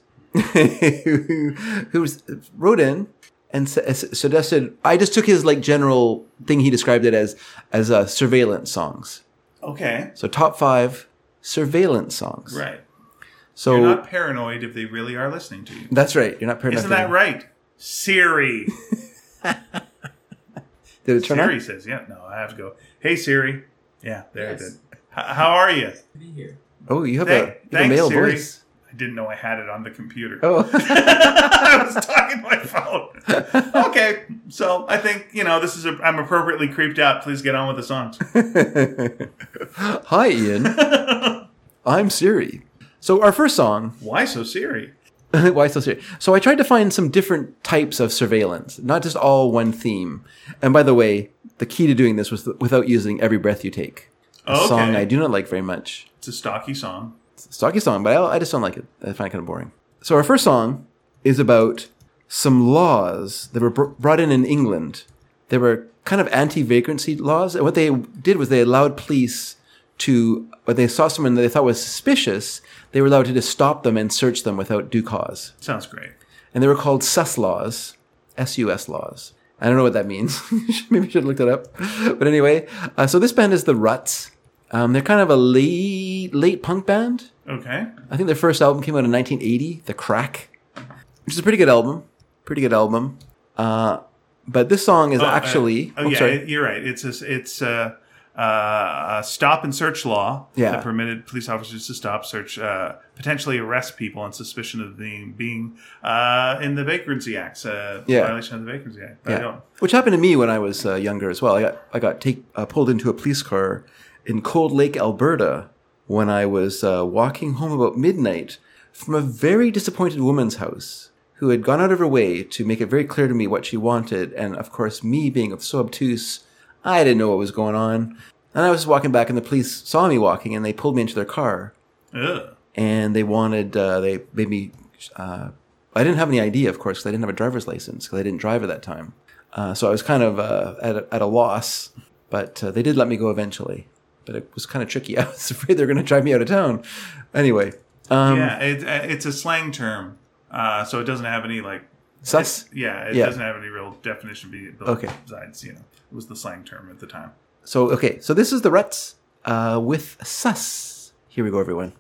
Speaker 1: who who was- wrote in and su- s- suggested. I just took his like general thing. He described it as as uh, surveillance songs.
Speaker 2: Okay.
Speaker 1: So top five surveillance songs.
Speaker 2: Right.
Speaker 1: So
Speaker 2: You're not paranoid if they really are listening to you.
Speaker 1: that's right. You're not paranoid.
Speaker 2: Isn't that right? Siri.
Speaker 1: Did it turn
Speaker 2: Siri
Speaker 1: on?
Speaker 2: says, yeah, no, I have to go. Hey, Siri. Yeah, there
Speaker 3: Yes.
Speaker 2: it did. H- how are you?
Speaker 3: to be here.
Speaker 1: Oh, you have a,
Speaker 2: Thank-
Speaker 1: you have a
Speaker 2: thanks,
Speaker 1: male
Speaker 2: Siri.
Speaker 1: voice.
Speaker 2: I didn't know I had it on the computer.
Speaker 1: Oh, *laughs*
Speaker 2: *laughs* I was talking to my phone. Okay, so I think you know this is. A, I'm appropriately creeped out. Please get on with
Speaker 1: *laughs*
Speaker 2: the songs.
Speaker 1: hi,
Speaker 2: *laughs*
Speaker 1: Ian. I'm Siri. So our first song,
Speaker 2: Why so Siri?
Speaker 1: *laughs* why so Siri? So I tried to find some different types of surveillance, not just all one theme. And by the way, the key to doing this was th- without using "Every Breath You Take," a
Speaker 2: Okay.
Speaker 1: song I do not like very much.
Speaker 2: It's a stocky song.
Speaker 1: stocky song, but I, I just don't like it. I find it kind of boring. So our first song is about some laws that were br- brought in in England. They were kind of anti-vagrancy laws, and what they did was they allowed police to, when they saw someone that they thought was suspicious, they were allowed to just stop them and search them without due cause.
Speaker 2: Sounds great.
Speaker 1: And they were called sus laws, S-U-S laws. I don't know what that means. *laughs* Maybe I should have looked it up. But anyway, uh, so this band is the Ruts. Um, they're kind of a late, late punk band.
Speaker 2: Okay. Uh,
Speaker 1: I think their first album came out in 1980, The Crack, which is a pretty good album. Pretty good album. Uh, but this song is
Speaker 2: Oh, uh,
Speaker 1: actually.
Speaker 2: oh
Speaker 1: I'm
Speaker 2: yeah,
Speaker 1: sorry.
Speaker 2: you're right. It's a, it's a, uh, a stop and search law
Speaker 1: Yeah.
Speaker 2: that permitted police officers to stop, search, uh, potentially arrest people on suspicion of being being uh, in the Vagrancy Act, uh,
Speaker 1: Yeah.
Speaker 2: violation of the Vagrancy Act. But I
Speaker 1: yeah.
Speaker 2: don't.
Speaker 1: Which happened to me when I was uh, younger as well. I got, I got take, uh, pulled into a police car in Cold Lake, Alberta, when I was uh, walking home about midnight from a very disappointed woman's house who had gone out of her way to make it very clear to me what she wanted. And of course, me being so obtuse, I didn't know what was going on. And I was walking back, and the police saw me walking, and they pulled me into their car
Speaker 2: Ugh.
Speaker 1: and they wanted uh, they made me. Uh, I didn't have any ID, of course, because I didn't have a driver's license because I didn't drive at that time. Uh, so I was kind of uh, at a, at a loss, but uh, they did let me go eventually. But it was kind of tricky. *laughs* I was afraid they were going to drive me out of town. Anyway, um,
Speaker 2: yeah, it, uh, it's a slang term, uh, so it doesn't have any like
Speaker 1: sus.
Speaker 2: Yeah, it
Speaker 1: Yeah.
Speaker 2: doesn't have any real definition be- be-
Speaker 1: Okay.
Speaker 2: besides, you know, it was the slang term at the time.
Speaker 1: So okay, so this is the ruts uh, with sus. Here we go, everyone.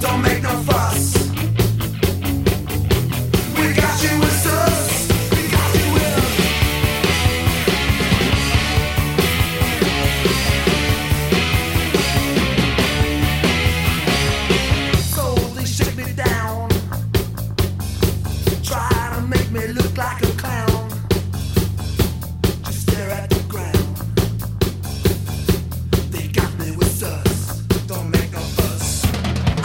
Speaker 4: Don't make no fuss. We got you with us. We got you with us. slowly shook me down. Try to make me look like a clown. Just stare at the ground. They got me with us. Don't make no fuss.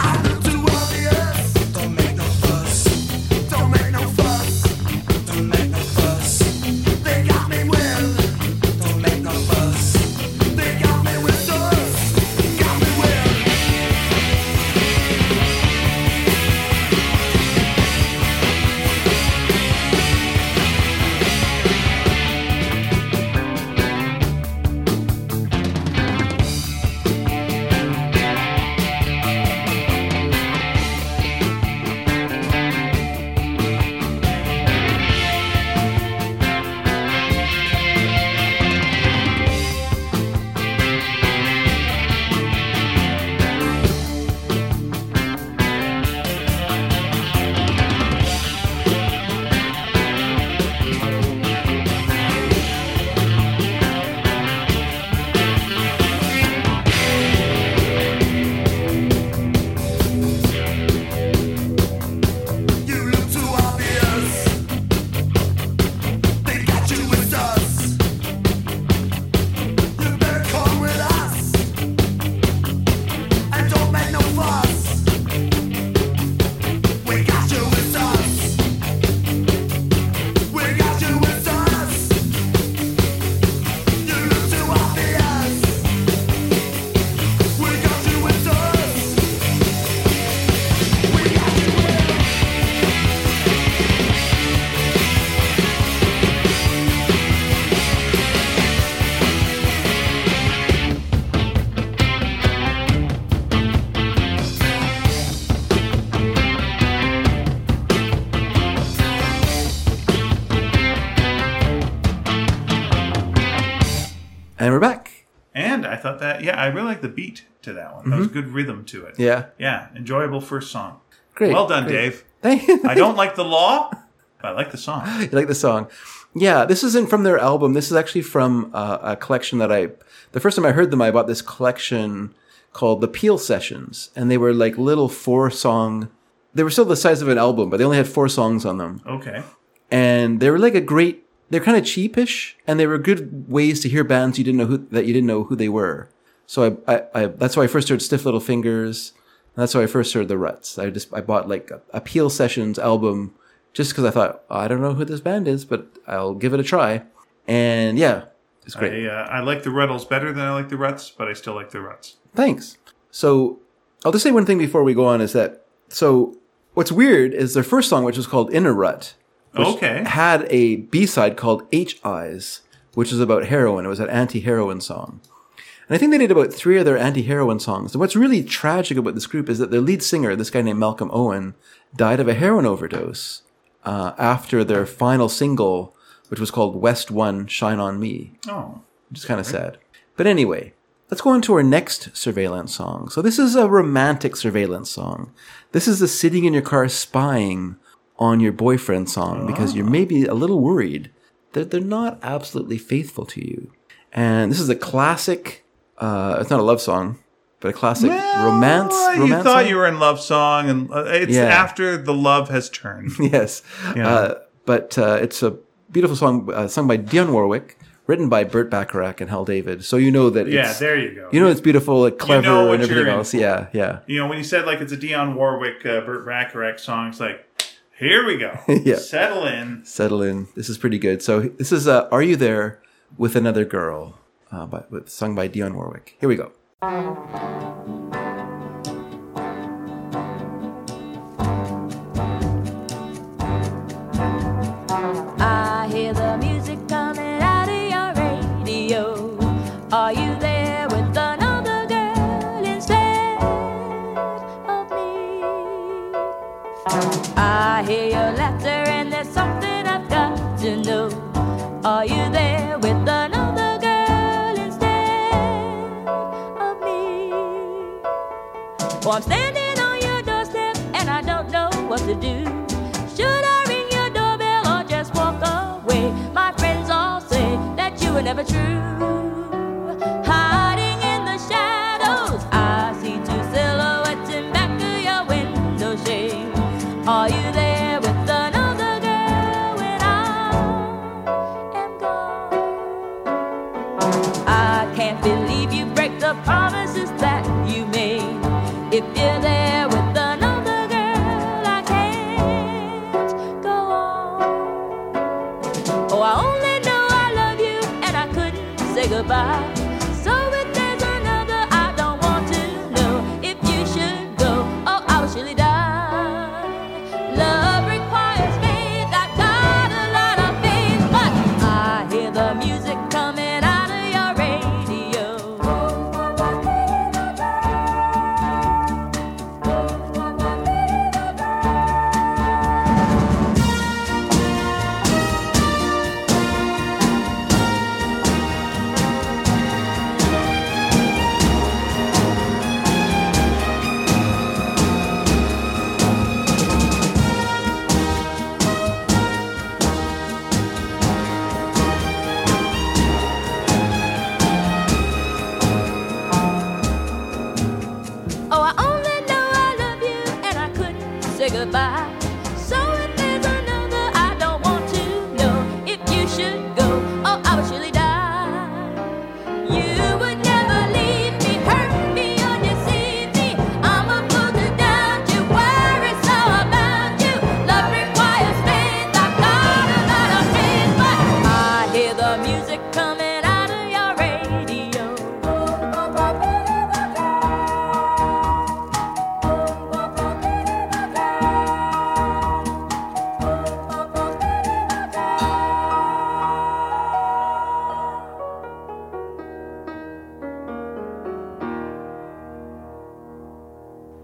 Speaker 4: I look too obvious. Don't make no fuss. Don't make no fuss. Don't make no fuss. They got me with. Don't make no fuss. They got me with us. Got me with.
Speaker 2: thought that. Yeah, I really like the beat to that one. That was good rhythm to it.
Speaker 1: Mm-hmm. Yeah.
Speaker 2: Yeah, enjoyable first song.
Speaker 1: Great.
Speaker 2: well done,
Speaker 1: great. *laughs*
Speaker 2: Dave.
Speaker 1: Thank you.
Speaker 2: I don't like the law, but I like the song.
Speaker 1: You *laughs* like the song? Yeah, this isn't from their album. This is actually from uh, a collection that I. The first time I heard them, I bought this collection called the Peel Sessions, and they were like little four song. They were still the size of an album, but they only had four songs on them,
Speaker 2: Okay.
Speaker 1: and they were like a great. They're kind of cheapish, and they were good ways to hear bands you didn't know who that you didn't know who they were. So I, I, I that's why I first heard Stiff Little Fingers. And that's how I first heard the Ruts. I just I bought like a, a Peel Sessions album just because I thought I don't know who this band is, but I'll give it a try. And yeah, it's great.
Speaker 2: I, uh, I like the Ruddles better than I like the Ruts, but I still like the Ruts.
Speaker 1: Thanks. So I'll just say one thing before we go on is that so what's weird is their first song, which was called Inner Rut, *laughs*
Speaker 2: okay.
Speaker 1: had a B side called H Eyes, which is about heroin. It was an anti heroin song. And I think they did about three other anti heroin songs. And what's really tragic about this group is that their lead singer, this guy named Malcolm Owen, died of a heroin overdose uh, after their final single, which was called West One Shine on Me
Speaker 2: Oh,
Speaker 1: which is kind of sad. But anyway, let's go on to our next surveillance song. So this is a romantic surveillance song. This is the sitting in your car spying on your boyfriend song because
Speaker 2: Ah.
Speaker 1: you're maybe a little worried that they're not absolutely faithful to you. And this is a classic. Uh, it's not a love song, but a classic romance.
Speaker 2: Well, you
Speaker 1: romance
Speaker 2: thought
Speaker 1: song?
Speaker 2: you were in love song, and uh, it's
Speaker 1: Yeah.
Speaker 2: after the love has turned.
Speaker 1: *laughs* *laughs* yes. Uh, but uh, it's a beautiful song uh, sung by Dionne Warwick, written by Burt Bacharach and Hal David. So you know that
Speaker 2: yeah,
Speaker 1: it's,
Speaker 2: there you go.
Speaker 1: You know it's beautiful, like clever,
Speaker 2: what
Speaker 1: and everything
Speaker 2: you're in
Speaker 1: else. Yeah, yeah,
Speaker 2: You know, when you said like it's a Dionne Warwick, uh, Burt Bacharach song, it's like, here we go.
Speaker 1: *laughs* Yeah.
Speaker 2: Settle in.
Speaker 1: Settle in. This is pretty good. So this is uh, "Are You There with Another Girl," uh, by, with, sung by Dionne Warwick. Here we go.
Speaker 5: I hear the music coming out of your radio. Are you there with another girl instead of me? I hear your laughter, and there's something I've got to know. Are you there with another girl instead of me? Well, I'm standing on your doorstep and I don't know what to do. Should I ring your doorbell or just walk away? My friends all say that you were never true. Hiding in the shadows, I see two silhouettes in back of your window shade. Are you there with another girl when I am gone? I can't believe you break the promises that you made. If you're there with another girl, I can't go on. Oh, I only know I love you and I couldn't say goodbye. So if there's another, I don't want to know if you should go. Oh, I will surely die. Love requires faith. I've got a lot of faith, but I hear the music coming out of your radio. Oh, I only know I love you and I couldn't say goodbye. So if there's another, I don't want to know if you should go. Oh, I would surely die. You would never leave me, hurt me or deceive me. I'm a fool to doubt you, worry so about you. Love requires faith. I've got a lot of faith, but I hear the music coming out of your radio.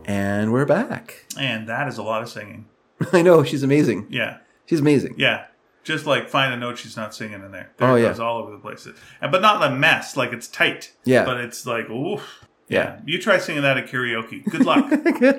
Speaker 1: And we're back. *laughs*
Speaker 2: And that is a lot of singing.
Speaker 1: I know she's amazing.
Speaker 2: Yeah.
Speaker 1: She's amazing.
Speaker 2: Yeah. just like find a note she's not singing in there. There
Speaker 1: Oh,
Speaker 2: it
Speaker 1: yeah.
Speaker 2: goes all over the place. And but not a mess, like it's tight.
Speaker 1: Yeah.
Speaker 2: But it's like oof.
Speaker 1: Yeah.
Speaker 2: You try singing that at karaoke. Good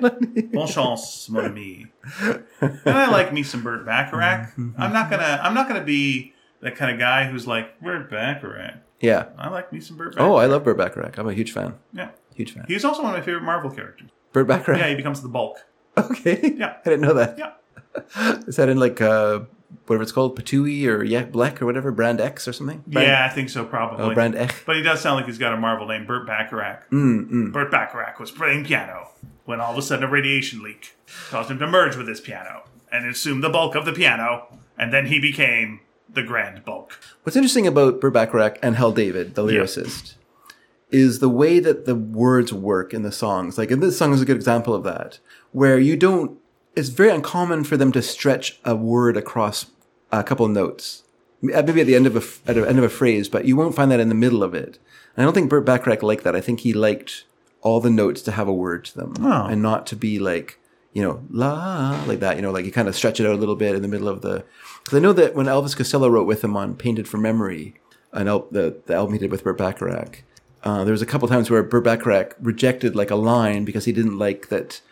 Speaker 1: *laughs*
Speaker 2: luck. bon chance, mon ami. And I like me some Burt Bacharach. I'm not gonna I'm not gonna be that kind of guy who's like, Burt Bacharach.
Speaker 1: yeah.
Speaker 2: I like me some Burt Bacharach.
Speaker 1: Oh, I love Burt Bacharach. I'm a huge fan.
Speaker 2: yeah.
Speaker 1: Huge fan.
Speaker 2: He's also one of my favorite Marvel characters.
Speaker 1: Burt Bacharach.
Speaker 2: Yeah, he becomes the bulk.
Speaker 1: *laughs* Okay.
Speaker 2: Yeah.
Speaker 1: I didn't know that.
Speaker 2: Yeah.
Speaker 1: *laughs* Is that in like uh, whatever it's called, Patui or yeah, Black or whatever, Brand X or something? Brand,
Speaker 2: Yeah, I think so probably.
Speaker 1: Oh, Brand Hmm, X.
Speaker 2: But he does sound like he's got a Marvel name, Burt Bacharach. Burt Bacharach was playing piano when all of a sudden a radiation leak caused him to merge with his piano and assume the bulk of the piano, and then he became the grand bulk.
Speaker 1: What's interesting about Burt Bacharach and Hell David, the
Speaker 2: Yeah.
Speaker 1: lyricist, is the way that the words work in the songs. Like, and this song is a good example of that, where you don't. It's very uncommon for them to stretch a word across a couple notes, Uh, maybe at the end of a f- at the end of a phrase, but you won't find that in the middle of it. And I don't think Burt Bacharach liked that. I think he liked all the notes to have a word to them, and not to be like you know, la, like that, you know, like you kind of stretch it out a little bit in the middle of the. Because I know that when Elvis Costello wrote with him on Painted for Memory, an el- the, the album he did with Burt Bacharach, uh, there was a couple times where Burt Bacharach rejected like a line because he didn't like that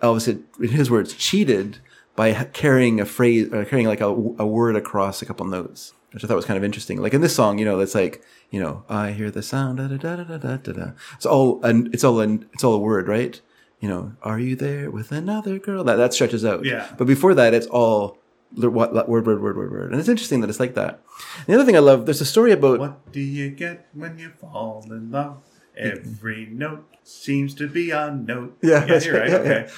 Speaker 1: Elvis had, in his words, cheated by h- carrying a phrase or carrying like a, a word across a couple notes, which I thought was kind of interesting. Like in this song, you know, that's like, you know, I hear the sound, da da da da da da da. It's all an, it's all an, it's all a word, right? You know, are you there with another girl? That that stretches out.
Speaker 2: Yeah.
Speaker 1: But before that, it's all l- what what- word word word word word, and it's interesting that it's like that. The other thing I love, there's a story about
Speaker 2: What do you get when you fall in love? Every note seems to be a note.
Speaker 1: Yeah,
Speaker 2: yeah
Speaker 1: that's
Speaker 2: you're right.
Speaker 1: right. *laughs* Yeah,
Speaker 2: okay.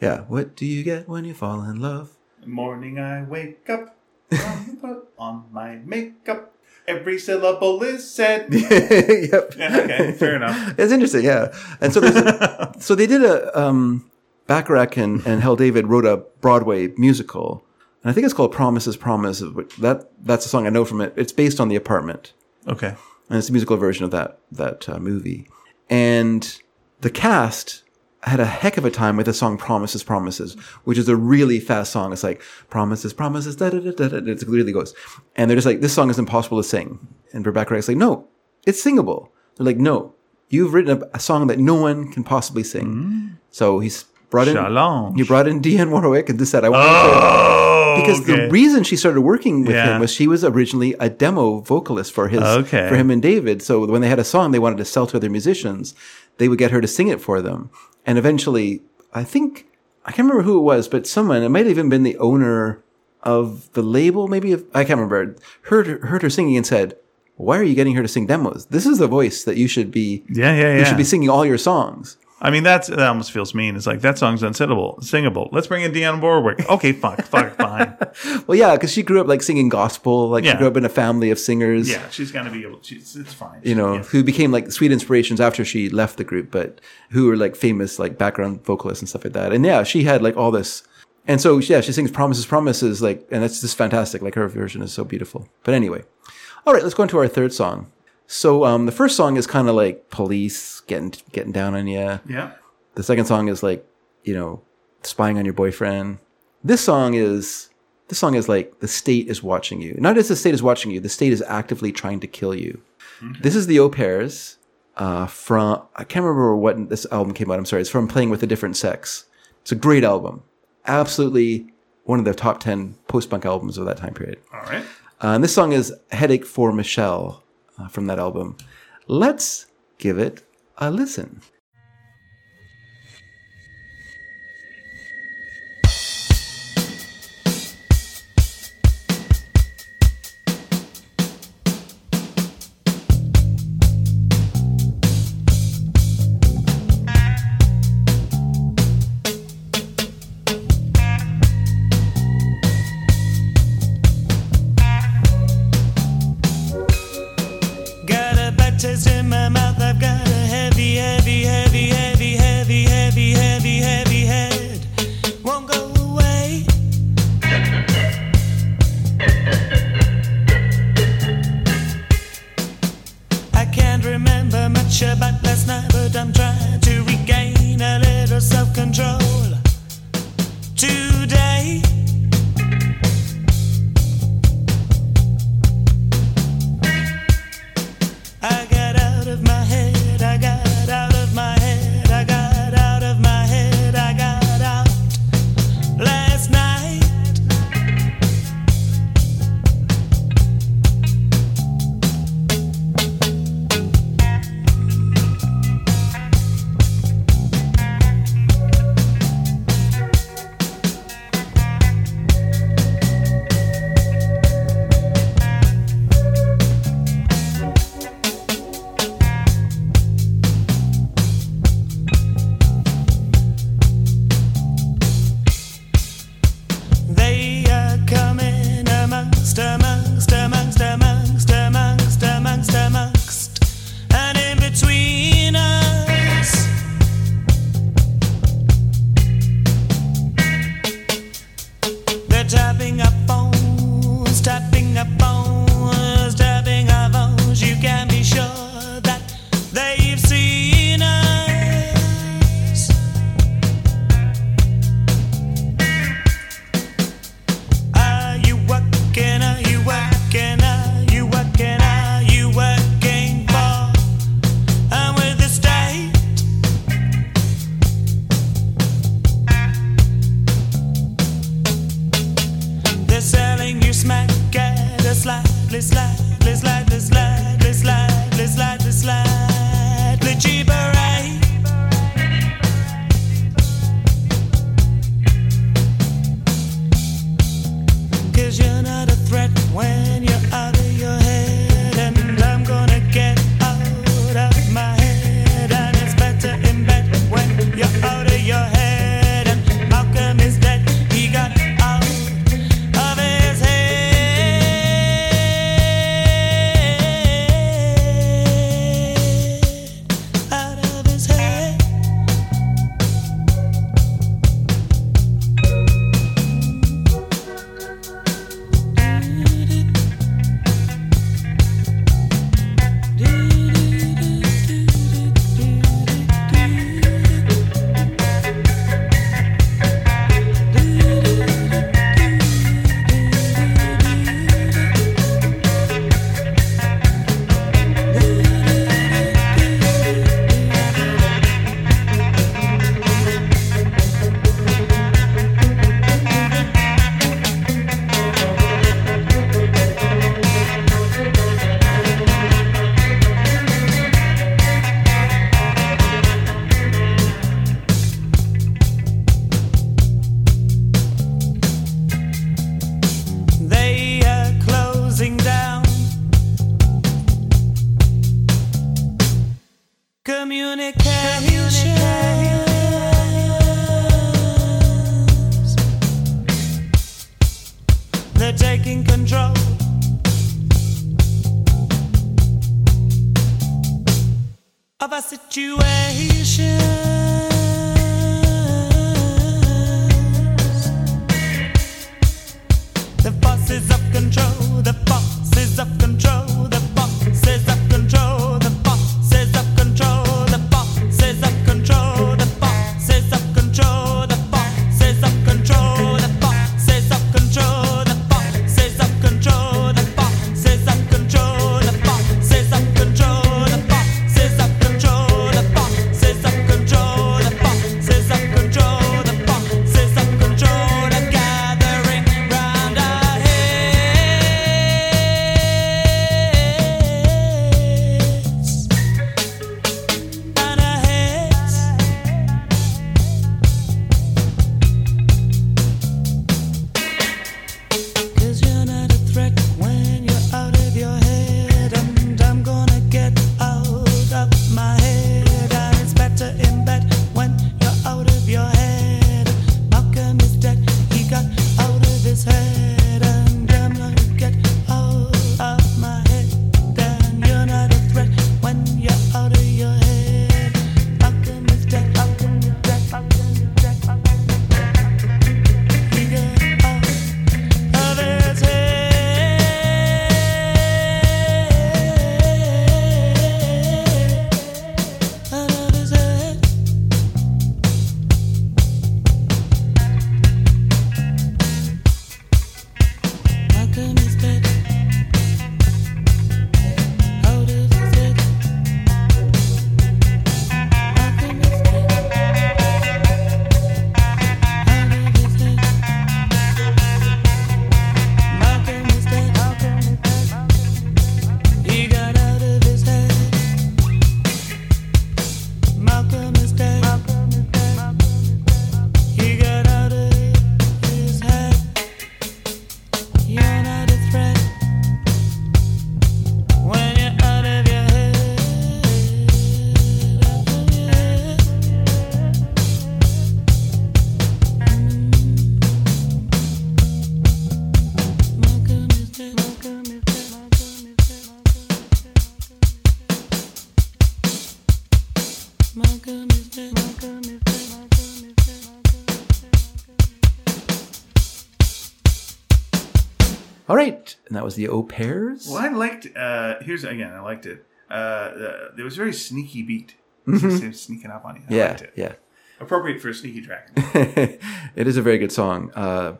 Speaker 1: yeah. What do you get when you fall in love?
Speaker 2: Morning I wake up, I put on my makeup. Every syllable is
Speaker 1: *laughs*
Speaker 2: said.
Speaker 1: yep.
Speaker 2: Yeah, okay, fair enough.
Speaker 1: *laughs* It's interesting, yeah. And so, there's
Speaker 2: *laughs*
Speaker 1: a, so they did a um, Bacharach and, and Hell David wrote a Broadway musical, and I think it's called Promises, Promises. Which that that's a song I know from it. It's based on The Apartment,
Speaker 2: Okay.
Speaker 1: and it's a musical version of that that uh, movie. And the cast had a heck of a time with the song "Promises, Promises," which is a really fast song. It's like "Promises, Promises," da da da da. da. It really goes, and they're just like, "This song is impossible to sing." And Rebecca Wright's like, "No, it's singable." They're like, "No, you've written a, a song that no one can possibly sing." So he's brought in.
Speaker 2: Challenge.
Speaker 1: You brought in Dionne Warwick and just said, "I want." to sing."
Speaker 2: Oh,
Speaker 1: because the reason she started working with
Speaker 2: Yeah.
Speaker 1: him was she was originally a demo vocalist for his
Speaker 2: Okay.
Speaker 1: for him and David. So when they had a song they wanted to sell to other musicians, they would get her to sing it for them. And eventually, I think I can't remember who it was, but someone it might have even been the owner of the label, maybe if, I can't remember. Heard heard her singing and said, "Why are you getting her to sing demos? This is the voice that you should be.
Speaker 2: Yeah, yeah, yeah.
Speaker 1: You should be singing all your songs."
Speaker 2: I mean, that's that almost feels mean. It's like that song's unsingable, singable. Let's bring in Dionne Warwick. Okay,
Speaker 1: *laughs*
Speaker 2: fuck, fuck, fine.
Speaker 1: Well, yeah, because she grew up like singing gospel. Like she
Speaker 2: Yeah.
Speaker 1: grew up in a family of singers.
Speaker 2: Yeah, she's gonna be able. She's, it's fine.
Speaker 1: you know, who became like sweet inspirations after she left the group, but who were like famous like background vocalists and stuff like that. And yeah, she had like all this. And so yeah, she sings Promises, Promises, like and that's just fantastic. Like her version is so beautiful. But anyway. All right, let's go into our third song. So um the first song is kind of like police getting getting down on you.
Speaker 2: yeah.
Speaker 1: The second song is like, you know, spying on your boyfriend. This song is this song is like the state is watching you. Not as the state is watching you, the state is actively trying to kill you. This is the Au Pairs uh, from I can't remember what this album came out. I'm sorry. It's from Playing with a Different Sex. It's a great album. Absolutely one of the top ten post punk albums of that time period.
Speaker 2: All right.
Speaker 1: Uh, and this song is Headache for Michelle uh, from that album. Let's give it a listen.
Speaker 6: Got a bad taste in my mouth. I've got a heavy, heavy, heavy.
Speaker 7: they're taking control. Of a situation. The boss is of control. The boss is of control. The boss is of control. The boss is of control. The boss is of control. The boss is of control. The boss is of control. The boss is of control. The boss is of control. The boss is of control. The boss is of control. The boss is of control. The boss is of control. The boss is of control. The boss is of control. The gathering round our heads. Round our heads. Cause you're not a threat when you're out of your head. And I'm gonna get out of my head. And it's better in bed when you're out of your head. Malcolm is dead, he got out of his head. And I'm gonna get out of my head. And you're not a threat when you're out of your head. Malcolm is dead, Malcolm is dead, Malcolm is dead, Malcolm is dead. He got out of his head. Out of his head. Malcolm is dead. Out of his head. Malcolm is dead. Out of his head. Malcolm is dead. Malcolm is dead. He got out of his head. Malcolm is dead. Malcolm is dead. He got out of his head. You're not a threat when you're out of your head. Out of your head. Malcolm is dead. Malcolm is dead. Malcolm is dead. Malcolm is dead. Malcolm is dead. Malcolm is dead.
Speaker 1: All right, and that was the Au Pairs.
Speaker 2: Well, I liked. Uh, here's again. I liked it. Uh, uh, it was a very sneaky beat. It's just him sneaking up on you. I
Speaker 1: Mm-hmm. Yeah,
Speaker 2: liked it.
Speaker 1: yeah. *laughs*
Speaker 2: Appropriate for a sneaky track.
Speaker 1: it is a very good song. Uh,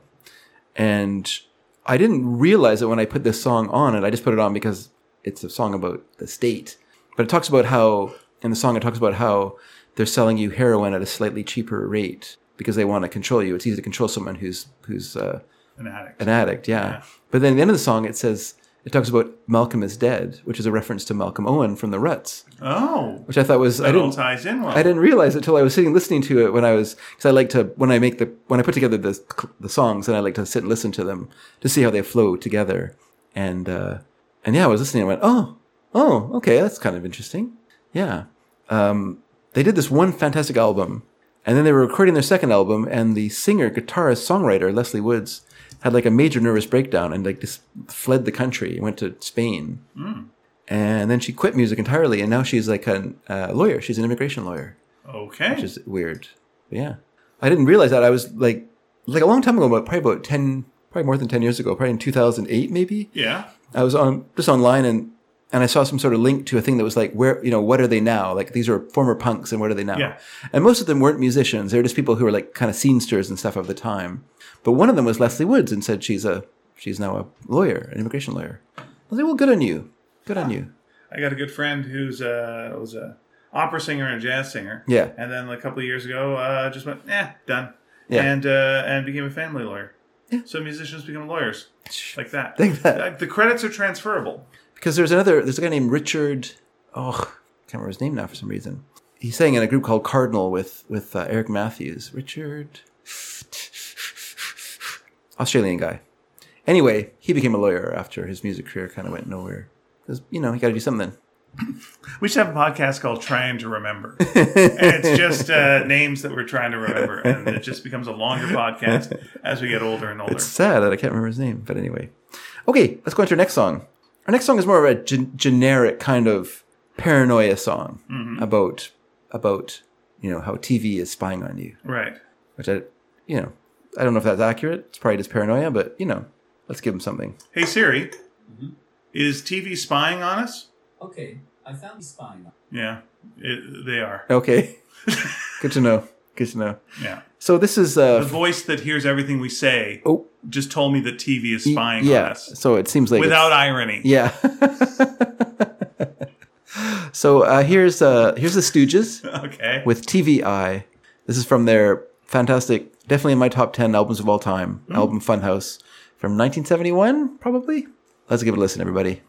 Speaker 1: and I didn't realize it when I put this song on, and I just put it on because it's a song about the state. But it talks about how, in the song, it talks about how they're selling you heroin at a slightly cheaper rate because they want to control you. It's easy to control someone who's who's uh,
Speaker 2: An addict.
Speaker 1: an addict, yeah. But then at the end of the song, it says it talks about Malcolm is dead, which is a reference to Malcolm Owen from The Ruts,
Speaker 2: oh,
Speaker 1: which I thought was I
Speaker 2: that all
Speaker 1: didn't
Speaker 2: ties in well.
Speaker 1: I didn't realize it till I was sitting listening to it when I was because I like to when I make the when I put together the the songs and I like to sit and listen to them to see how they flow together and uh, and yeah I was listening and went oh oh okay that's kind of interesting yeah um, they did this one fantastic album and then they were recording their second album and the singer guitarist songwriter Leslie Woods had like a major nervous breakdown and like just fled the country and went to Spain and then she quit music entirely and now she's like a uh, lawyer she's an immigration lawyer
Speaker 2: Okay.
Speaker 1: which is weird. But yeah, I didn't realize that. I was like, like a long time ago, but probably about ten, probably more than ten years ago, probably in two thousand eight, maybe.
Speaker 2: yeah.
Speaker 1: I was on just online and and I saw some sort of link to a thing that was like, where you know, what are they now? Like these are former punks, and what are they now?
Speaker 2: Yeah.
Speaker 1: And most of them weren't musicians; they were just people who were like kind of scenesters and stuff of the time. But one of them was Leslie Woods, and said she's a she's now a lawyer, an immigration lawyer. I was like, well, good on you, good on you.
Speaker 2: I got a good friend who's uh, was a opera singer and a jazz singer.
Speaker 1: Yeah.
Speaker 2: And then a couple of years ago, uh, just went, eh, done.
Speaker 1: Yeah.
Speaker 2: And uh, and became a family lawyer. Yeah. So musicians become lawyers, like that.
Speaker 1: Like that.
Speaker 2: Like, the credits are transferable.
Speaker 1: because there's another there's a guy named Richard oh I can't remember his name now for some reason he sang in a group called Cardinal with with uh, Eric Matthews Richard Australian guy anyway he became a lawyer after his music career kind of went nowhere because you know he got to do something
Speaker 2: We should have a podcast called Trying to
Speaker 1: *laughs*
Speaker 2: Remember. and it's just uh, names that we're trying to remember. And it just becomes a longer
Speaker 1: *laughs*
Speaker 2: podcast as we get older and older.
Speaker 1: It's sad that I can't remember his name, but anyway. Okay, let's go into our next song. Our next song is more of a gen- generic kind of paranoia song about about you know how TV is spying on you,
Speaker 2: right.
Speaker 1: which I you know I don't know if that's accurate. It's probably just paranoia, but you know let's give him something.
Speaker 2: Hey, Siri, is TV spying on us?
Speaker 3: Okay, I found spine.
Speaker 2: Yeah, it, they are. *laughs*
Speaker 1: Okay, good to know. Good to know.
Speaker 2: Yeah.
Speaker 1: So this is
Speaker 2: The
Speaker 1: uh
Speaker 2: voice that hears everything we say
Speaker 1: oh
Speaker 2: just told me that TV is spying
Speaker 1: yeah.
Speaker 2: on us
Speaker 1: So it seems like it's-
Speaker 2: without irony.
Speaker 1: *laughs* yeah. so uh, here's uh here's the Stooges.
Speaker 2: *laughs* Okay.
Speaker 1: with TVI. This is from their fantastic, definitely in my top 10 albums of all time,
Speaker 2: Hmm.
Speaker 1: album Funhouse from 1971, probably. Let's give it a listen, everybody.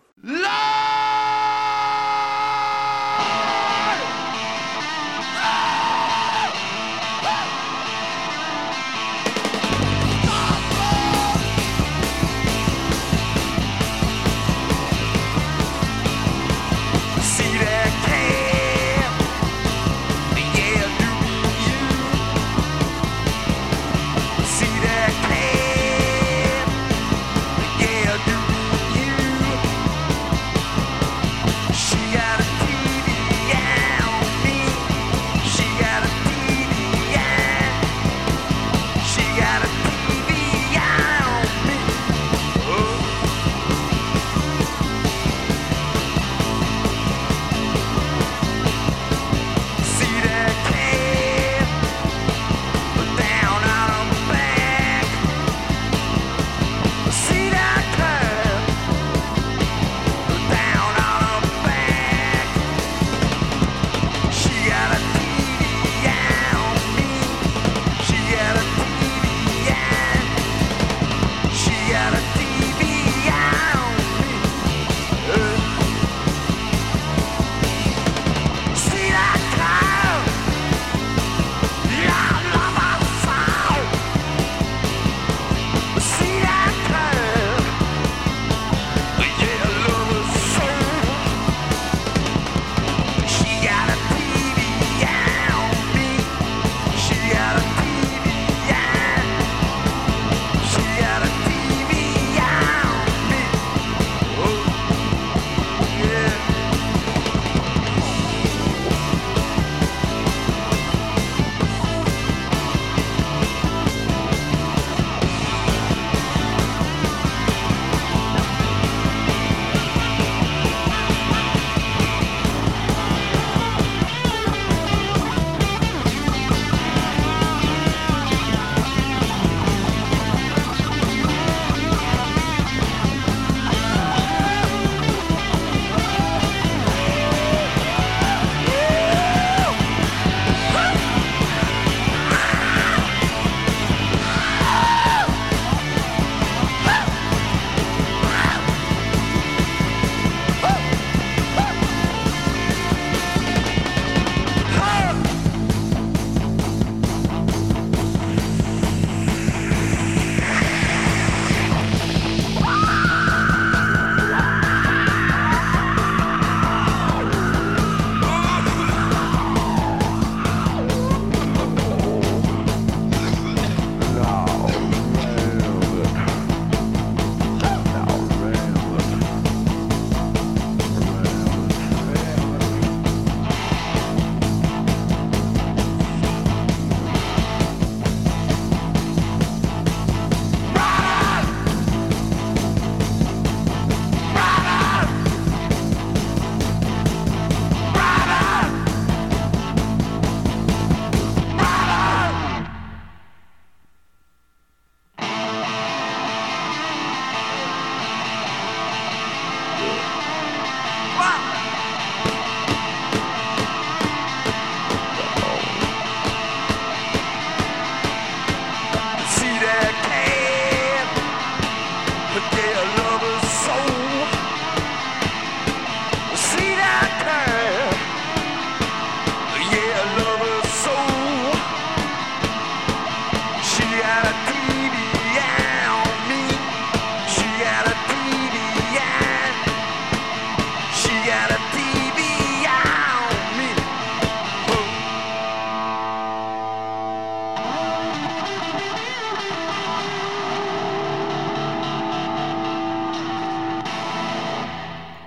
Speaker 4: Yeah.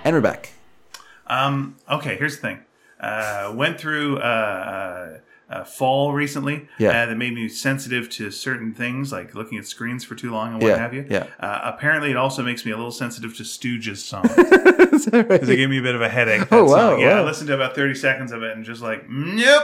Speaker 1: And we're back. *laughs*
Speaker 2: Um, okay, here's the thing. Uh, went through uh, uh, fall recently.
Speaker 1: Yeah.
Speaker 2: Uh, that made me sensitive to certain things, like looking at screens for too long and what
Speaker 1: Yeah,
Speaker 2: have you.
Speaker 1: yeah.
Speaker 2: Uh, apparently, it also makes me a little sensitive to
Speaker 1: *laughs*
Speaker 2: Stooges songs because
Speaker 1: Is that right?
Speaker 2: it gave me a bit of a headache.
Speaker 1: *laughs* Oh,
Speaker 2: that song.
Speaker 1: wow,
Speaker 2: Yeah, I
Speaker 1: wow.
Speaker 2: listened to about 30 seconds of it and just like, nope,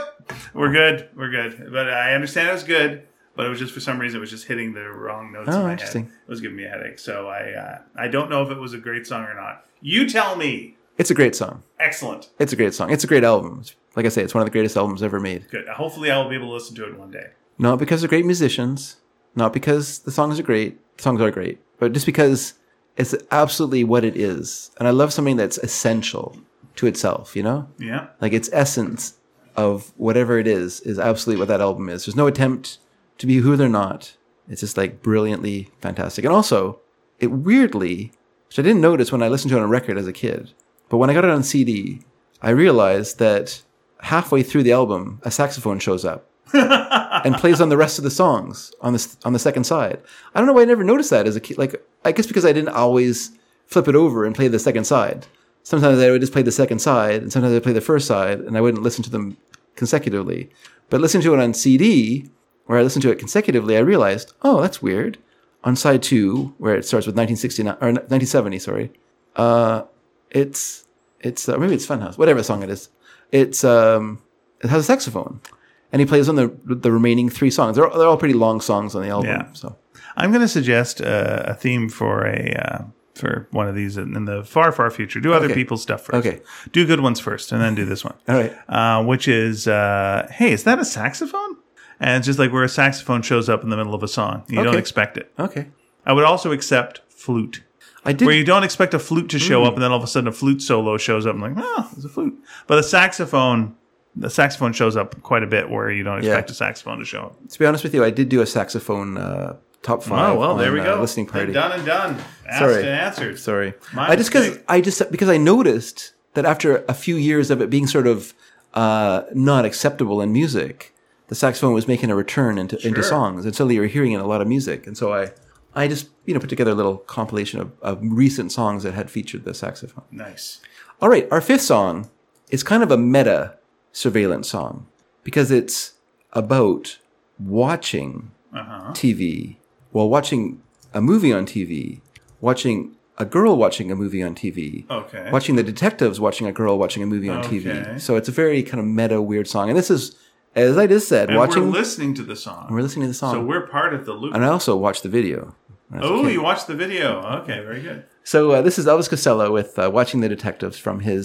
Speaker 2: we're good, we're good. But I understand it was good. But it was just for some reason it was just hitting the wrong notes.
Speaker 1: Oh,
Speaker 2: in my
Speaker 1: interesting.
Speaker 2: Head. It was giving me a headache, so I uh, I don't know if it was a great song or not. You tell me.
Speaker 1: It's a great song.
Speaker 2: Excellent.
Speaker 1: It's a great song. It's a great album. It's- Like I say, it's one of the greatest albums ever made.
Speaker 2: Good. Hopefully, I will be able to listen to it one day.
Speaker 1: Not because they're great musicians, not because the songs are great. The songs are great, but just because it's absolutely what it is. And I love something that's essential to itself, you know?
Speaker 2: Yeah.
Speaker 1: Like its essence of whatever it is is absolutely what that album is. There's no attempt to be who they're not. It's just like brilliantly fantastic. And also, it weirdly, which I didn't notice when I listened to it on record as a kid, but when I got it on CD, I realized that halfway through the album, a saxophone shows up and plays on the rest of the songs on this on the second side. I don't know why I never noticed that as a kid. Like I guess because I didn't always flip it over and play the second side. Sometimes I would just play the second side, and sometimes I would play the first side, and I wouldn't listen to them consecutively. But listening to it on CD, where I listened to it consecutively, I realized, oh, that's weird. On side two, where it starts with 1969 or 1970, sorry, uh, it's it's uh, maybe it's Funhouse, whatever song it is. It's um, it has a saxophone, and he plays on the the remaining three songs. They're they're all pretty long songs on the album.
Speaker 2: Yeah.
Speaker 1: So
Speaker 2: I'm going to suggest uh, a theme for a uh, for one of these in, in the far far future. Do other
Speaker 1: Okay.
Speaker 2: people's stuff first.
Speaker 1: Okay.
Speaker 2: Do good ones first, and then do this one.
Speaker 1: all right,
Speaker 2: Uh, which is, uh, hey, is that a saxophone? And it's just like where a saxophone shows up in the middle of a song, you don't
Speaker 1: Okay.
Speaker 2: expect it.
Speaker 1: okay.
Speaker 2: I would also accept flute,
Speaker 1: I did. Mm.
Speaker 2: where you don't expect a flute to show up, and then all of a sudden a flute solo shows up. I'm like, oh, it's a flute. But a saxophone, the saxophone shows up quite a bit where you don't
Speaker 1: Yeah.
Speaker 2: expect a saxophone to show up.
Speaker 1: to be honest with you, I did do a saxophone uh, top five.
Speaker 2: Oh well, there
Speaker 1: on,
Speaker 2: we
Speaker 1: uh,
Speaker 2: go.
Speaker 1: listening party.
Speaker 2: And done and done. Asked
Speaker 1: Sorry.
Speaker 2: and answered.
Speaker 1: Sorry,
Speaker 2: My
Speaker 1: I just because
Speaker 2: mistake.
Speaker 1: I just because I noticed that after a few years of it being sort of uh, not acceptable in music, the saxophone was making a return into into
Speaker 2: Sure.
Speaker 1: songs, and suddenly you were hearing it in a lot of music, and so I. I just, you know, put together a little compilation of, of recent songs that had featured the saxophone.
Speaker 2: Nice.
Speaker 1: All right, our fifth song is kind of a meta surveillance song because it's about watching
Speaker 2: Uh-huh.
Speaker 1: TV while watching a movie on TV, watching a girl watching a movie on TV,
Speaker 2: Okay.
Speaker 1: watching the detectives watching a girl watching a movie on
Speaker 2: Okay.
Speaker 1: TV. So it's a very kind of meta, weird song. And this is, as I just said,
Speaker 2: And
Speaker 1: watching.
Speaker 2: we're listening to the song.
Speaker 1: we're listening to the song.
Speaker 2: So we're part of the loop.
Speaker 1: and I also watched the video. when I was a
Speaker 2: Oh,
Speaker 1: kid.
Speaker 2: you watched the video. Okay, very good.
Speaker 1: So uh, this is Elvis Costello with uh, "Watching the Detectives" from his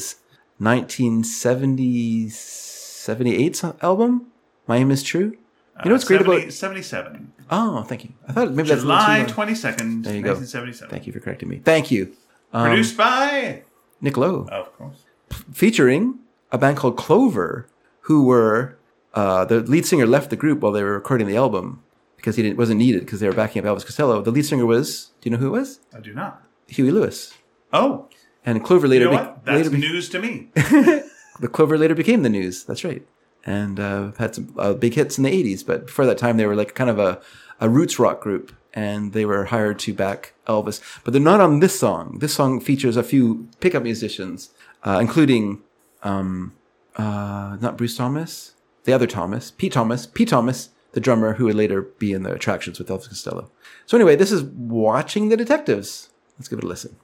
Speaker 1: 1978 so- album, "My Aim Is True." You
Speaker 2: Uh,
Speaker 1: know what's great about?
Speaker 2: 77.
Speaker 1: Oh, thank you. I thought maybe that's a little
Speaker 2: July
Speaker 1: too long.
Speaker 2: 22nd,
Speaker 1: There you go.
Speaker 2: 1977.
Speaker 1: Thank you Um, for correcting me. Thank you,
Speaker 2: Produced by,
Speaker 1: Nick Lowe,
Speaker 2: of course.
Speaker 1: featuring a band called Clover, who were uh, the lead singer left the group while they were recording the album because he didn't, wasn't needed because they were backing up Elvis Costello. The lead singer was, do you know who it was?
Speaker 2: I do not.
Speaker 1: Huey Lewis.
Speaker 2: Oh,
Speaker 1: And Clover
Speaker 2: you
Speaker 1: later
Speaker 2: know
Speaker 1: be-
Speaker 2: what? That's
Speaker 1: later be-
Speaker 2: news
Speaker 1: *laughs*
Speaker 2: to me.
Speaker 1: the Clover later became the news. That's right, and uh, had some uh, big hits in the '80s. But before that time, they were like kind of a, a roots rock group, and they were hired to back Elvis. But they're not on this song. This song features a few pickup musicians, uh, including um, uh, not Bruce Thomas, the other Thomas, Pete Thomas, Pete Thomas, the drummer who would later be in the attractions with Elvis Costello. So anyway, this is watching the detectives. Let's give it a listen.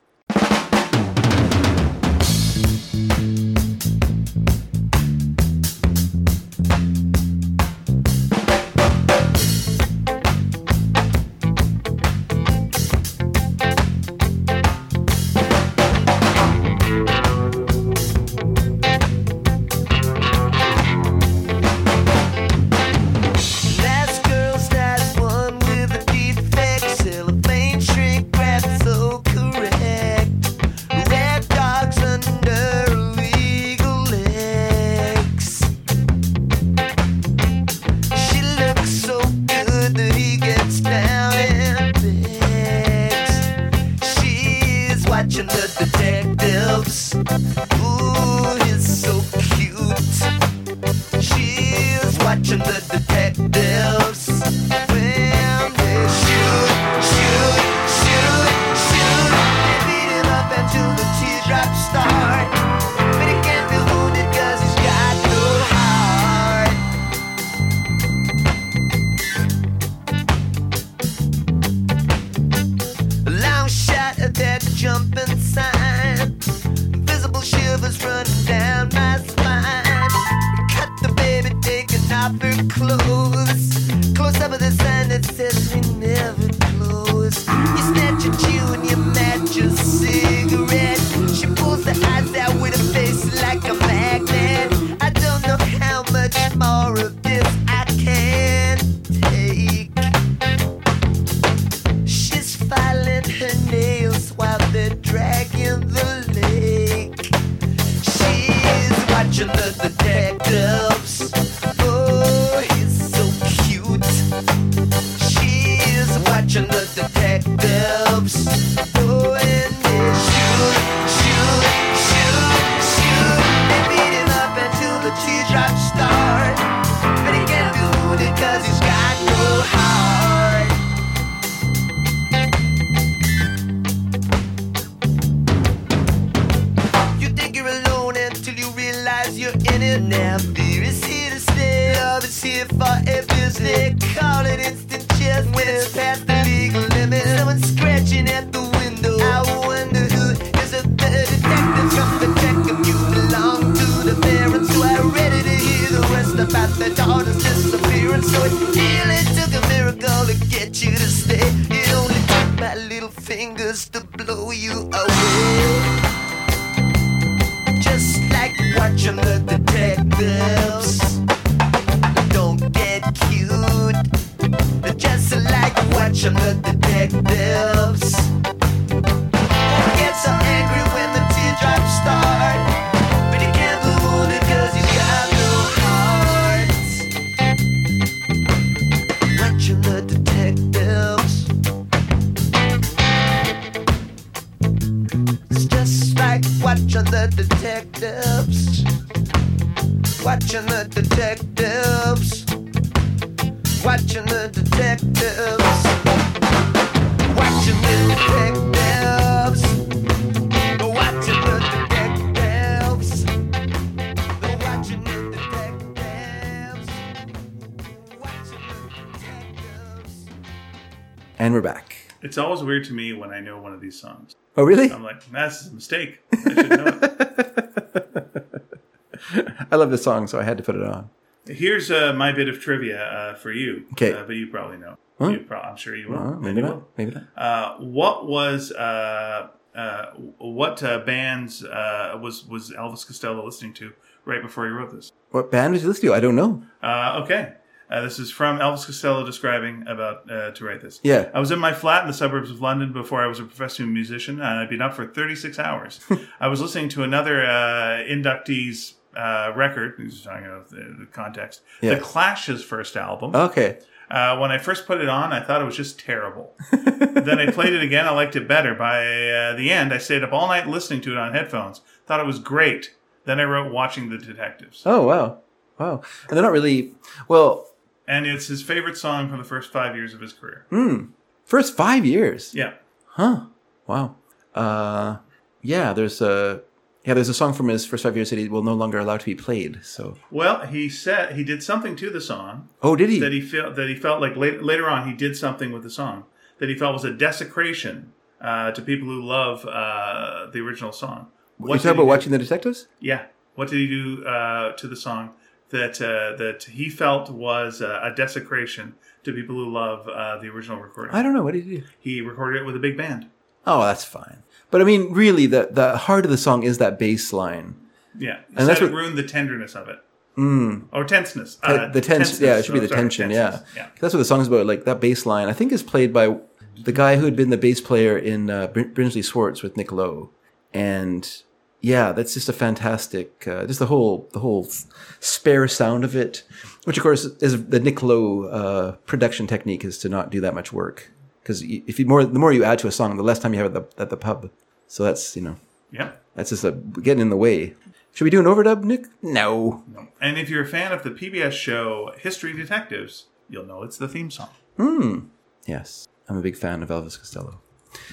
Speaker 4: Last girl's that one with the defect, cellophane shrink wrap so correct. jump inside. Visible shivers running down my spine. Cut the baby taking off her clothes. Close up with a sign that says we never close. You snatch a chew and you match a cigarette. She pulls the eyes out with a face like a magnet. I don't know how much more of this I can take. She's filing her nails while they're dragging the lake. She's watching the detectives. Oh, he's so cute. She's watching the detectives. Oh, and they shoot, shoot, shoot, shoot. They beat him up until the teardrops start. But he can't do it cause he's got no heart. You think you're alone until you realize you're in it now. Fear is here to stay. Love is here for every They call it instant chess when it's past the legal limit. Someone's scratching at the window. I wonder who is it? The detective from the tech. If you belong to the parents who are ready to hear the rest about their daughter's disappearance. So it really took a miracle to get you to stay. It only took my little fingers to blow you away just like watching the detectives. Don't get cute, just like watching the detectives. Don't get so angry when the teardrops start, but you can't move it 'cause you got no heart. Watching the detectives. It's just like watching the detectives. Watching the detectives. Watching the detectives. Watching the detectives. Watching the detectives. Watching the detectives. Watching the detectives.
Speaker 1: And we're back.
Speaker 2: It's always weird to me when I know one of these songs.
Speaker 1: Oh, really?
Speaker 2: I'm like, that's a mistake. I should know it.
Speaker 1: *laughs* I love this song, so I had to put it on. *laughs*
Speaker 2: Here's uh, my bit of trivia uh, for you.
Speaker 1: Okay.
Speaker 2: Uh, but you probably know.
Speaker 1: Huh?
Speaker 2: You pro- I'm sure you will.
Speaker 1: Uh,
Speaker 2: And
Speaker 1: maybe
Speaker 2: you
Speaker 1: not.
Speaker 2: will.
Speaker 1: Maybe not.
Speaker 2: Uh, what was uh, uh, what uh, bands uh, was was Elvis Costello listening to right before he wrote this?
Speaker 1: What band was you listening to? I don't know.
Speaker 2: Uh, okay. Uh, this is from Elvis Costello describing about uh, to write this.
Speaker 1: Yeah.
Speaker 2: I was in my flat in the suburbs of London before I was a professional musician, and I'd been up for 36
Speaker 1: *laughs*
Speaker 2: hours. I was listening to another uh, inductee's uh, record. He's talking about the, the context.
Speaker 1: Yeah. Oh,
Speaker 2: The Clash's first album.
Speaker 1: Okay.
Speaker 2: Uh, when I first put it on, I thought it was just terrible. then I played it again. I liked it better. By uh, the end, I stayed up all night listening to it on headphones. Thought it was great. Then I wrote Watching the Detectives.
Speaker 1: Oh, wow. Wow. And they're not really. Well,
Speaker 2: And it's his favorite song from the first five years of his career.
Speaker 1: first five years.
Speaker 2: Yeah.
Speaker 1: Huh. Wow. Uh, yeah, there's a. Yeah, there's a song from his first five years that he will no longer allow to be played. So,
Speaker 2: Well, he said he did something to the song
Speaker 1: oh, did he?
Speaker 2: that he felt that he felt like later, later on he did something with the song that he felt was a desecration uh, to people who love uh, the original song.
Speaker 1: you
Speaker 2: What
Speaker 1: talking
Speaker 2: did
Speaker 1: about
Speaker 2: he do-
Speaker 1: watching the detectives?
Speaker 2: Yeah. What did he do uh, to the song that uh, that he felt was uh, a desecration to people who love uh, the original recording?
Speaker 1: I don't know. What did he do?
Speaker 2: He recorded it with a big band.
Speaker 1: Oh, that's fine. But I mean, really, the the heart of the song is that bass line.
Speaker 2: Yeah,
Speaker 1: And that's
Speaker 2: so it
Speaker 1: what-
Speaker 2: ruined the tenderness of it. Mm. Or tenseness.
Speaker 1: Uh, the tension, yeah, it should be the
Speaker 2: Oh, sorry,
Speaker 1: tension, yeah.
Speaker 2: tenseness.
Speaker 1: That's what the song's about. Like that bass line, I think is played by the guy who had been the bass player in uh, Br- Brinsley Swartz with Nick Lowe, and yeah, that's just a fantastic, uh, just the whole the whole s- spare sound of it, which of course is the Nick Lowe uh, production technique is to not do that much work because if you more the more you add to a song, the less time you have at the at the pub. So that's you know
Speaker 2: Yeah.
Speaker 1: that's just a getting in the way. Should we do an overdub, Nick? No.
Speaker 2: yeah. And if you're a fan of the PBS show History Detectives, you'll know it's the theme song.
Speaker 1: Yes, I'm a big fan of Elvis Costello.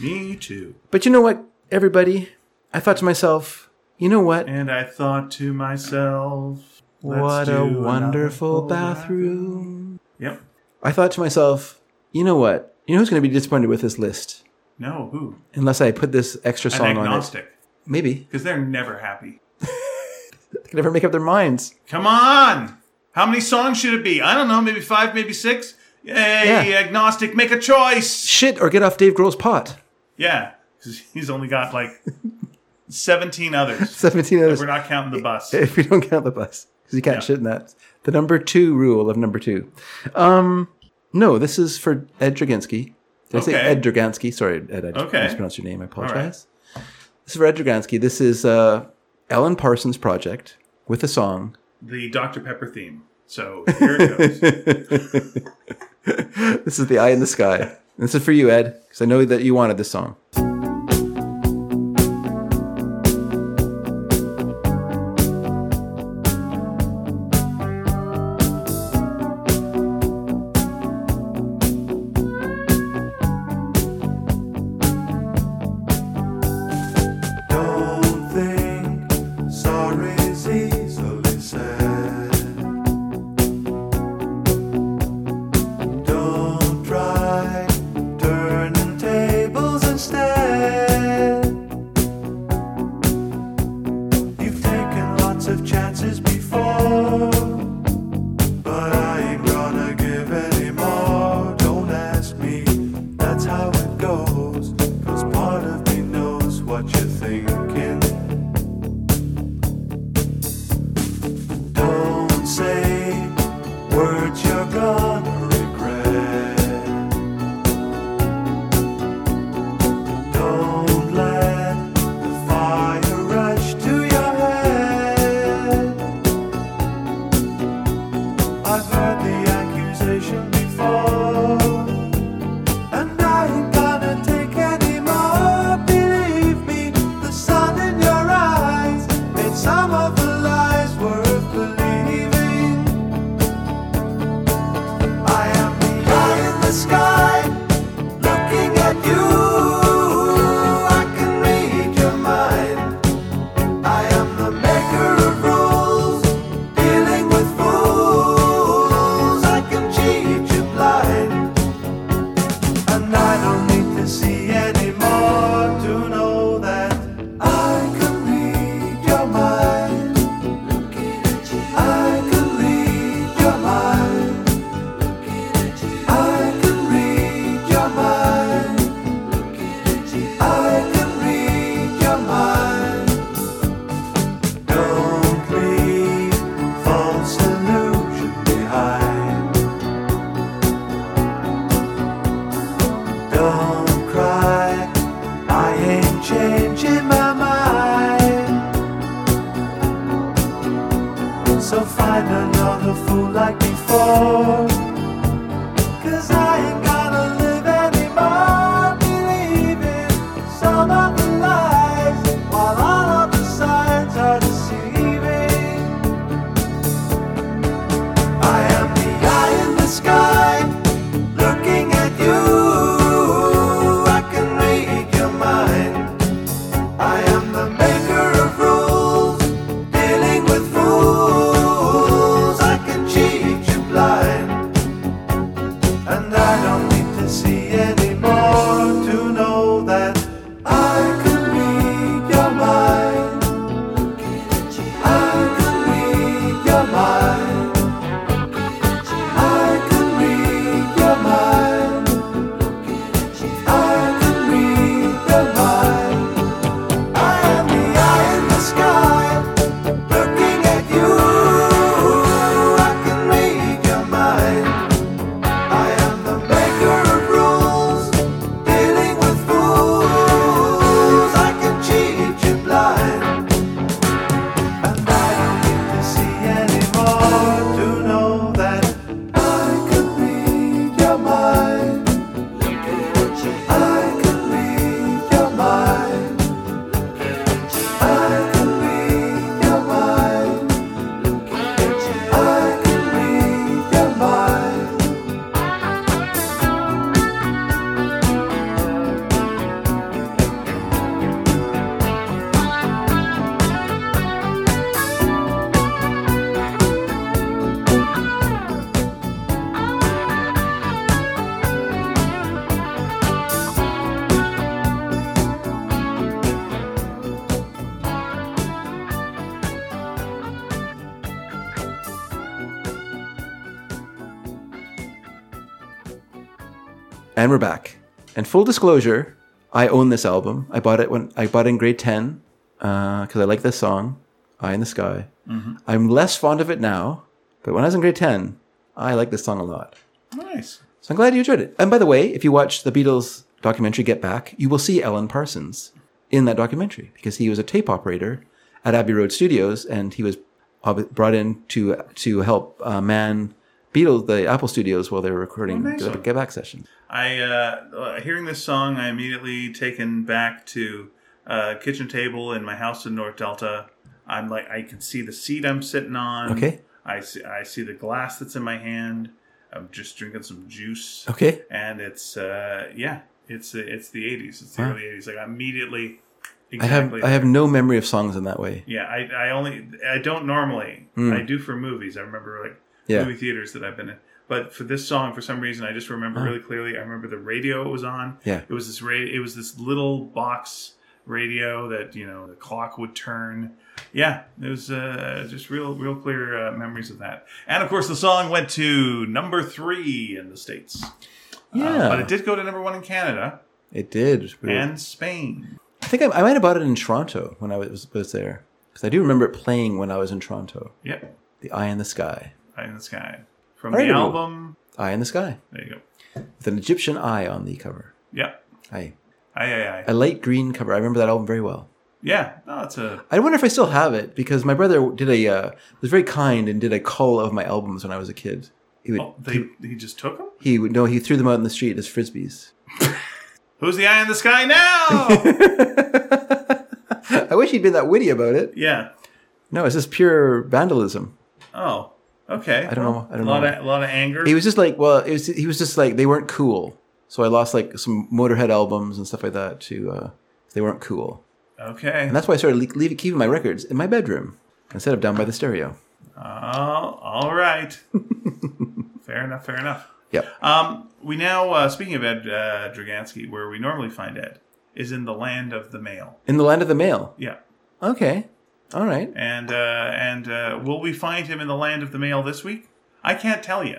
Speaker 2: Me too.
Speaker 1: But you know what, everybody? I thought to myself, you know what?
Speaker 2: And I thought to myself, let's
Speaker 1: what
Speaker 2: do
Speaker 1: a
Speaker 2: another
Speaker 1: wonderful
Speaker 2: full
Speaker 1: bathroom.
Speaker 2: Yep.
Speaker 1: I thought to myself, you know what? You know who's going to be disappointed with this list?
Speaker 2: No, who?
Speaker 1: Unless I put this extra
Speaker 2: An
Speaker 1: song on it.
Speaker 2: agnostic.
Speaker 1: Maybe.
Speaker 2: Because they're never happy.
Speaker 1: They can never make up their minds.
Speaker 2: Come on! How many songs should it be? I don't know, maybe five, maybe six? Yay,
Speaker 1: Yeah.
Speaker 2: agnostic, make a choice!
Speaker 1: Shit, or get off Dave Grohl's pot. *laughs*
Speaker 2: Yeah, because he's only got like *laughs* 17 others.
Speaker 1: 17 others.
Speaker 2: We're not counting the bus.
Speaker 1: *laughs* if you don't count the bus because you can't
Speaker 2: Yeah.
Speaker 1: shit in that. The number two rule of number two. Um, no, this is for Ed Dragansky. Did I say
Speaker 2: Okay.
Speaker 1: Ed Dragansky? Sorry, Ed, I just
Speaker 2: Okay.
Speaker 1: mispronounced your name. I apologize. This is for Ed Dragansky. This is uh, Alan Parsons' project with a song. *laughs*
Speaker 2: The Dr. Pepper theme. So here it goes.
Speaker 1: This is The Eye in the Sky. this is for you, Ed, because I know that you wanted this song.
Speaker 4: Don't think sorry's easily said. Don't try turning tables instead. You've taken lots of chances before, but I ain't gonna give any more. Don't ask me, that's how it goes. 'Cause part of me knows what you're thinking. Don't say words you're gonna regret. Don't let the fire rush to your head. I've heard the accusation before. And I ain't gonna take any more. Believe me, the sun in your eyes made some of the lies worth believing. I am the eye in the sky, looking at you. I can read your mind. I am the maker of rules, dealing with fools. I can cheat you blind. And I don't need to see anymore to know that I can read your mind. Looking at you. I can read your mind. Looking at you. I can read your mind. Looking at you. I can read your mind. Don't leave false illusion behind. Don't cry, I ain't changing my mind. So find another fool like before. Cause I ain't gonna live anymore believing some of the lies, while all of the signs are deceiving. I am the eye in the sky, looking at you. I can read your mind. I am the maker of rules, dealing with fools. I can cheat you blind.
Speaker 1: And we're back. And full disclosure, I own this album. I bought it when I bought it in grade ten because I like this song, "Eye in the Sky." I'm less fond of it now, but when I was in grade ten, I liked this song a lot.
Speaker 2: Nice.
Speaker 1: So I'm glad you enjoyed it. And by the way, if you watch the Beatles documentary Get Back, you will see Alan Parsons in that documentary because he was a tape operator at Abbey Road Studios and he was ob- brought in to to help uh, man Beatles the Apple Studios while they were recording
Speaker 2: Amazing.
Speaker 1: the Get Back session.
Speaker 2: I uh, uh, hearing this song, I immediately taken back to uh, kitchen table in my house in North Delta. I'm like, I can see the seat I'm sitting on.
Speaker 1: Okay.
Speaker 2: I see, I see the glass that's in my hand. I'm just drinking some juice.
Speaker 1: Okay.
Speaker 2: And it's uh, yeah, it's it's the 80s. It's the
Speaker 1: Wow.
Speaker 2: early 80s. Like I immediately.
Speaker 1: I have I have no memory of songs in that way.
Speaker 2: Yeah, I, I only I don't normally.
Speaker 1: Mm.
Speaker 2: I do for movies. I remember like
Speaker 1: Yeah.
Speaker 2: movie theaters that I've been in. But for this song, for some reason, I just remember really clearly. I remember the radio it was on.
Speaker 1: Yeah.
Speaker 2: it was this ra- It was this little box radio that you know the clock would turn. Yeah, it was uh, just real, real clear uh, memories of that. And of course, the song went to number three in the states, Uh,
Speaker 1: Yeah,
Speaker 2: but it did go to number one in Canada
Speaker 1: Um, it did.
Speaker 2: and Spain.
Speaker 1: I think I, I might have bought it in Toronto when I was, was there because I do remember it playing when I was in Toronto.
Speaker 2: Yep,
Speaker 1: The Eye in the Sky,
Speaker 2: Eye in the sky from
Speaker 1: Alrighty.
Speaker 2: the album.
Speaker 1: Eye in the Sky,
Speaker 2: There you go.
Speaker 1: with an Egyptian eye on the cover.
Speaker 2: Yep.
Speaker 1: Aye.
Speaker 2: Aye, aye, aye.
Speaker 1: a light green cover. I remember that album very well.
Speaker 2: Yeah, no, it's a
Speaker 1: I wonder if I still have it because my brother did a uh, was very kind and did a cull of my albums when I was a kid. He would
Speaker 2: oh, they he just took him.
Speaker 1: he would no he threw them out in the street as frisbees.
Speaker 2: Who's the eye in the sky now?
Speaker 1: *laughs* I wish he'd been that witty about it.
Speaker 2: yeah.
Speaker 1: No, it's just pure vandalism.
Speaker 2: Oh, okay.
Speaker 1: I don't know. I
Speaker 2: A
Speaker 1: don't
Speaker 2: lot
Speaker 1: know.
Speaker 2: of a lot of anger.
Speaker 1: He was just like well, it was he was just like they weren't cool. So I lost like some Motorhead albums and stuff like that to uh, they weren't cool,
Speaker 2: okay.
Speaker 1: and that's why I started le- leaving, keeping my records in my bedroom instead of down by the stereo.
Speaker 2: Oh, all
Speaker 1: *laughs*
Speaker 2: right. fair enough. Fair enough.
Speaker 1: Yep.
Speaker 2: Um, we now uh, speaking of Ed uh, Dragansky, where we normally find Ed is in the land of the mail.
Speaker 1: In the land of the mail.
Speaker 2: Yeah.
Speaker 1: Okay. All right.
Speaker 2: And uh, and uh, will we find him in the land of the mail this week? I can't tell
Speaker 1: *laughs*
Speaker 2: you.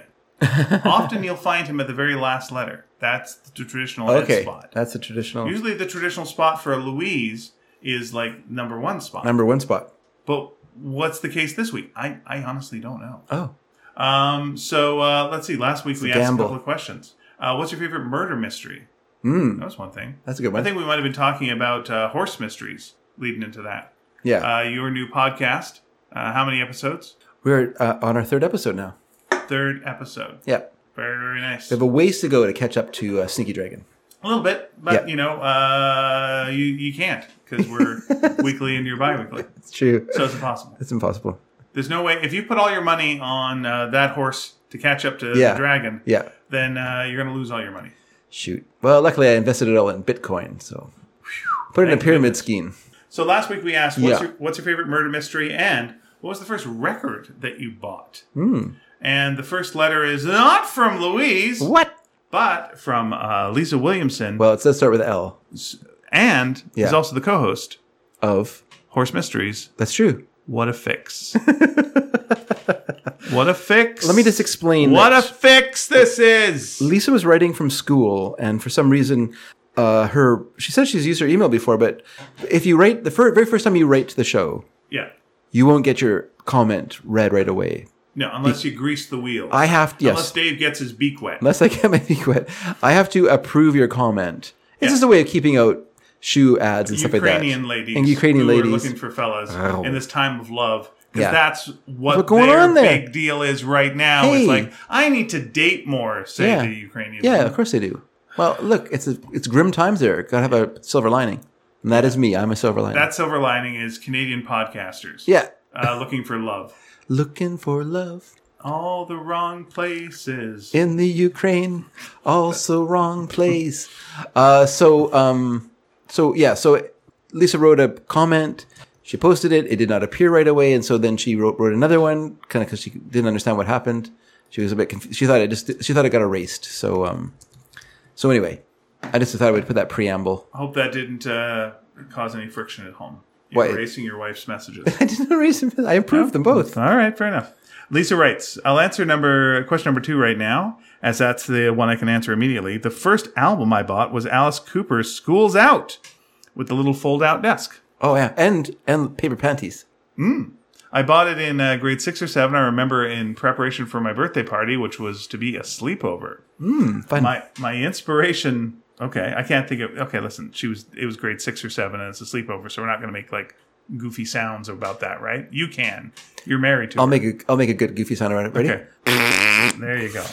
Speaker 2: Often you'll find him at the very last letter. That's the traditional Ed
Speaker 1: Okay.
Speaker 2: spot.
Speaker 1: That's a traditional
Speaker 2: Usually, the traditional spot for a Louise is like number one spot.
Speaker 1: number one spot.
Speaker 2: but what's the case this week? I, I honestly don't know.
Speaker 1: Oh.
Speaker 2: Um, so uh, let's see. Last week we
Speaker 1: a
Speaker 2: asked
Speaker 1: gamble.
Speaker 2: a couple of questions. Uh, what's your favorite murder mystery?
Speaker 1: Mm,
Speaker 2: That was one thing.
Speaker 1: that's a good one.
Speaker 2: I think we might have been talking about uh, horse mysteries leading into that.
Speaker 1: yeah.
Speaker 2: Uh, your new podcast. Uh, how many episodes?
Speaker 1: We're uh, on our third episode now.
Speaker 2: Third episode.
Speaker 1: Yeah.
Speaker 2: Very very nice.
Speaker 1: We have a ways to go to catch up to uh, Sneaky Dragon.
Speaker 2: A little bit, but
Speaker 1: Yeah.
Speaker 2: you know, uh, you you can't because
Speaker 1: *laughs*
Speaker 2: we're weekly and you're bi-weekly,
Speaker 1: It's true.
Speaker 2: so it's impossible.
Speaker 1: *laughs* It's impossible.
Speaker 2: There's no way if you put all your money on uh, that horse to catch up to
Speaker 1: Yeah.
Speaker 2: the dragon,
Speaker 1: Yeah.
Speaker 2: then uh, you're going to lose all your money.
Speaker 1: Shoot. Well, luckily I invested it all in Bitcoin, so put it in a
Speaker 2: Thank
Speaker 1: pyramid scheme.
Speaker 2: So last week we asked, what's,
Speaker 1: Yeah.
Speaker 2: your, what's your favorite murder mystery, and what was the first record that you bought?
Speaker 1: Mm.
Speaker 2: And the first letter is not from Louise,
Speaker 1: What?
Speaker 2: but from uh, Lisa Williamson,
Speaker 1: Well, it does start with L
Speaker 2: and
Speaker 1: Yeah.
Speaker 2: is also the co-host
Speaker 1: of.
Speaker 2: Horse Mysteries.
Speaker 1: That's true.
Speaker 2: What a
Speaker 1: *laughs*
Speaker 2: fix! what a fix!
Speaker 1: Let me just explain.
Speaker 2: What
Speaker 1: that.
Speaker 2: a fix this is!
Speaker 1: Lisa was writing from school, and for some reason, uh, her she said she's used her email before, but if you write the fir- very first time you write to the show,
Speaker 2: Yeah.
Speaker 1: you won't get your comment read right away.
Speaker 2: No, unless you grease the wheel.
Speaker 1: I have to,
Speaker 2: Unless
Speaker 1: yes,
Speaker 2: Dave gets his beak wet.
Speaker 1: unless I get *laughs* my feet wet, I have to approve your comment. It's
Speaker 2: Yeah.
Speaker 1: just a way of keeping out shoe ads and stuff like that.
Speaker 2: Ukrainian ladies.
Speaker 1: and Ukrainian
Speaker 2: who
Speaker 1: ladies.
Speaker 2: Are looking for fellas
Speaker 1: Ow.
Speaker 2: in this time of love. Because
Speaker 1: Yeah.
Speaker 2: that's what
Speaker 1: What's going
Speaker 2: their
Speaker 1: on there?
Speaker 2: big deal is right now. It's
Speaker 1: Hey.
Speaker 2: like, I need to date more, say
Speaker 1: Yeah.
Speaker 2: the Ukrainian.
Speaker 1: yeah,
Speaker 2: women.
Speaker 1: of course they do. Well, look, it's a, it's grim times there. Gotta have a silver lining, and that is me. I'm a silver lining.
Speaker 2: That silver lining is Canadian podcasters
Speaker 1: yeah,
Speaker 2: uh, looking for love.
Speaker 1: looking for love.
Speaker 2: All the wrong places.
Speaker 1: in the Ukraine, also wrong place. Uh, so, um, so yeah, so Lisa wrote a comment. She posted it. It did not appear right away, and so then she wrote wrote another one, kind of because she didn't understand what happened. She was a bit confused. She thought it just she thought it got erased. So, um, so anyway, I just thought I would put that preamble. *laughs*
Speaker 2: I hope that didn't uh, cause any friction at home. You're
Speaker 1: Wait.
Speaker 2: erasing your wife's messages.
Speaker 1: I didn't erase them. I improved them both.
Speaker 2: All right, fair enough. Lisa writes, I'll answer number question number two right now, as that's the one I can answer immediately. The first album I bought was Alice Cooper's School's Out with the little fold out desk.
Speaker 1: Oh yeah, and and paper panties.
Speaker 2: I bought it in uh, grade six or seven. I remember in preparation for my birthday party, which was to be a sleepover.
Speaker 1: Fun.
Speaker 2: My my inspiration. Okay, I can't think of. Okay, listen. She was. It was grade six or seven, and it's a sleepover, so we're not going to make like goofy sounds about that, right? You can. You're married to.
Speaker 1: I'll
Speaker 2: her.
Speaker 1: make a I'll make a good goofy sound around it. Ready?
Speaker 2: Okay. there you go.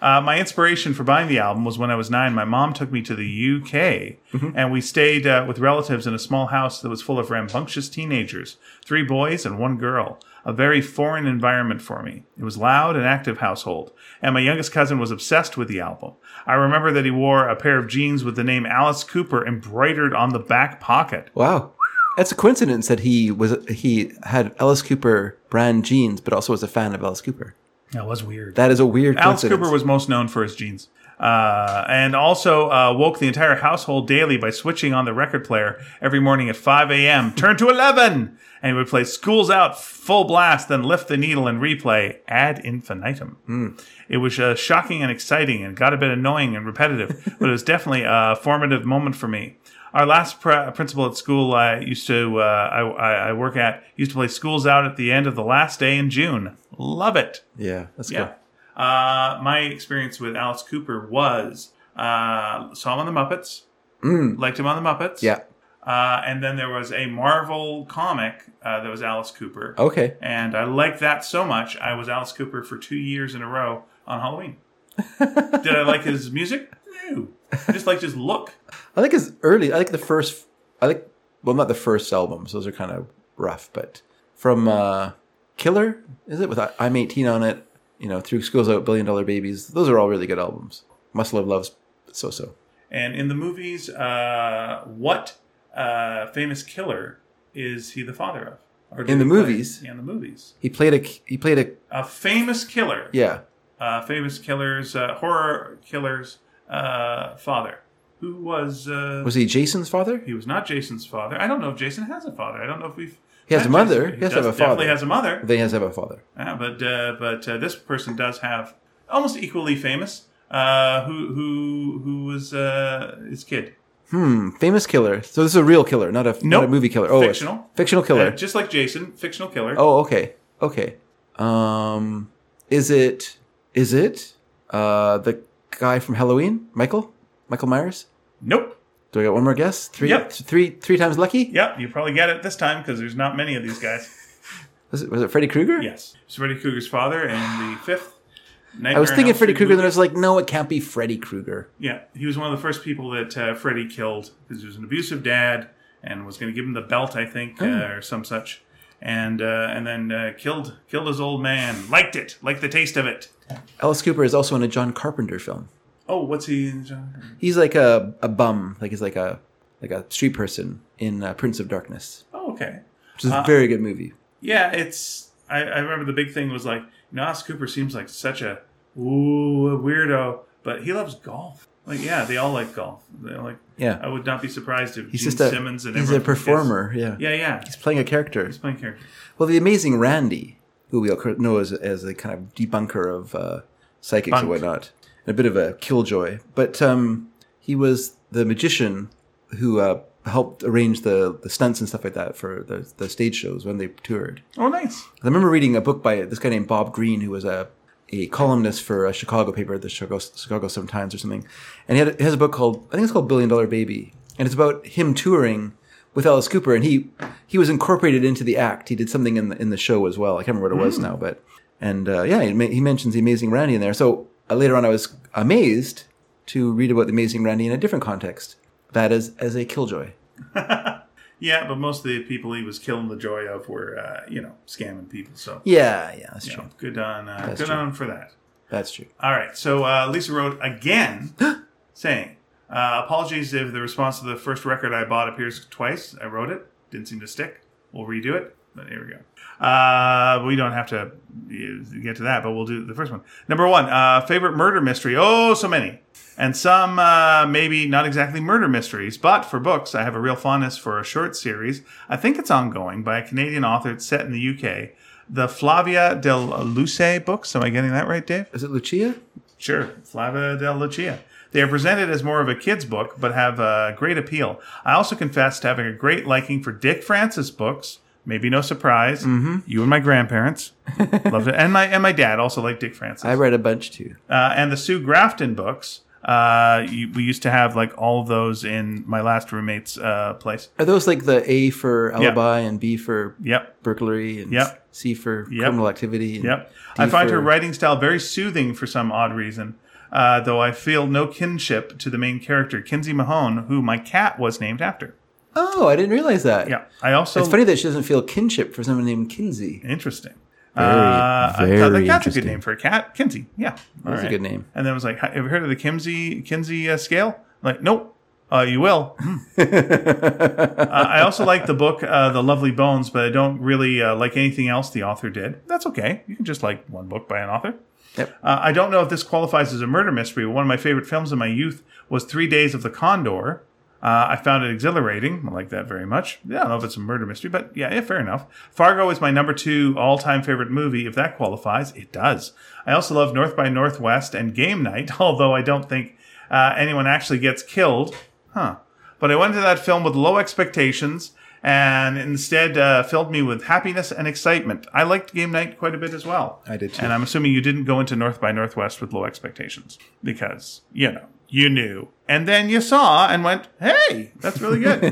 Speaker 2: Uh, my inspiration for buying the album was when I was nine. My mom took me to the UK, and we stayed uh, with relatives in a small house that was full of rambunctious teenagers three boys and one girl. A very foreign environment for me. It was loud and active household, and my youngest cousin was obsessed with the album. I remember that he wore a pair of jeans with the name Alice Cooper embroidered on the back pocket.
Speaker 1: Wow. That's a coincidence that he was he had Alice Cooper brand jeans, but also was a fan of Alice Cooper.
Speaker 3: That was weird.
Speaker 1: That is a weird
Speaker 2: Alice
Speaker 1: coincidence.
Speaker 2: Cooper was most known for his jeans. Uh, and also uh, woke the entire household daily by switching on the record player every morning at 5 a.m. *laughs* Turn to 11! And he would play Schools Out full blast, then lift the needle and replay ad infinitum.
Speaker 1: Hmm.
Speaker 2: It was uh, shocking and exciting and got a bit annoying and
Speaker 1: *laughs*
Speaker 2: repetitive, but it was definitely a formative moment for me. Our last pr- principal at school I used to uh, I, I I work at used to play Schools Out at the end of the last day in June. Love it.
Speaker 1: yeah, that's
Speaker 2: Yeah. Uh, my experience with Alice Cooper was uh, saw him on the Muppets, liked him on the Muppets.
Speaker 1: cool. Mm. Yeah.
Speaker 2: Uh, and then there was a Marvel comic uh, that was Alice Cooper.
Speaker 1: Okay.
Speaker 2: And I liked that so much, I was Alice Cooper for two years in a row
Speaker 1: *laughs*
Speaker 2: on Halloween. Did I like his music? No. I just liked his look.
Speaker 1: I think his early. I think the first. I think well, not the first albums. Those are kind of rough, but from uh, Killer is it with I, I'm 18 on it. You know, through Schools Out, Billion Dollar Babies. Those are all really good albums. Must Love Loves So So.
Speaker 2: And in the movies, uh, what uh, famous killer is he the father of? Or do
Speaker 1: In the
Speaker 2: they play-
Speaker 1: movies?
Speaker 2: Yeah, in the movies.
Speaker 1: He played a he played a
Speaker 2: A famous killer.
Speaker 1: yeah.
Speaker 2: uh, famous killer's uh, horror killer's uh, father, who was uh,
Speaker 1: Was he Jason's father?
Speaker 2: he was not Jason's father. I don't know if Jason has a father. I don't know if we've
Speaker 1: He has
Speaker 2: met
Speaker 1: a mother.
Speaker 2: Jason.
Speaker 1: He has to
Speaker 2: does-
Speaker 1: have a
Speaker 2: Definitely
Speaker 1: father.
Speaker 2: has a mother.
Speaker 1: Then he has to have a father.
Speaker 2: Yeah, but uh, but uh, this person does have almost equally famous. Uh, who who who was uh, his kid?
Speaker 1: Hmm. Famous killer. So this is a real killer, not a not a
Speaker 2: Nope.
Speaker 1: movie killer. Oh, it's
Speaker 2: Fictional.
Speaker 1: Fictional
Speaker 2: Uh,
Speaker 1: killer.
Speaker 2: just like Jason, fictional killer.
Speaker 1: Oh, okay. Okay. Um is it is it uh the guy from Halloween? Michael? Michael Myers?
Speaker 2: Nope.
Speaker 1: Do I get one more guess? Three
Speaker 2: Yep.
Speaker 1: th- three three times lucky?
Speaker 2: Yep, you probably get it this time because there's not many of these guys.
Speaker 1: *laughs* Was it was it Freddy Krueger?
Speaker 2: Yes, it's Freddy Krueger's father and the fifth.
Speaker 1: I was thinking Freddy Krueger,
Speaker 2: Krueger.
Speaker 1: then I was like, no, it can't be Freddy Krueger.
Speaker 2: Yeah, he was one of the first people that uh, Freddie killed because he was an abusive dad and was going to give him the belt, I think,
Speaker 1: Oh.
Speaker 2: uh, or some such, and uh, and then uh, killed killed his old man. Liked it, liked the taste of it.
Speaker 1: Alice Cooper is also in a John Carpenter film.
Speaker 2: Oh, what's he? in?
Speaker 1: He's like a, a bum, like he's like a like a street person in uh, Prince of Darkness,
Speaker 2: Oh, okay.
Speaker 1: which is a very good movie.
Speaker 2: Yeah, it's. I, I remember the big thing was like, you know, Alice Cooper seems like such a ooh a weirdo, but he loves golf. Like, yeah, they all like golf. They're like,
Speaker 1: Yeah.
Speaker 2: I would not be surprised if
Speaker 1: He's
Speaker 2: Gene
Speaker 1: just a
Speaker 2: Simmons and
Speaker 1: he's a
Speaker 2: everyone-
Speaker 1: performer. Yeah.
Speaker 2: Yeah, yeah,
Speaker 1: he's playing a character.
Speaker 2: he's playing character.
Speaker 1: Well, the amazing Randy, who we all cur- know as, as a kind of debunker of uh, psychics
Speaker 2: Bunk.
Speaker 1: and whatnot, and a bit of a killjoy, but um, he was the magician who uh, helped arrange the, the stunts and stuff like that for the, the stage shows when they toured.
Speaker 2: Oh, nice.
Speaker 1: I remember reading a book by this guy named Bob Green, who was a a columnist for a Chicago paper, the Chicago, Chicago Sun Times or something, and he, had, he has a book called I think it's called Billion Dollar Baby, and it's about him touring with Alice Cooper, and he he was incorporated into the act. He did something in the in the show as well. I can't remember what it was now, but and uh, yeah, he, ma- he mentions the Amazing Randy in there. So uh, later on, I was amazed to read about the Amazing Randy in a different context, that is as a killjoy.
Speaker 2: Yeah, but most of the people he was killing the joy of were, uh, you know, scamming people. So
Speaker 1: Yeah, yeah, that's
Speaker 2: you know,
Speaker 1: true.
Speaker 2: good on uh,
Speaker 1: That's
Speaker 2: good
Speaker 1: true.
Speaker 2: on him for that.
Speaker 1: That's true.
Speaker 2: All right, so uh, Lisa wrote again, saying, uh, "Apologies if the response to the first record I bought appears twice. I wrote it, didn't seem to stick. We'll redo it. But here we go. Uh, we don't have to uh, get to that, but we'll do the first one. Number one, uh, favorite murder mystery. Oh, so many. And some uh, maybe not exactly murder mysteries, but for books, I have a real fondness for a short series. I think it's ongoing by a Canadian author. It's set in the UK. The Flavia del Luce books. Am I getting that right, Dave?
Speaker 1: Is it Lucia?
Speaker 2: Sure, Flava de Lucia. They are presented as more of a kid's book, but have a great appeal. I also confess to having a great liking for Dick Francis books. Maybe no surprise. You and my grandparents loved it, and my and my dad also liked Dick Francis.
Speaker 1: I read a bunch too.
Speaker 2: uh, and the Sue Grafton books. Uh, you, we used to have like all of those in my last roommate's uh, place.
Speaker 1: Are those like the A for alibi and B for
Speaker 2: Yep.
Speaker 1: burglary and
Speaker 2: Yep.
Speaker 1: C for
Speaker 2: Yep.
Speaker 1: criminal activity? And
Speaker 2: Yep.
Speaker 1: D
Speaker 2: I find
Speaker 1: for-
Speaker 2: her writing style very soothing for some odd reason, uh, though I feel no kinship to the main character, Kinsey Mahone, who my cat was named after.
Speaker 1: Oh, I didn't realize that.
Speaker 2: Yeah. I also.
Speaker 1: It's funny that she doesn't feel kinship for someone named Kinsey.
Speaker 2: Interesting. Uh,
Speaker 1: Very,
Speaker 2: I thought
Speaker 1: very
Speaker 2: that cat's a
Speaker 1: interesting.
Speaker 2: good name for a cat. Kinsey. Yeah.
Speaker 1: That's
Speaker 2: All
Speaker 1: a
Speaker 2: right.
Speaker 1: good name.
Speaker 2: And then I was like, have you heard of the Kinsey, Kinsey uh, scale? I'm like, nope. Uh, you will.
Speaker 1: *laughs*
Speaker 2: Hmm. uh, I also like the book, uh, The Lovely Bones, but I don't really uh, like anything else the author did. That's okay. You can just like one book by an author.
Speaker 1: Yep.
Speaker 2: Uh, I don't know if this qualifies as a murder mystery, but one of my favorite films in my youth was Three Days of the Condor. Uh, I found it exhilarating. I like that very much. Yeah, I don't know if it's a murder mystery, but yeah, yeah, fair enough. Fargo is my number two all time favorite movie. If that qualifies, it does. I also love North by Northwest and Game Night, *laughs* although I don't think uh, anyone actually gets killed. Huh. But I went to that film with low expectations and instead uh, filled me with happiness and excitement. I liked Game Night quite a bit as well.
Speaker 1: I did too.
Speaker 2: And I'm assuming you didn't go into North by Northwest with low expectations because, you know, you knew. And then you saw and went, hey, that's really good.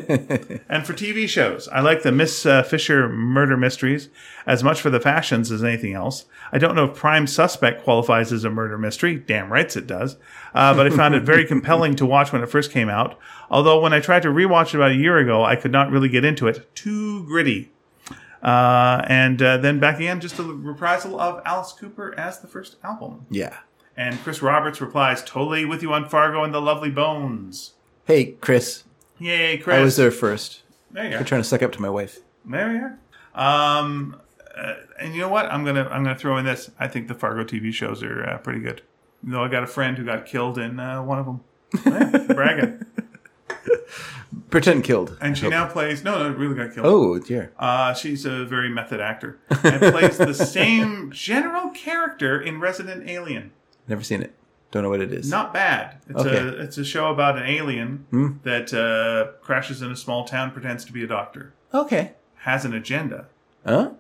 Speaker 2: and for TV shows, I like the Miss uh, Fisher murder mysteries as much for the fashions as anything else. I don't know if Prime Suspect qualifies as a murder mystery. Damn rights it does. Uh, but I found it very compelling to watch when it first came out. Although when I tried to rewatch it about a year ago, I could not really get into it. Too gritty. Uh, and uh, then back again, just a reprisal of Alice Cooper as the first album.
Speaker 1: Yeah.
Speaker 2: And Chris Roberts replies, totally with you on Fargo and the Lovely Bones.
Speaker 1: Hey, Chris.
Speaker 2: Yay, Chris.
Speaker 1: I was there first.
Speaker 2: There you
Speaker 1: I'm
Speaker 2: are.
Speaker 1: trying to suck up to my wife.
Speaker 2: There you are. Um, uh, and you know what? I'm gonna I'm gonna throw in this. I think the Fargo TV shows are uh, pretty good. You know, I got a friend who got killed in uh, one
Speaker 1: *laughs*
Speaker 2: of them. Yeah, bragging,
Speaker 1: Pretend killed.
Speaker 2: and she now plays. No, no, really got killed.
Speaker 1: Oh dear.
Speaker 2: Uh, she's a very method actor
Speaker 1: *laughs*
Speaker 2: and plays the same general character in Resident Alien.
Speaker 1: Never seen it. Don't know what it is.
Speaker 2: Not bad. It's a
Speaker 1: Okay. Hmm?
Speaker 2: it's a show about an alien that uh, crashes in a small town, pretends to be a doctor,
Speaker 1: Okay.
Speaker 2: has an agenda.
Speaker 1: Huh?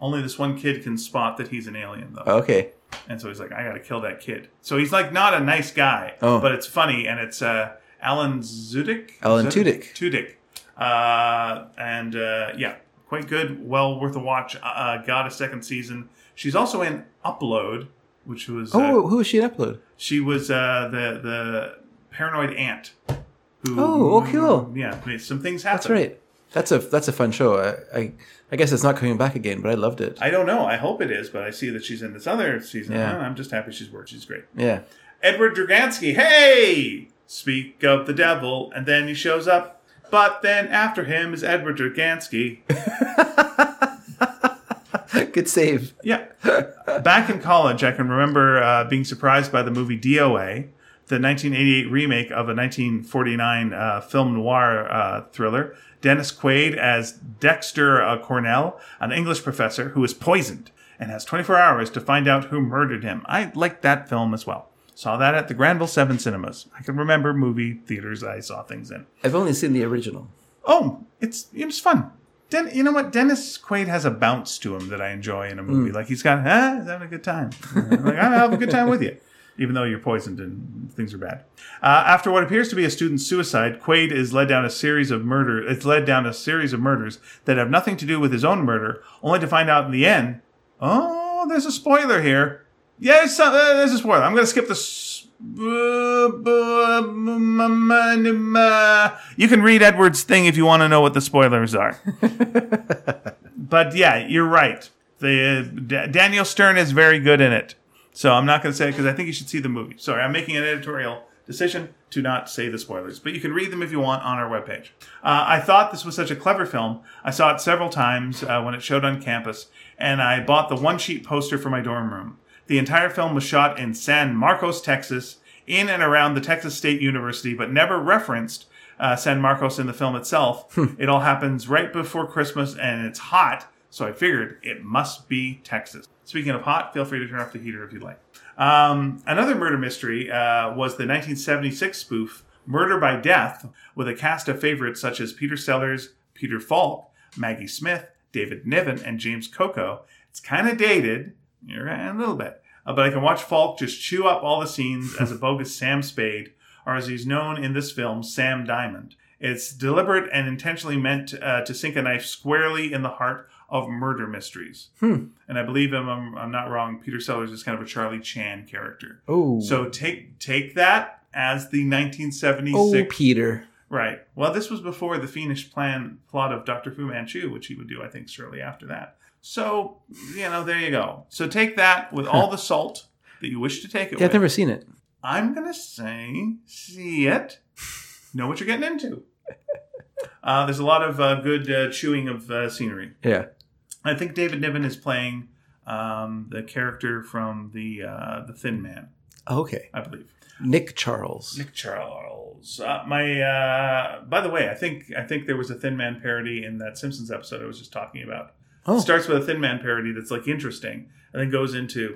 Speaker 2: Only this one kid can spot that he's an alien, though.
Speaker 1: Okay.
Speaker 2: And so he's like, I gotta kill that kid. So he's like not a nice guy,
Speaker 1: Oh.
Speaker 2: but it's funny, and it's uh, Alan Zudik.
Speaker 1: Alan
Speaker 2: Zudik? Tudyk. Uh, and uh, yeah, quite good. Well worth a watch. Uh, Uh, got a second season. She's also in Upload, which was uh,
Speaker 1: Oh, who is she in upload?
Speaker 2: she was uh, the the paranoid aunt. Who,
Speaker 1: Oh, oh, cool.
Speaker 2: Yeah, I mean, some things happen.
Speaker 1: That's right. That's a that's a fun show. I, I I guess it's not coming back again, but I loved it.
Speaker 2: I don't know. I hope it is, but I see that she's in this other season.
Speaker 1: Yeah.
Speaker 2: I'm just happy she's worked. She's great.
Speaker 1: yeah. *laughs*
Speaker 2: Edward Dragansky, hey! Speak of the devil, and then he shows up. But then after him is Edward Dragansky.
Speaker 1: Good save.
Speaker 2: Yeah. Back in college, I can remember uh, being surprised by the movie DOA, the 1988 remake of a 1949 uh, film noir uh, thriller. Dennis Quaid as Dexter uh, Cornell, an English professor who is poisoned and has 24 hours to find out who murdered him. I liked that film as well. Saw that at the Granville 7 cinemas. I can remember movie theaters I saw things in.
Speaker 1: I've only seen the original.
Speaker 2: Oh, it's it's fun. Den, you know what? Dennis Quaid has a bounce to him that I enjoy in a movie. Like he's got, ah, he's having a good time. *laughs* like I'm having a good time with you, even though you're poisoned and things are bad. Uh, after what appears to be a student's suicide, Quaid is led down a series of murder. It's led down a series of murders that have nothing to do with his own murder, only to find out in the end, oh, there's a spoiler here. Yeah, there's, some, uh, there's a spoiler. I'm going to skip the. s- You can read Edward's thing if you want to know what the spoilers are. but yeah, you're right. The D- Daniel Stern is very good in it. So I'm not going to say because I think you should see the movie. Sorry, I'm making an editorial decision. to not say the spoilers, but you can read them if you want on our webpage. Uh, I thought this was such a clever film. I saw it several times uh, when it showed on campus, and I bought the one sheet poster for my dorm room. The entire film was shot in San Marcos, Texas, in and around the Texas State University, but never referenced uh, San Marcos in the film itself. it all happens right before Christmas, and it's hot, so I figured it must be Texas. Speaking of hot, feel free to turn off the heater if you like. Um, another murder mystery uh, was the 1976 spoof Murder by Death, with a cast of favorites such as Peter Sellers, Peter Falk, Maggie Smith, David Niven, and James Coco. It's kind of dated, you're right, a little bit, uh, but I can watch Falk just chew up all the scenes as a bogus Sam Spade, or as he's known in this film, Sam Diamond. It's deliberate and intentionally meant uh, to sink a knife squarely in the heart of murder mysteries.
Speaker 1: Hmm.
Speaker 2: And I believe him, I'm, I'm not wrong, Peter Sellers is kind of a Charlie Chan character.
Speaker 1: Oh,
Speaker 2: So take take that as the
Speaker 1: oh,
Speaker 2: 1976
Speaker 1: Peter.
Speaker 2: Right. Well, this was before the fiendish plan plot of Dr. Fu Manchu, which he would do, I think, shortly after that. So, you know, there you go. So take that
Speaker 1: *laughs*
Speaker 2: with all the salt that you wish to take it
Speaker 1: Yeah, I've
Speaker 2: with.
Speaker 1: never seen it.
Speaker 2: I'm going to say, see it. Know what you're getting *laughs* into. Uh, there's a lot of uh, good uh, chewing of uh, scenery.
Speaker 1: Yeah.
Speaker 2: I think David Niven is playing um, the character from the uh, the Thin Man,
Speaker 1: Oh, Okay.
Speaker 2: I believe.
Speaker 1: Nick Charles.
Speaker 2: Nick Charles. Uh, my, uh, by the way, I think I think there was a Thin Man parody in that Simpsons episode I was just talking about.
Speaker 1: Oh.
Speaker 2: It starts with a Thin Man parody that's like interesting, and then goes into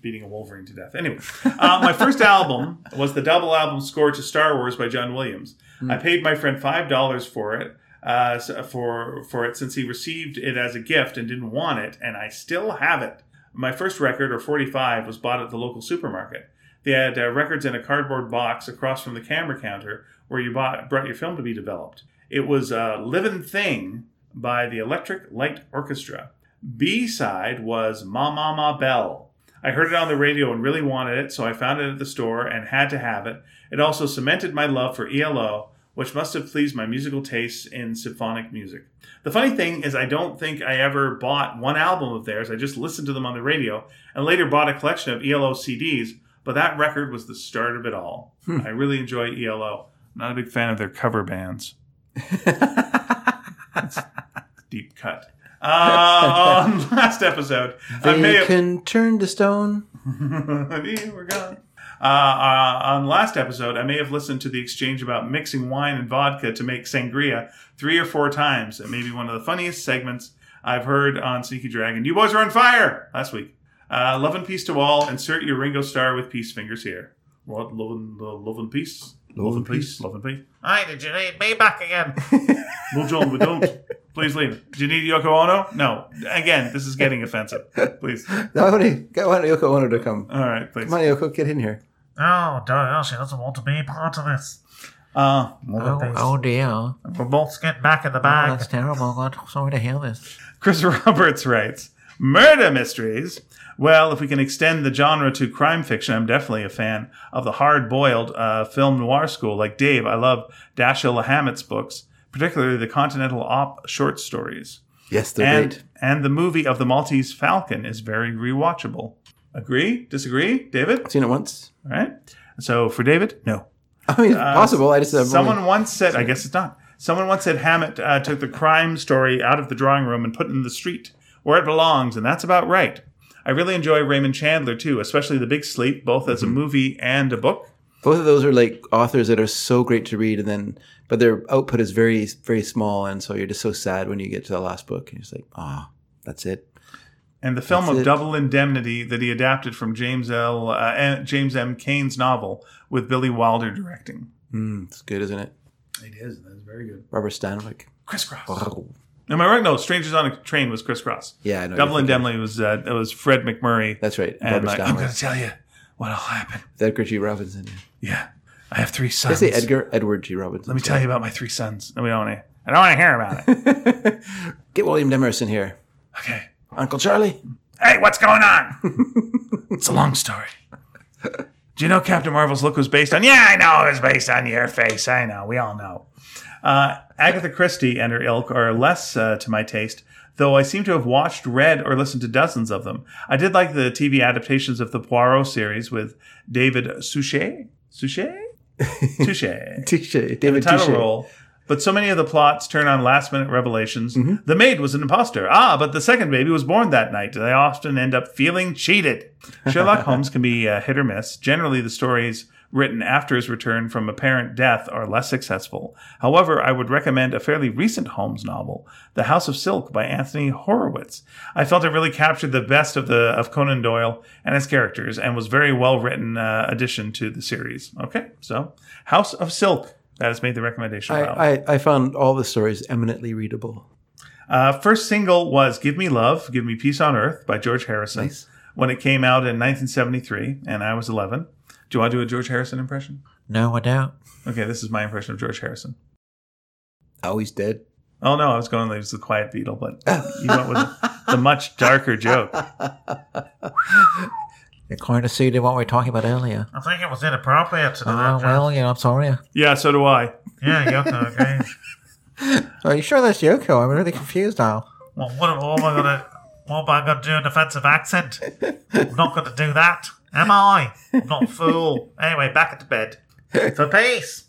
Speaker 2: beating a Wolverine to death. Anyway, uh, my first album was the double album score to Star Wars by John Williams. I paid my friend five dollars for it. Uh, s- for for it since he received it as a gift and didn't want it, and I still have it. My first record, or 45, was bought at the local supermarket. They had uh, records in a cardboard box across from the camera counter where you bought, brought your film to be developed. It was uh, Livin' Thing by the Electric Light Orchestra. B side was Ma Ma Ma Bell. I heard it on the radio and really wanted it, so I found it at the store and had to have it. It also cemented my love for ELO, which must have pleased my musical tastes in symphonic music. The funny thing is, I don't think I ever bought one album of theirs. I just listened to them on the radio and later bought a collection of E ELO CDs, but that record was the start of it all. I really enjoy ELO. I'm not a big fan of their cover bands. Deep cut. Uh, on *laughs* last episode, I may
Speaker 1: They
Speaker 2: have
Speaker 1: can turn to stone.
Speaker 2: *laughs* yeah, we're gone. Uh, uh, on last episode, I may have listened to the exchange about mixing wine and vodka to make sangria three or four times. It may be one of the funniest segments I've heard on Sneaky Dragon. You boys are on fire last week. Uh, love and peace to all. Insert your Ringo Star with peace fingers here. What love and uh, love and peace, love, and peace. love and peace.
Speaker 3: Hi, did you need me back
Speaker 2: *laughs*
Speaker 3: again?
Speaker 2: No, John, we don't. Please leave. Do you need Yoko Ono? No. Again, this is getting offensive. Please.
Speaker 1: No, I want to I want Yoko Ono to come.
Speaker 2: All right, please.
Speaker 1: Come on, Yoko, get in here.
Speaker 3: Oh, dear, she doesn't want to be part of this.
Speaker 2: Uh,
Speaker 3: Oh, oh dear. We're both getting back in the bag.
Speaker 2: Uh-huh. Chris *laughs* Roberts writes, Murder mysteries. Well, if we can extend the genre to crime fiction, I'm definitely a fan of the hard boiled uh, film noir school. Like Dave, I love Dashiell Hammett's books, particularly the Continental Op short stories.
Speaker 1: Yes, they're
Speaker 2: And,
Speaker 1: great.
Speaker 2: and the movie of the Maltese Falcon is very rewatchable. Agree? Disagree? David?
Speaker 1: Seen it once.
Speaker 2: All right. So for David, no.
Speaker 1: I mean, it's possible. I just have
Speaker 2: Uh, Someone
Speaker 1: only-
Speaker 2: once said, I guess it's not. Someone once said Hammett uh, took the crime story out of the drawing room and put it in the street where it belongs, and that's about right. I really enjoy Raymond Chandler too, especially The Big Sleep, both as a
Speaker 1: Mm-hmm.
Speaker 2: movie and a book.
Speaker 1: both of those are like authors that are so great to read, and then but their output is very very small, and so you're just so sad when you get to the last book, and you're just like, ah, that's it.
Speaker 2: And the film
Speaker 1: That's
Speaker 2: of
Speaker 1: it.
Speaker 2: Double Indemnity that he adapted from James L. Uh, M- James M. Cain's novel, with Billy Wilder directing.
Speaker 1: Mm, it's good, isn't it?
Speaker 2: It is. That is very good.
Speaker 1: Robert Stanwyck.
Speaker 2: Crisscross.
Speaker 1: Wow.
Speaker 2: Am I right? No, Strangers on a Train was crisscross.
Speaker 1: Yeah, I know.
Speaker 2: Double
Speaker 1: you're thinking-
Speaker 2: Indemnity was uh, it was Fred McMurray.
Speaker 1: That's right.
Speaker 2: and
Speaker 1: Robert
Speaker 2: like, I'm going to
Speaker 1: Stanwyck.
Speaker 2: tell you what'll happen.
Speaker 1: With Edgar G. Robinson.
Speaker 2: Yeah. I have three
Speaker 1: Did I
Speaker 2: sons.
Speaker 1: say Edgar? Edward G. Robinson.
Speaker 2: Let me tell you about my three sons. No, we don't want to. I don't want to hear about
Speaker 1: *laughs*
Speaker 2: it.
Speaker 1: Get William Demerson here.
Speaker 2: Okay.
Speaker 1: Uncle Charlie?
Speaker 2: Hey, what's going on? it's a long story. Do you know Captain Marvel's look was based on? Yeah, I know it was based on your face. I know. We all know. Uh, Agatha Christie and her ilk are less uh, to my taste, though I seem to have watched, read, or listened to dozens of them. I
Speaker 1: *laughs*
Speaker 2: did like the TV adaptations of the Poirot series with David Suchet. Suchet? Touche.
Speaker 1: *laughs* Touche.
Speaker 2: the
Speaker 1: David
Speaker 2: title
Speaker 1: Touche.
Speaker 2: role. But so many of the plots turn on last minute revelations.
Speaker 1: Mm-hmm.
Speaker 2: The maid was an imposter. Ah, but the second baby was born that night. They often end up
Speaker 1: *laughs*
Speaker 2: feeling cheated. Sherlock Holmes can be uh, hit or miss. Generally, the stories written after his return from apparent death are less successful. However, I would recommend a fairly recent Holmes novel, The House of Silk by Anthony Horowitz. I felt it really captured the best of the of Conan Doyle and his characters and was very well written uh, addition to the series. Okay, so House of Silk. That has made the recommendation.
Speaker 1: I,
Speaker 2: Wow.
Speaker 1: I, I found all the stories eminently readable.
Speaker 2: Uh, first single was "Give Me Love, Give Me Peace on Earth" by George Harrison when it came out in 1973, and I was 11. Do you want to do a George Harrison impression?
Speaker 1: No, I doubt.
Speaker 2: Okay, this is my impression of George Harrison.
Speaker 1: Oh, he's dead.
Speaker 2: Oh no, I was going to use the Quiet Beetle,
Speaker 1: *laughs*
Speaker 2: but you went with the much darker joke.
Speaker 1: According to Sue, what we were talking about earlier.
Speaker 3: I think it was inappropriate to do
Speaker 1: Ah,
Speaker 3: that.
Speaker 1: well, you know, I'm sorry.
Speaker 2: Yeah, so do I.
Speaker 3: Yeah, Yoko agrees.
Speaker 1: Are you sure that's Yoko? I'm really confused now.
Speaker 3: Well, what, what am I gonna? What am I gonna do? An offensive accent? I'm not gonna do that, am I? I'm not a fool. Anyway, back into bed for peace.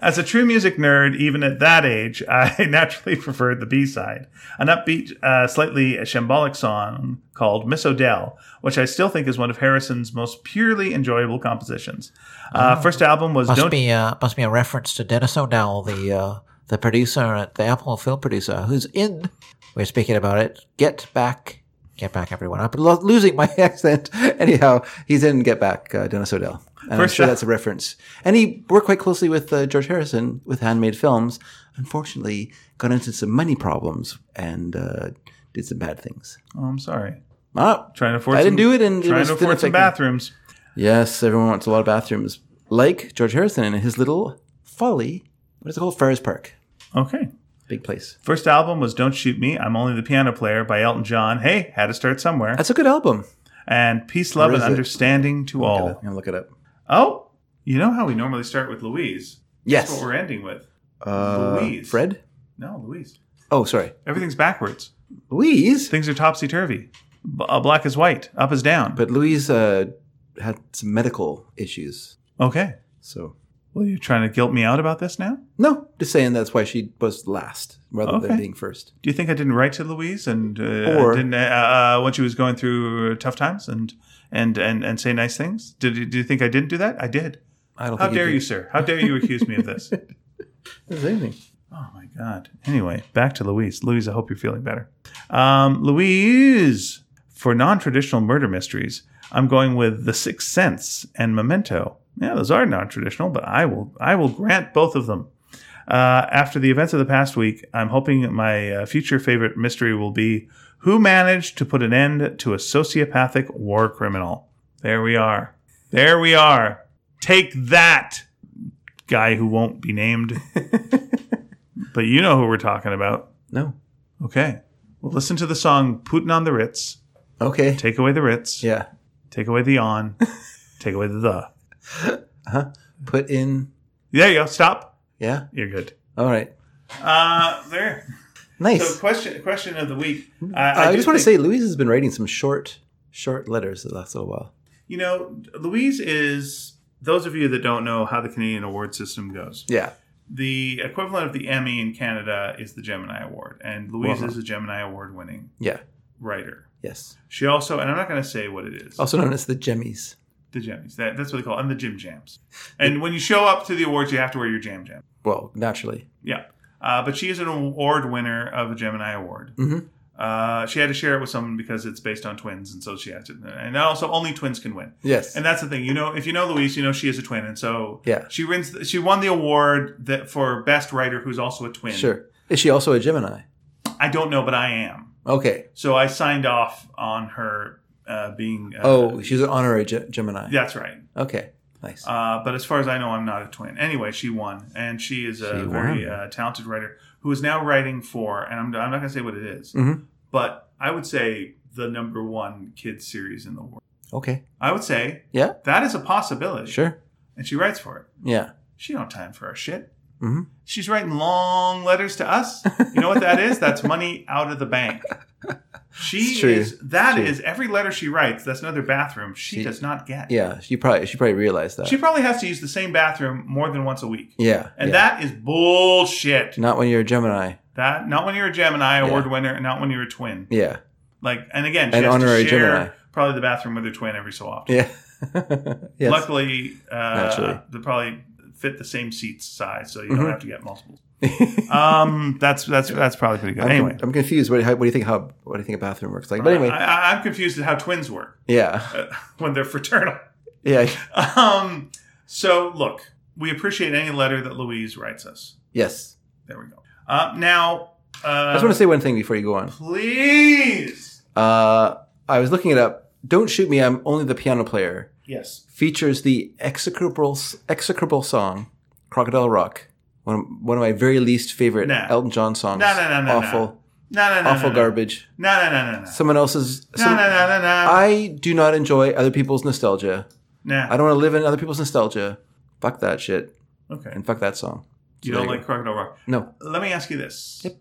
Speaker 2: As a true music nerd, even at that age, I *laughs* naturally preferred the B side, an upbeat, uh, slightly shambolic song called Miss Odell, which I still think is one of Harrison's most purely enjoyable compositions.
Speaker 1: Oh.
Speaker 2: Uh, First album was
Speaker 8: Must
Speaker 2: Don't
Speaker 8: be uh, must be a reference to Dennis O'Dowell, the uh, the producer at the Apple film producer, who's in. We're speaking about it. Get back, get back, everyone. I'm lo- losing my.
Speaker 1: My *laughs* accent. Anyhow, he's in Get Back, uh, Dennis O'Dell. And I'm
Speaker 2: First
Speaker 1: sure
Speaker 2: up-
Speaker 1: that's a reference. And he worked quite closely with uh, George Harrison with Handmade Films. Unfortunately, got into some money problems and uh, did some bad things.
Speaker 2: Oh, I'm sorry.
Speaker 1: Ah,
Speaker 2: Trying to afford.
Speaker 1: I didn't
Speaker 2: some-
Speaker 1: do it and it
Speaker 2: trying
Speaker 1: was-
Speaker 2: to
Speaker 1: didn't
Speaker 2: afford some
Speaker 1: affect me.
Speaker 2: bathrooms.
Speaker 1: yes, everyone wants a lot of bathrooms. Like George Harrison and his little folly. What is it called? Ferris Park.
Speaker 2: Okay.
Speaker 1: Big place.
Speaker 2: First album was "Don't Shoot Me." I'm only the piano player by Elton John. Hey, had to start somewhere.
Speaker 1: That's a good album.
Speaker 2: And peace, love,
Speaker 1: Where
Speaker 2: and
Speaker 1: is it?
Speaker 2: understanding to
Speaker 1: I'm
Speaker 2: all.
Speaker 1: going to look it up.
Speaker 2: Oh, you know how we normally start with Louise.
Speaker 1: Yes.
Speaker 2: That's what we're ending with.
Speaker 1: Uh,
Speaker 2: Louise.
Speaker 1: Fred?
Speaker 2: No, Louise.
Speaker 1: Oh, sorry.
Speaker 2: Everything's backwards.
Speaker 1: Louise?
Speaker 2: Things are topsy turvy. B- uh, black is white. Up is down.
Speaker 1: But Louise uh, had some medical issues.
Speaker 2: okay.
Speaker 1: So,
Speaker 2: Well, you're trying to guilt me out about this now.
Speaker 1: no, just saying that's why she was last rather
Speaker 2: Okay.
Speaker 1: than being first.
Speaker 2: Do you think I didn't write to Louise and uh,
Speaker 1: Or-
Speaker 2: didn't uh, uh, when she was going through uh, tough times and and and, and say nice things? Did you, do you think I didn't do that? I did.
Speaker 1: I don't
Speaker 2: How
Speaker 1: think
Speaker 2: dare you,
Speaker 1: did.
Speaker 2: sir? How dare you accuse me
Speaker 1: *laughs*
Speaker 2: of this?
Speaker 1: There's anything.
Speaker 2: Oh my God. Anyway, back to Louise. Louise, I hope you're feeling better. Um, Louise, for non traditional murder mysteries, I'm going with The Sixth Sense and Memento. Yeah, those are non traditional, but I will I will grant both of them. Uh, after the events of the past week, I'm hoping my uh, future favorite mystery will be Who Managed to Put an End to a Sociopathic War Criminal? There we are. There we are. Take that, guy who won't be named. But you know who we're talking about.
Speaker 1: No.
Speaker 2: Okay. Well, listen to the song Putin on the Ritz.
Speaker 1: Okay.
Speaker 2: Take away the Ritz.
Speaker 1: Yeah.
Speaker 2: Take away
Speaker 1: *laughs*
Speaker 2: the on. take away the the.
Speaker 1: Put in.
Speaker 2: There you go. Stop.
Speaker 1: Yeah.
Speaker 2: You're good.
Speaker 1: All right.
Speaker 2: Uh, there. So
Speaker 1: Nice. Mm-hmm.
Speaker 2: question question of the week. Uh,
Speaker 1: I,
Speaker 2: do
Speaker 1: just want to
Speaker 2: think-
Speaker 1: say Louise has been writing some short, short letters the last little while.
Speaker 2: you know, Louise is those of you that don't know how the Canadian award system goes.
Speaker 1: Yeah.
Speaker 2: The equivalent of the Emmy in Canada is the Gemini Award, and Louise
Speaker 1: Uh-huh.
Speaker 2: is a Gemini Award winning
Speaker 1: Yeah.
Speaker 2: writer.
Speaker 1: Yes.
Speaker 2: She also, and I'm not going to say what it is.
Speaker 1: Also known as the Jemmies.
Speaker 2: The jammies. That, that's what they call it. And the gym jams. And when you show up to the awards, you have to wear your jam jam.
Speaker 1: Well, naturally.
Speaker 2: Yeah. Uh, but she is an award winner of a Gemini Award.
Speaker 1: Mhm.
Speaker 2: Uh, she had to share it with someone because it's based on twins, and so she has to. And also, only twins can win.
Speaker 1: Yes.
Speaker 2: And that's the thing. You know, if you know Louise, you know she is a twin, and so
Speaker 1: Yeah.
Speaker 2: she wins. She won the award that for best writer who's also a twin.
Speaker 1: Sure. Is she also a Gemini?
Speaker 2: I don't know, but I am.
Speaker 1: Okay.
Speaker 2: So I signed off on her uh, being. Uh,
Speaker 1: Oh, she's an honorary Ge- Gemini.
Speaker 2: that's right.
Speaker 1: Okay. Nice.
Speaker 2: Uh, but as far as I know, I'm not a twin. Anyway, she won, and she is a
Speaker 1: She
Speaker 2: very
Speaker 1: won.
Speaker 2: uh, talented writer who is now writing for, and I'm, I'm not going to say what it is,
Speaker 1: Mhm.
Speaker 2: but I would say the number one kids series in the world.
Speaker 1: okay.
Speaker 2: I would say
Speaker 1: Yeah.
Speaker 2: that is a possibility.
Speaker 1: Sure.
Speaker 2: And she writes for it.
Speaker 1: Yeah.
Speaker 2: She don't have time for our shit.
Speaker 1: Mhm. *laughs*
Speaker 2: She's writing long letters to us. You know what that is? That's money out of the bank. She
Speaker 1: It's true.
Speaker 2: is. That
Speaker 1: True.
Speaker 2: is every letter she writes. That's another bathroom she,
Speaker 1: She-
Speaker 2: does not get.
Speaker 1: Yeah, she probably she probably realized that.
Speaker 2: She probably has to use the same bathroom more than once a week,
Speaker 1: yeah,
Speaker 2: and
Speaker 1: yeah.
Speaker 2: that is bullshit.
Speaker 1: not when you're a Gemini.
Speaker 2: That not when you're a Gemini
Speaker 1: Yeah.
Speaker 2: award winner, not when you're a twin.
Speaker 1: Yeah,
Speaker 2: Like, and again, she
Speaker 1: An
Speaker 2: has
Speaker 1: honorary
Speaker 2: to share
Speaker 1: Gemini.
Speaker 2: probably the bathroom with her twin every so often.
Speaker 1: yeah, *laughs* yes.
Speaker 2: Luckily, uh,
Speaker 1: Naturally.
Speaker 2: they probably fit the same seat size, so you
Speaker 1: Mhm.
Speaker 2: don't have to get multiple. um, that's that's that's probably pretty good.
Speaker 1: I'm,
Speaker 2: anyway, Uh,
Speaker 1: I'm confused. What, how, what do you think? How what do you think a bathroom works like? But anyway,
Speaker 2: I, I, I'm confused at how twins work *laughs*
Speaker 1: yeah,
Speaker 2: uh, when they're fraternal.
Speaker 1: yeah, *laughs*
Speaker 2: Um, so look, we appreciate any letter that Louise writes us.
Speaker 1: yes.
Speaker 2: There we go. Uh, now, uh,
Speaker 1: I just want to say one thing before you go on.
Speaker 2: please.
Speaker 1: Uh, I was looking it up. Don't shoot me. I'm only the piano player.
Speaker 2: Yes.
Speaker 1: Features the execrable execrable song "Crocodile Rock," one of, one of my very least favorite
Speaker 2: Nah.
Speaker 1: Elton John songs.
Speaker 2: No, no, no, no,
Speaker 1: awful,
Speaker 2: No, no, no.
Speaker 1: awful
Speaker 2: no, no.
Speaker 1: garbage.
Speaker 2: No, no, no, no, no.
Speaker 1: Someone else's.
Speaker 2: No, no, no, no, no.
Speaker 1: I do not enjoy other people's nostalgia.
Speaker 2: nah.
Speaker 1: I don't want to live in other people's nostalgia. Fuck that shit
Speaker 2: okay.
Speaker 1: and fuck that song.
Speaker 2: You
Speaker 1: So
Speaker 2: don't
Speaker 1: there
Speaker 2: like Crocodile Rock.
Speaker 1: go. No.
Speaker 2: Let me ask you this.
Speaker 1: Yep.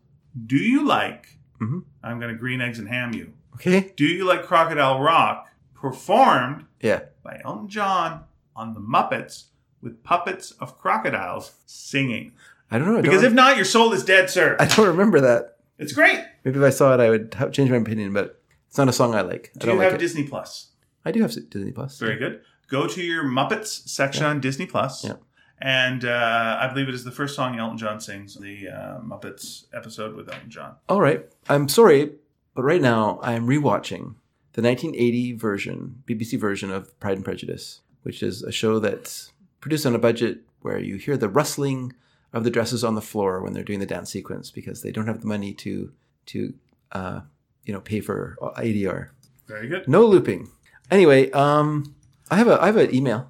Speaker 2: Do you like,
Speaker 1: Mhm.
Speaker 2: I'm going to green eggs and ham you.
Speaker 1: Okay.
Speaker 2: Do you like Crocodile Rock performed
Speaker 1: Yeah.
Speaker 2: by Elton John on The Muppets with puppets of crocodiles singing?
Speaker 1: I don't know. I
Speaker 2: Because
Speaker 1: don't,
Speaker 2: if not, your soul is dead, sir.
Speaker 1: *laughs* I don't remember that.
Speaker 2: It's great.
Speaker 1: Maybe if I saw it, I would ha change my opinion. But it's not a song I like. I
Speaker 2: Do
Speaker 1: don't
Speaker 2: you
Speaker 1: like
Speaker 2: have
Speaker 1: it.
Speaker 2: Disney Plus?
Speaker 1: I do have Disney Plus.
Speaker 2: Very good. Go to your Muppets section on Disney Plus,
Speaker 1: Yeah.
Speaker 2: and uh, I believe it is the first song Elton John sings the uh, Muppets episode with Elton John.
Speaker 1: All right. I'm sorry, but right now I am rewatching the 1980 version, BBC version of Pride and Prejudice, which is a show that's produced on a budget where you hear the rustling of the dresses on the floor when they're doing the dance sequence because they don't have the money to to uh, you know pay for ADR.
Speaker 2: Very good.
Speaker 1: No looping. Anyway, um, I have a I have an email.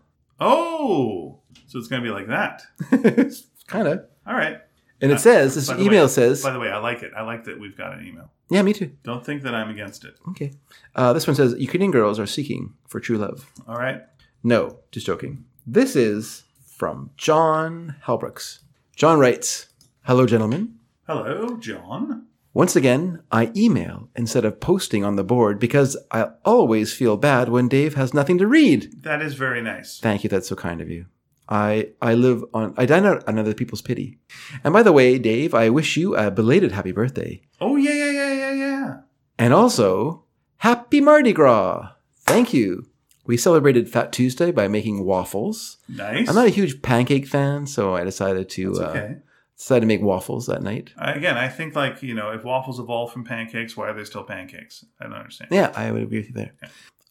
Speaker 2: Oh, so it's going to be like that.
Speaker 1: kind of.
Speaker 2: All right.
Speaker 1: And it says this
Speaker 2: Uh, By the
Speaker 1: email
Speaker 2: way-
Speaker 1: says
Speaker 2: By the way, I like it. I like that we've got an email.
Speaker 1: yeah me too
Speaker 2: Don't think that I'm against it.
Speaker 1: okay uh, this one says Ukrainian girls are seeking for true love
Speaker 2: All right.
Speaker 1: No, just joking. This is from John Halbrooks. John writes Hello, gentlemen.
Speaker 2: Hello, John.
Speaker 1: Once again, I email instead of posting on the board because I always feel bad when Dave has nothing to read.
Speaker 2: That is very nice.
Speaker 1: Thank you, that's so kind of you. I, I live on, I dine out on other people's pity. And by the way, Dave, I wish you a belated happy birthday.
Speaker 2: Oh yeah, yeah, yeah, yeah, yeah.
Speaker 1: And also, happy Mardi Gras! Thank you. We celebrated Fat Tuesday by making waffles.
Speaker 2: Nice.
Speaker 1: I'm not a huge pancake fan, so I decided to
Speaker 2: It's
Speaker 1: uh,
Speaker 2: okay.
Speaker 1: decided to make waffles that night.
Speaker 2: Again, I think like you know, if waffles evolved from pancakes, why are they still pancakes? I don't understand.
Speaker 1: Yeah, I would agree with you there.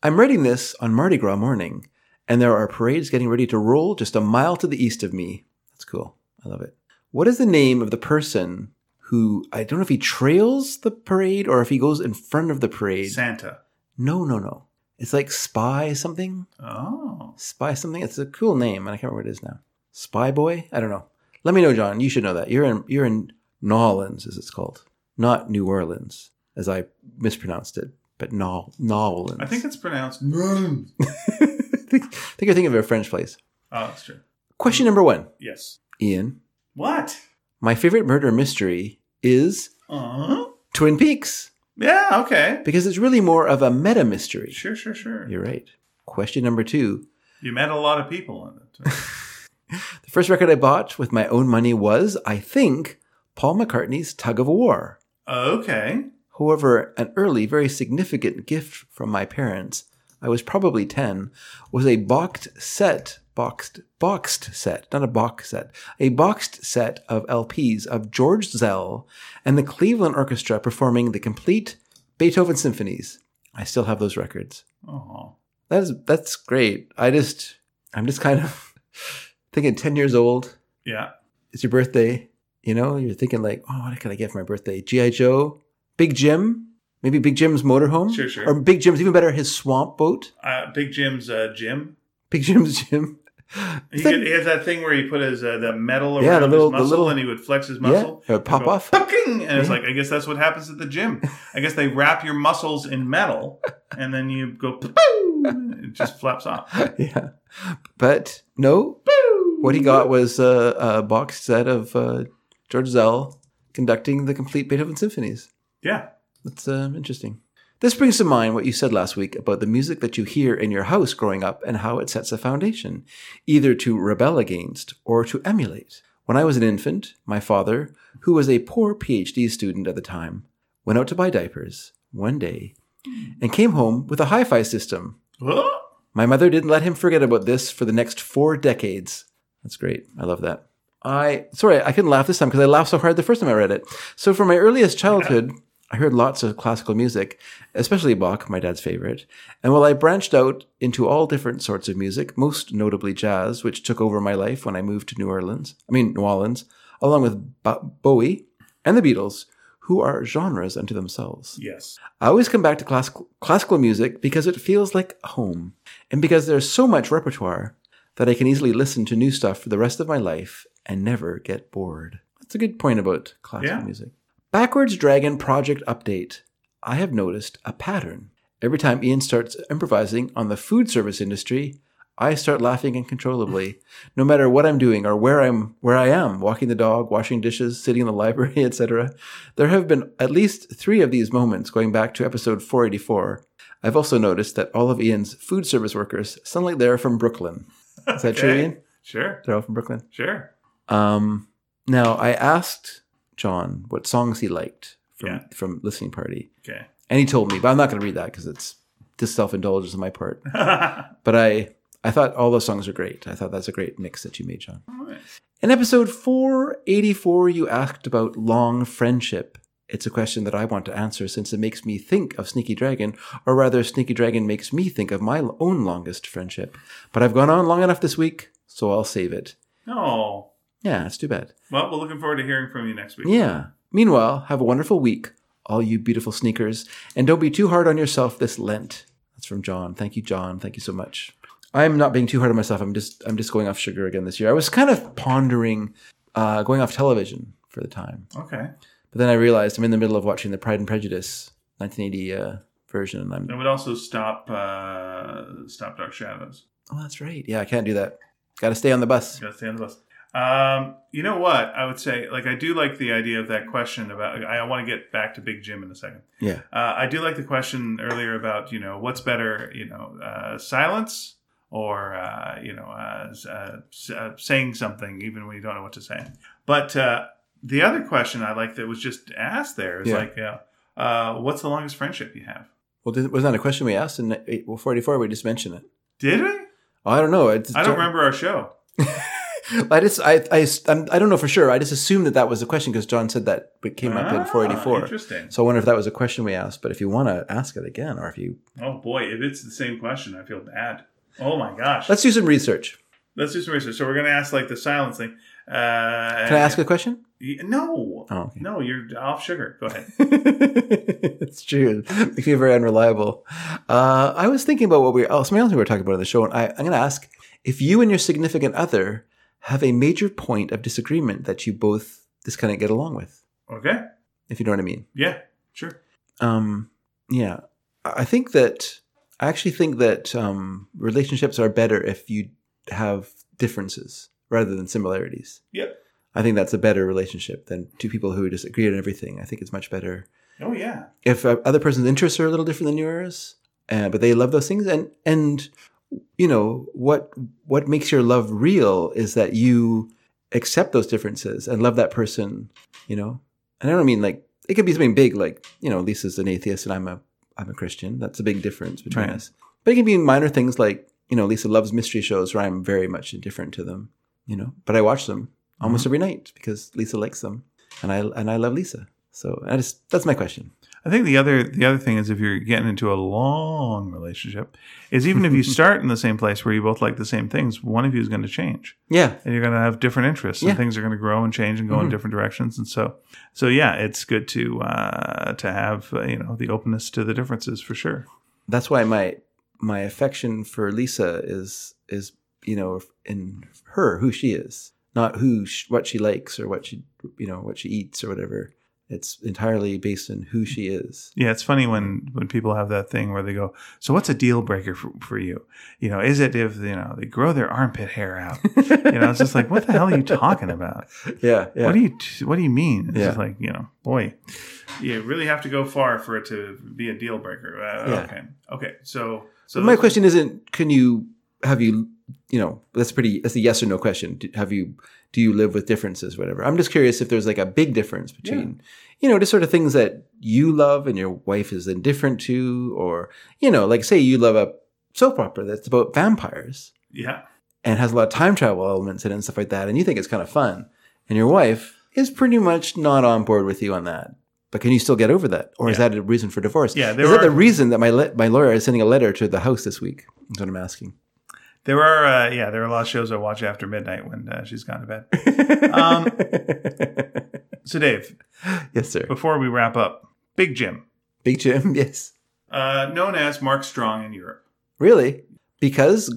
Speaker 1: I'm writing this on Mardi Gras morning, and there are parades getting ready to roll just a mile to the east of me. That's cool. I love it. What is the name of the person who I don't know if he trails the parade or if he goes in front of the parade?
Speaker 2: Santa.
Speaker 1: no, no, no. It's like spy something.
Speaker 2: Oh,
Speaker 1: Spy something. It's a cool name, and I can't remember what it is now. Spy boy. I don't know. Let me know, John. You should know that. You're in you're in New Orleans, as it's called, not New Orleans, as I mispronounced it, but New New Orleans.
Speaker 2: I
Speaker 1: *laughs*
Speaker 2: think it's pronounced. Noon.
Speaker 1: I think I think you're thinking of a French place.
Speaker 2: Oh, that's true.
Speaker 1: Question number one,
Speaker 2: Yes.
Speaker 1: Ian.
Speaker 2: What?
Speaker 1: My favorite murder mystery is
Speaker 2: Uh-huh.
Speaker 1: Twin Peaks
Speaker 2: Yeah. Okay.
Speaker 1: because it's really more of a meta mystery.
Speaker 2: Sure. Sure. Sure.
Speaker 1: You're right. Question number two.
Speaker 2: You met a lot of people on that.
Speaker 1: The first record I bought with my own money was, I think, Paul McCartney's Tug of War.
Speaker 2: okay.
Speaker 1: However, an early, very significant gift from my parents, I was probably 10, was a boxed set, boxed, boxed set, not a box set, a boxed set of LPs of George Zell and the Cleveland Orchestra performing the complete Beethoven symphonies. I still have those records. Uh-huh.
Speaker 2: Oh.
Speaker 1: That's that's great. I just I'm just kind of *laughs* thinking 10 years old,
Speaker 2: Yeah.
Speaker 1: it's your birthday, you know, you're thinking like, oh, what can I get for my birthday? G.I. Joe, Big Jim, maybe Big Jim's motorhome.
Speaker 2: Sure, sure.
Speaker 1: Or Big Jim's even better, his swamp boat. *laughs*
Speaker 2: Uh, Big Jim's uh, gym.
Speaker 1: Big Jim's gym. *laughs*
Speaker 2: He, could, he has that thing where he put his uh, the metal around
Speaker 1: Yeah, the little-
Speaker 2: his
Speaker 1: the
Speaker 2: muscle,
Speaker 1: little-
Speaker 2: and he would flex his
Speaker 1: yeah,
Speaker 2: muscle.
Speaker 1: it would pop
Speaker 2: and go,
Speaker 1: off.
Speaker 2: "Pucking!" And it's
Speaker 1: Yeah.
Speaker 2: like I guess that's what happens at the gym. I guess they wrap your muscles in metal, and then you go. *laughs* "Poo-poo," and It just flaps off.
Speaker 1: yeah. But no, what he got was a, a box set of uh, George Zell conducting the complete Beethoven symphonies.
Speaker 2: Yeah.
Speaker 1: That's um, interesting. This brings to mind what you said last week about the music that you hear in your house growing up and how it sets a foundation, either to rebel against or to emulate. When I was an infant, my father, who was a poor PhD student at the time, went out to buy diapers one day and came home with a hi fi system.
Speaker 2: Whoa.
Speaker 1: My mother didn't let him forget about this for the next four decades. That's great. I love that. I sorry, I couldn't laugh this time because I laughed so hard the first time I read it. So from my earliest childhood, I heard lots of classical music, especially Bach, my dad's favorite. And while I branched out into all different sorts of music, most notably jazz, which took over my life when I moved to New Orleans, I mean New Orleans, along with Ba- Bowie and the Beatles, who are genres unto themselves.
Speaker 2: Yes.
Speaker 1: I always come back to classical, classical music because it feels like home, and because there's so much repertoire that I can easily listen to new stuff for the rest of my life and never get bored. That's a good point about classical
Speaker 2: Yeah.
Speaker 1: music. Backwards Dragon project update. I have noticed a pattern. Every time Ian starts improvising on the food service industry, I start laughing uncontrollably, no matter what I'm doing or where I'm where I am, walking the dog, washing dishes, sitting in the *laughs* library, etc. There have been at least 3 of these moments going back to episode 484. I've also noticed that all of Ian's food service workers sound like they're from Brooklyn. Is that true,
Speaker 2: Okay.
Speaker 1: Ian?
Speaker 2: Sure.
Speaker 1: They're all from Brooklyn.
Speaker 2: Sure.
Speaker 1: Um, now I asked John what songs he liked from
Speaker 2: Yeah.
Speaker 1: from listening party,
Speaker 2: Okay.
Speaker 1: and he told me, but I'm not going to read that because it's just self indulgence on my part. But I I thought all those songs are great. I thought that's a great mix that you made, John. In episode 484, you asked about long friendship. It's a question that I want to answer since it makes me think of Sneaky Dragon, or rather, Sneaky Dragon makes me think of my own longest friendship. But I've gone on long enough this week, so I'll save it.
Speaker 2: no.
Speaker 1: Yeah, it's too bad.
Speaker 2: Oh, Well, we're looking forward to hearing from you next week.
Speaker 1: Yeah. Meanwhile, have a wonderful week, all you beautiful sneakers, and don't be too hard on yourself this Lent. That's from John. Thank you, John. Thank you so much. I'm not being too hard on myself. I'm just I'm just going off sugar again this year. I was kind of pondering uh, going off television for the time,
Speaker 2: Okay.
Speaker 1: but then I realized I'm in the middle of watching the Pride and Prejudice 1980 uh, version, and I'm
Speaker 2: That would also stop uh, stop Dark Shadows.
Speaker 1: oh, that's right. Yeah, I can't do that. Got to stay on the bus.
Speaker 2: Gotta stay on the bus. Um, you know what? I would say, like, I do like the idea of that question about. I, I want to get back to Big Jim in a second.
Speaker 1: Yeah.
Speaker 2: Uh, I do like the question earlier about you know what's better, you know, uh, silence or uh, you know uh, s- uh, s- uh, saying something even when you don't know what to say. But uh, the other question I like that was just asked there is
Speaker 1: Yeah.
Speaker 2: like, uh, uh, what's the longest friendship you have?
Speaker 1: Well, did, wasn't that a question we asked in 8, well, 44? We just mentioned it.
Speaker 2: Did we?
Speaker 1: Oh, I don't know. I, just
Speaker 2: I don't remember our show.
Speaker 1: I just I I I'm, I don't know for sure. I just assumed that that was the question because John said that it came up in
Speaker 2: Ah,
Speaker 1: 484.
Speaker 2: Interesting.
Speaker 1: So I wonder if that was a question we asked. But if you want to ask it again, or if you
Speaker 2: Oh boy, if it's the same question, I feel bad. Oh my gosh. Let's,
Speaker 1: let's do some research.
Speaker 2: do some research. So we're gonna ask like the silence thing. Uh,
Speaker 1: Can I ask a question? *laughs*
Speaker 2: No.
Speaker 1: Oh, okay.
Speaker 2: No, you're off sugar. Go ahead.
Speaker 1: it's true. Makes me very unreliable. Uh, I was thinking about what we oh, something else we were talking about on the show, and I, I'm going to ask if you and your significant other have a major point of disagreement that you both just kind of get along with,
Speaker 2: Okay.
Speaker 1: if you know what I mean.
Speaker 2: Yeah. Sure.
Speaker 1: um yeah i I think that i actually think that um relationships are better if you have differences rather than similarities
Speaker 2: Yep.
Speaker 1: i think that's a better relationship than two people who disagree on everything i think it's much better
Speaker 2: Oh yeah.
Speaker 1: if a other person's interests are a little different than yours uh, but they love those things and and you know what what makes your love real is that you accept those differences and love that person you know and i don't mean like it could be something big like you know lisa's an atheist and i'm a i'm a christian that's a big difference between
Speaker 2: Right.
Speaker 1: us but it can be minor things like you know lisa loves mystery shows where i'm very much indifferent to them you know but i watch them almost every night because lisa likes them and i and i love lisa so i just that's my question
Speaker 2: I think the other the other thing is if you're getting into a long relationship, is even *laughs* if you start in the same place where you both like the same things, one of you is going to change.
Speaker 1: yeah
Speaker 2: and you're going to have different interests
Speaker 1: Yeah.
Speaker 2: and things are going to grow and change and go in different directions and so so yeah it's good to uh to have uh, you know the openness to the differences for sure
Speaker 1: that's why my my affection for Lisa is is you know in her who she is, not who sh- what she likes or what she you know what she eats or whatever. It's entirely based on who she
Speaker 2: *laughs*
Speaker 1: is.
Speaker 2: yeah it's funny when when people have that thing where they go so what's a deal breaker for, for you you know is it if you know they grow their armpit hair *laughs* out you know it's just like what the hell are you talking about
Speaker 1: Yeah, yeah.
Speaker 2: what do you what do you mean it's
Speaker 1: Yeah.
Speaker 2: just like you know boy You really have to go far for it to be a deal breaker. Uh,
Speaker 1: Yeah.
Speaker 2: Okay. Okay. So, so
Speaker 1: But my question isn't can you have you you know that's pretty that's a yes or no question do, have you do you live with differences whatever i'm just curious if there's like a big difference between you know just sort of things that you love and your wife is indifferent to or you know like say you love a soap opera that's about vampires
Speaker 2: Yeah.
Speaker 1: and has a lot of time travel elements in it and stuff like that and you think it's kind of fun and your wife is pretty much not on board with you on that but can you still get over that or is
Speaker 2: Yeah.
Speaker 1: that a reason for divorce
Speaker 2: Yeah, there
Speaker 1: is that
Speaker 2: are-
Speaker 1: the reason that my le- my lawyer is sending a letter to the house this week is what i'm asking
Speaker 2: There are, uh, yeah, there are a lot of shows I watch after midnight when uh, she's gone to
Speaker 1: *laughs*
Speaker 2: bed. *laughs* um, so, Dave,
Speaker 1: yes sir
Speaker 2: before we wrap up, Big Jim,
Speaker 1: big jim *laughs* yes
Speaker 2: uh, known as Mark Strong in Europe.
Speaker 1: really because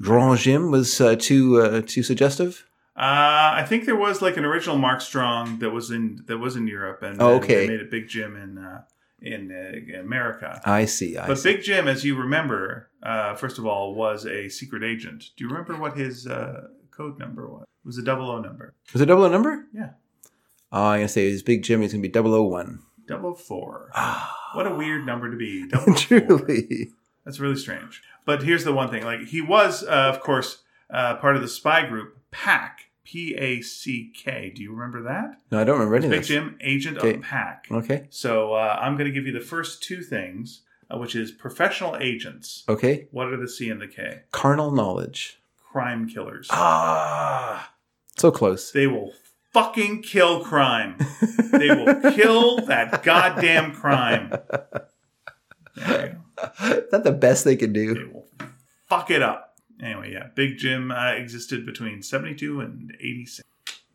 Speaker 1: grand jim was uh, too uh, too suggestive
Speaker 2: Uh, I think there was like an original Mark Strong that was in that was in Europe, and
Speaker 1: Oh,
Speaker 2: then
Speaker 1: okay.
Speaker 2: they made it Big Jim in uh, in uh, America.
Speaker 1: i see i
Speaker 2: But
Speaker 1: see
Speaker 2: Big Jim, as you remember, uh, first of all, was a secret agent. Do you remember what his uh, code number was? It was a double O number.
Speaker 1: was it double a number
Speaker 2: Yeah.
Speaker 1: oh, i'm gonna say it's big jim it's gonna be 001
Speaker 2: Double four. what a weird number to be. Double Four.
Speaker 1: *laughs* Ah. truly
Speaker 2: That's really strange. But here's the one thing: like he was, uh, of course, uh, part of the spy group PAC. P A C K. Do you remember that?
Speaker 1: no i don't remember any of
Speaker 2: Big
Speaker 1: this
Speaker 2: Jim, agent
Speaker 1: Okay.
Speaker 2: of PAC.
Speaker 1: okay
Speaker 2: So uh, I'm going to give you the first two things, uh, which is professional agents.
Speaker 1: okay
Speaker 2: What are the C and the K?
Speaker 1: carnal knowledge
Speaker 2: Crime killers.
Speaker 1: ah so close
Speaker 2: They will fucking kill crime. They will kill that goddamn crime. There
Speaker 1: Is that the best they could
Speaker 2: you go.
Speaker 1: do?
Speaker 2: They will fuck it up. Anyway, yeah, Big Jim uh, existed between 72 and 86.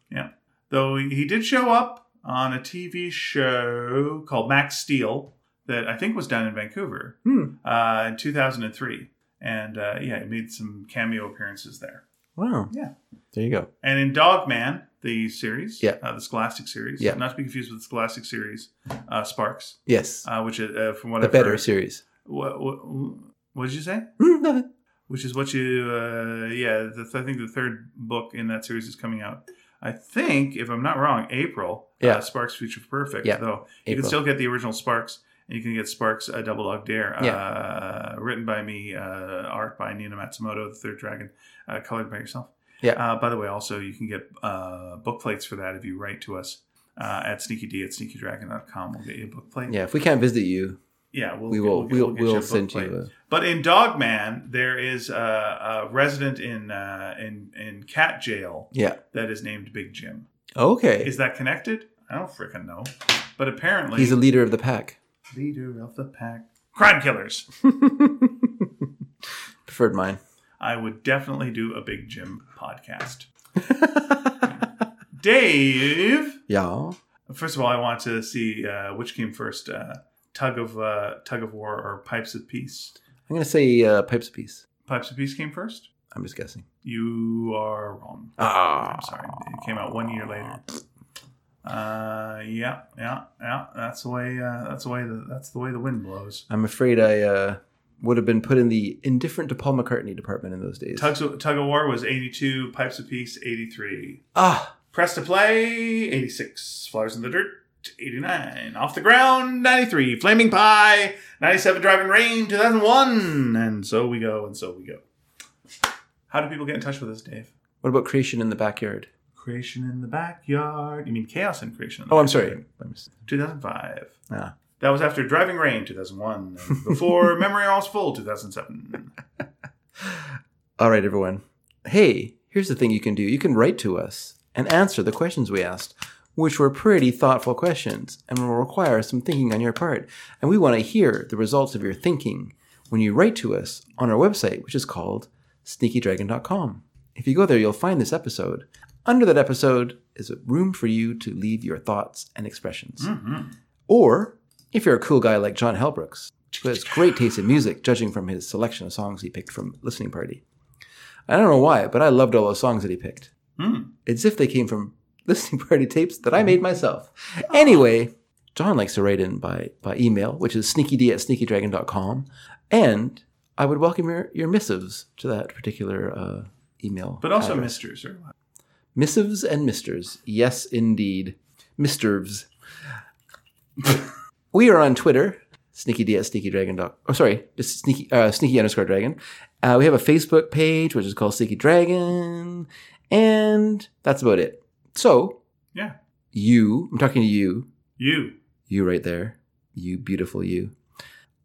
Speaker 2: Yeah. Though he did show up on a TV show called Max Steel that I think was done in Vancouver
Speaker 1: Hmm.
Speaker 2: uh, in 2003. And uh, yeah, he made some cameo appearances there.
Speaker 1: Wow.
Speaker 2: Yeah.
Speaker 1: There you go.
Speaker 2: And in Dogman, the series,
Speaker 1: Yeah.
Speaker 2: uh, the Scholastic series,
Speaker 1: Yeah.
Speaker 2: not to be confused with the Scholastic series, uh, Sparks,
Speaker 1: Yes.
Speaker 2: uh, which is uh, from what
Speaker 1: the
Speaker 2: I've
Speaker 1: better
Speaker 2: heard,
Speaker 1: series.
Speaker 2: What, what, what did you say?
Speaker 1: Hmm, nothing.
Speaker 2: Which is what you, uh, yeah, the, I think the third book in that series is coming out. I think, if I'm not wrong, April.
Speaker 1: Yeah.
Speaker 2: Uh, Sparks Future Perfect.
Speaker 1: Yeah.
Speaker 2: Though
Speaker 1: *laughs*
Speaker 2: you can
Speaker 1: April.
Speaker 2: still get the original Sparks, and you can get Sparks uh, Double Dog Dare.
Speaker 1: Yeah.
Speaker 2: Uh, written by me, uh, art by Nina Matsumoto, The Third Dragon, uh, colored by yourself.
Speaker 1: Yeah.
Speaker 2: Uh, by the way, also, you can get uh, book plates for that if you write to us uh, at sneakyd at sneakydragon.com. We'll get you a book plate.
Speaker 1: yeah. If we can't visit you,
Speaker 2: Yeah, we'll,
Speaker 1: we
Speaker 2: get-
Speaker 1: will.
Speaker 2: get-
Speaker 1: We'll,
Speaker 2: get
Speaker 1: we'll,
Speaker 2: a book
Speaker 1: send
Speaker 2: plate.
Speaker 1: you. A,
Speaker 2: But in Dogman, there is a, a resident in, uh, in in cat jail
Speaker 1: yeah.
Speaker 2: that is named Big Jim.
Speaker 1: Okay.
Speaker 2: Is that connected? I don't freaking know. But apparently,
Speaker 1: He's a leader of the pack.
Speaker 2: leader of the pack. Crime killers.
Speaker 1: Preferred mine.
Speaker 2: I would definitely do a Big Jim *laughs* podcast. Dave,
Speaker 1: Yeah.
Speaker 2: first of all, I want to see uh, which came first: uh, tug of uh, tug of war or pipes of peace.
Speaker 1: I'm gonna say uh, pipes of peace.
Speaker 2: Pipes of peace came first.
Speaker 1: I'm just guessing.
Speaker 2: You are wrong.
Speaker 1: Ah.
Speaker 2: I'm sorry. It came out one year later. Uh, yeah, yeah, yeah. That's the way. Uh, that's the way. The, that's the way the wind blows.
Speaker 1: I'm afraid I uh, would have been put in the indifferent to Paul McCartney department in those days.
Speaker 2: Tugs, tug of war was 82. Pipes of peace 83.
Speaker 1: ah.
Speaker 2: Press to play 86. Flowers in the dirt 89. Off the ground 93. Flaming pie 97. Driving rain 2001. And so we go. And so we go. How do people get in touch with us, Dave?
Speaker 1: What about creation in the backyard?
Speaker 2: Creation in the backyard. You mean chaos and creation? In the
Speaker 1: Oh, I'm
Speaker 2: Backyard.
Speaker 1: sorry. I mis-
Speaker 2: 2005.
Speaker 1: Ah.
Speaker 2: That was after Driving Rain, 2001.
Speaker 1: *laughs*
Speaker 2: and before Memory All's Full, 2007.
Speaker 1: All right, everyone. Hey, here's the thing you can do you can write to us and answer the questions we asked, which were pretty thoughtful questions and will require some thinking on your part. And we want to hear the results of your thinking when you write to us on our website, which is called sneakydragon.com. If you go there, you'll find this episode. Under that episode is a room for you to leave your thoughts and expressions. Or if you're a cool guy like John Helbrooks, who has great taste in music, judging from his selection of songs he picked from Listening Party. I don't know why, but I loved all those songs that he picked.
Speaker 2: Hmm.
Speaker 1: It's if they came from *laughs* Listening Party tapes that I made myself. Anyway, John likes to write in by, by email, which is sneakyd at sneakydragon.com. And I would welcome your, your missives to that particular uh, email.
Speaker 2: But also
Speaker 1: address.
Speaker 2: Misters. Or
Speaker 1: Missives and misters. Yes, indeed. Misterves. we are on Twitter, sneaky d at sneaky dragon dot. Oh, sorry, just sneaky uh, sneaky underscore dragon. Uh, we have a Facebook page which is called Sneaky Dragon, and that's about it. So
Speaker 2: Yeah.
Speaker 1: you, I'm talking to you,
Speaker 2: You.
Speaker 1: you right there, you beautiful you.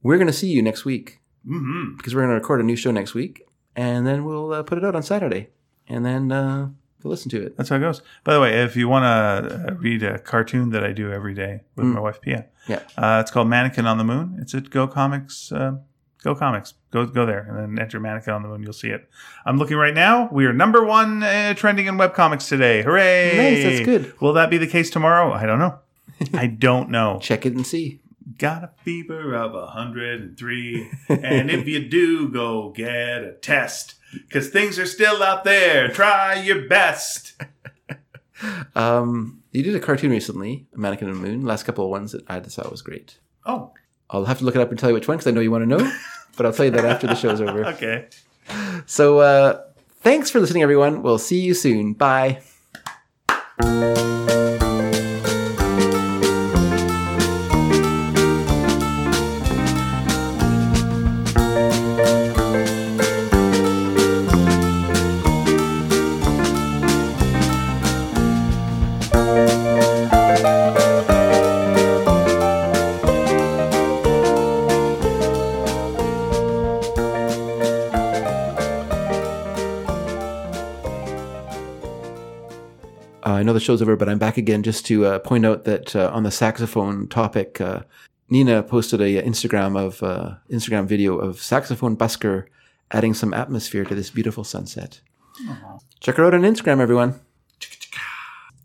Speaker 1: We're gonna see you next week
Speaker 2: Mm-hmm.
Speaker 1: because we're gonna record a new show next week, and then we'll uh, put it out on Saturday, and then uh, you'll listen to it.
Speaker 2: That's how it goes. By the way, if you want to read a cartoon that I do every day with my wife Pia,
Speaker 1: Mm. Yeah.
Speaker 2: uh, it's called Mannequin on the Moon. It's at Go Comics. Uh, Go Comics. Go go there and then enter Mannequin on the Moon. You'll see it. I'm looking right now. We are number one uh, trending in webcomics today. Hooray!
Speaker 1: Nice, that's good.
Speaker 2: Will that be the case tomorrow? I
Speaker 1: *laughs*
Speaker 2: don't know. I don't know.
Speaker 1: Check it and see.
Speaker 2: Got a fever of 103. and if you do, go get a test. Because things are still out there. Try your best.
Speaker 1: Um, you did a cartoon recently, Mannequin and Moon. Last couple of ones that I just thought was great.
Speaker 2: Oh,
Speaker 1: I'll have to look it up and tell you which one because I know you want to know. but I'll tell you that after the show's over.
Speaker 2: *laughs* okay.
Speaker 1: So uh, thanks for listening, everyone. We'll see you soon. Bye. Uh, I know the show's over, but I'm back again just to uh, point out that uh, on the saxophone topic, uh, Nina posted a Instagram of uh, Instagram video of saxophone busker adding some atmosphere to this beautiful sunset. Check her out on Oh, Instagram, everyone.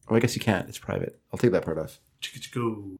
Speaker 1: Well, I guess you can't; it's private. I'll take that part off.
Speaker 2: Chicka-chicka.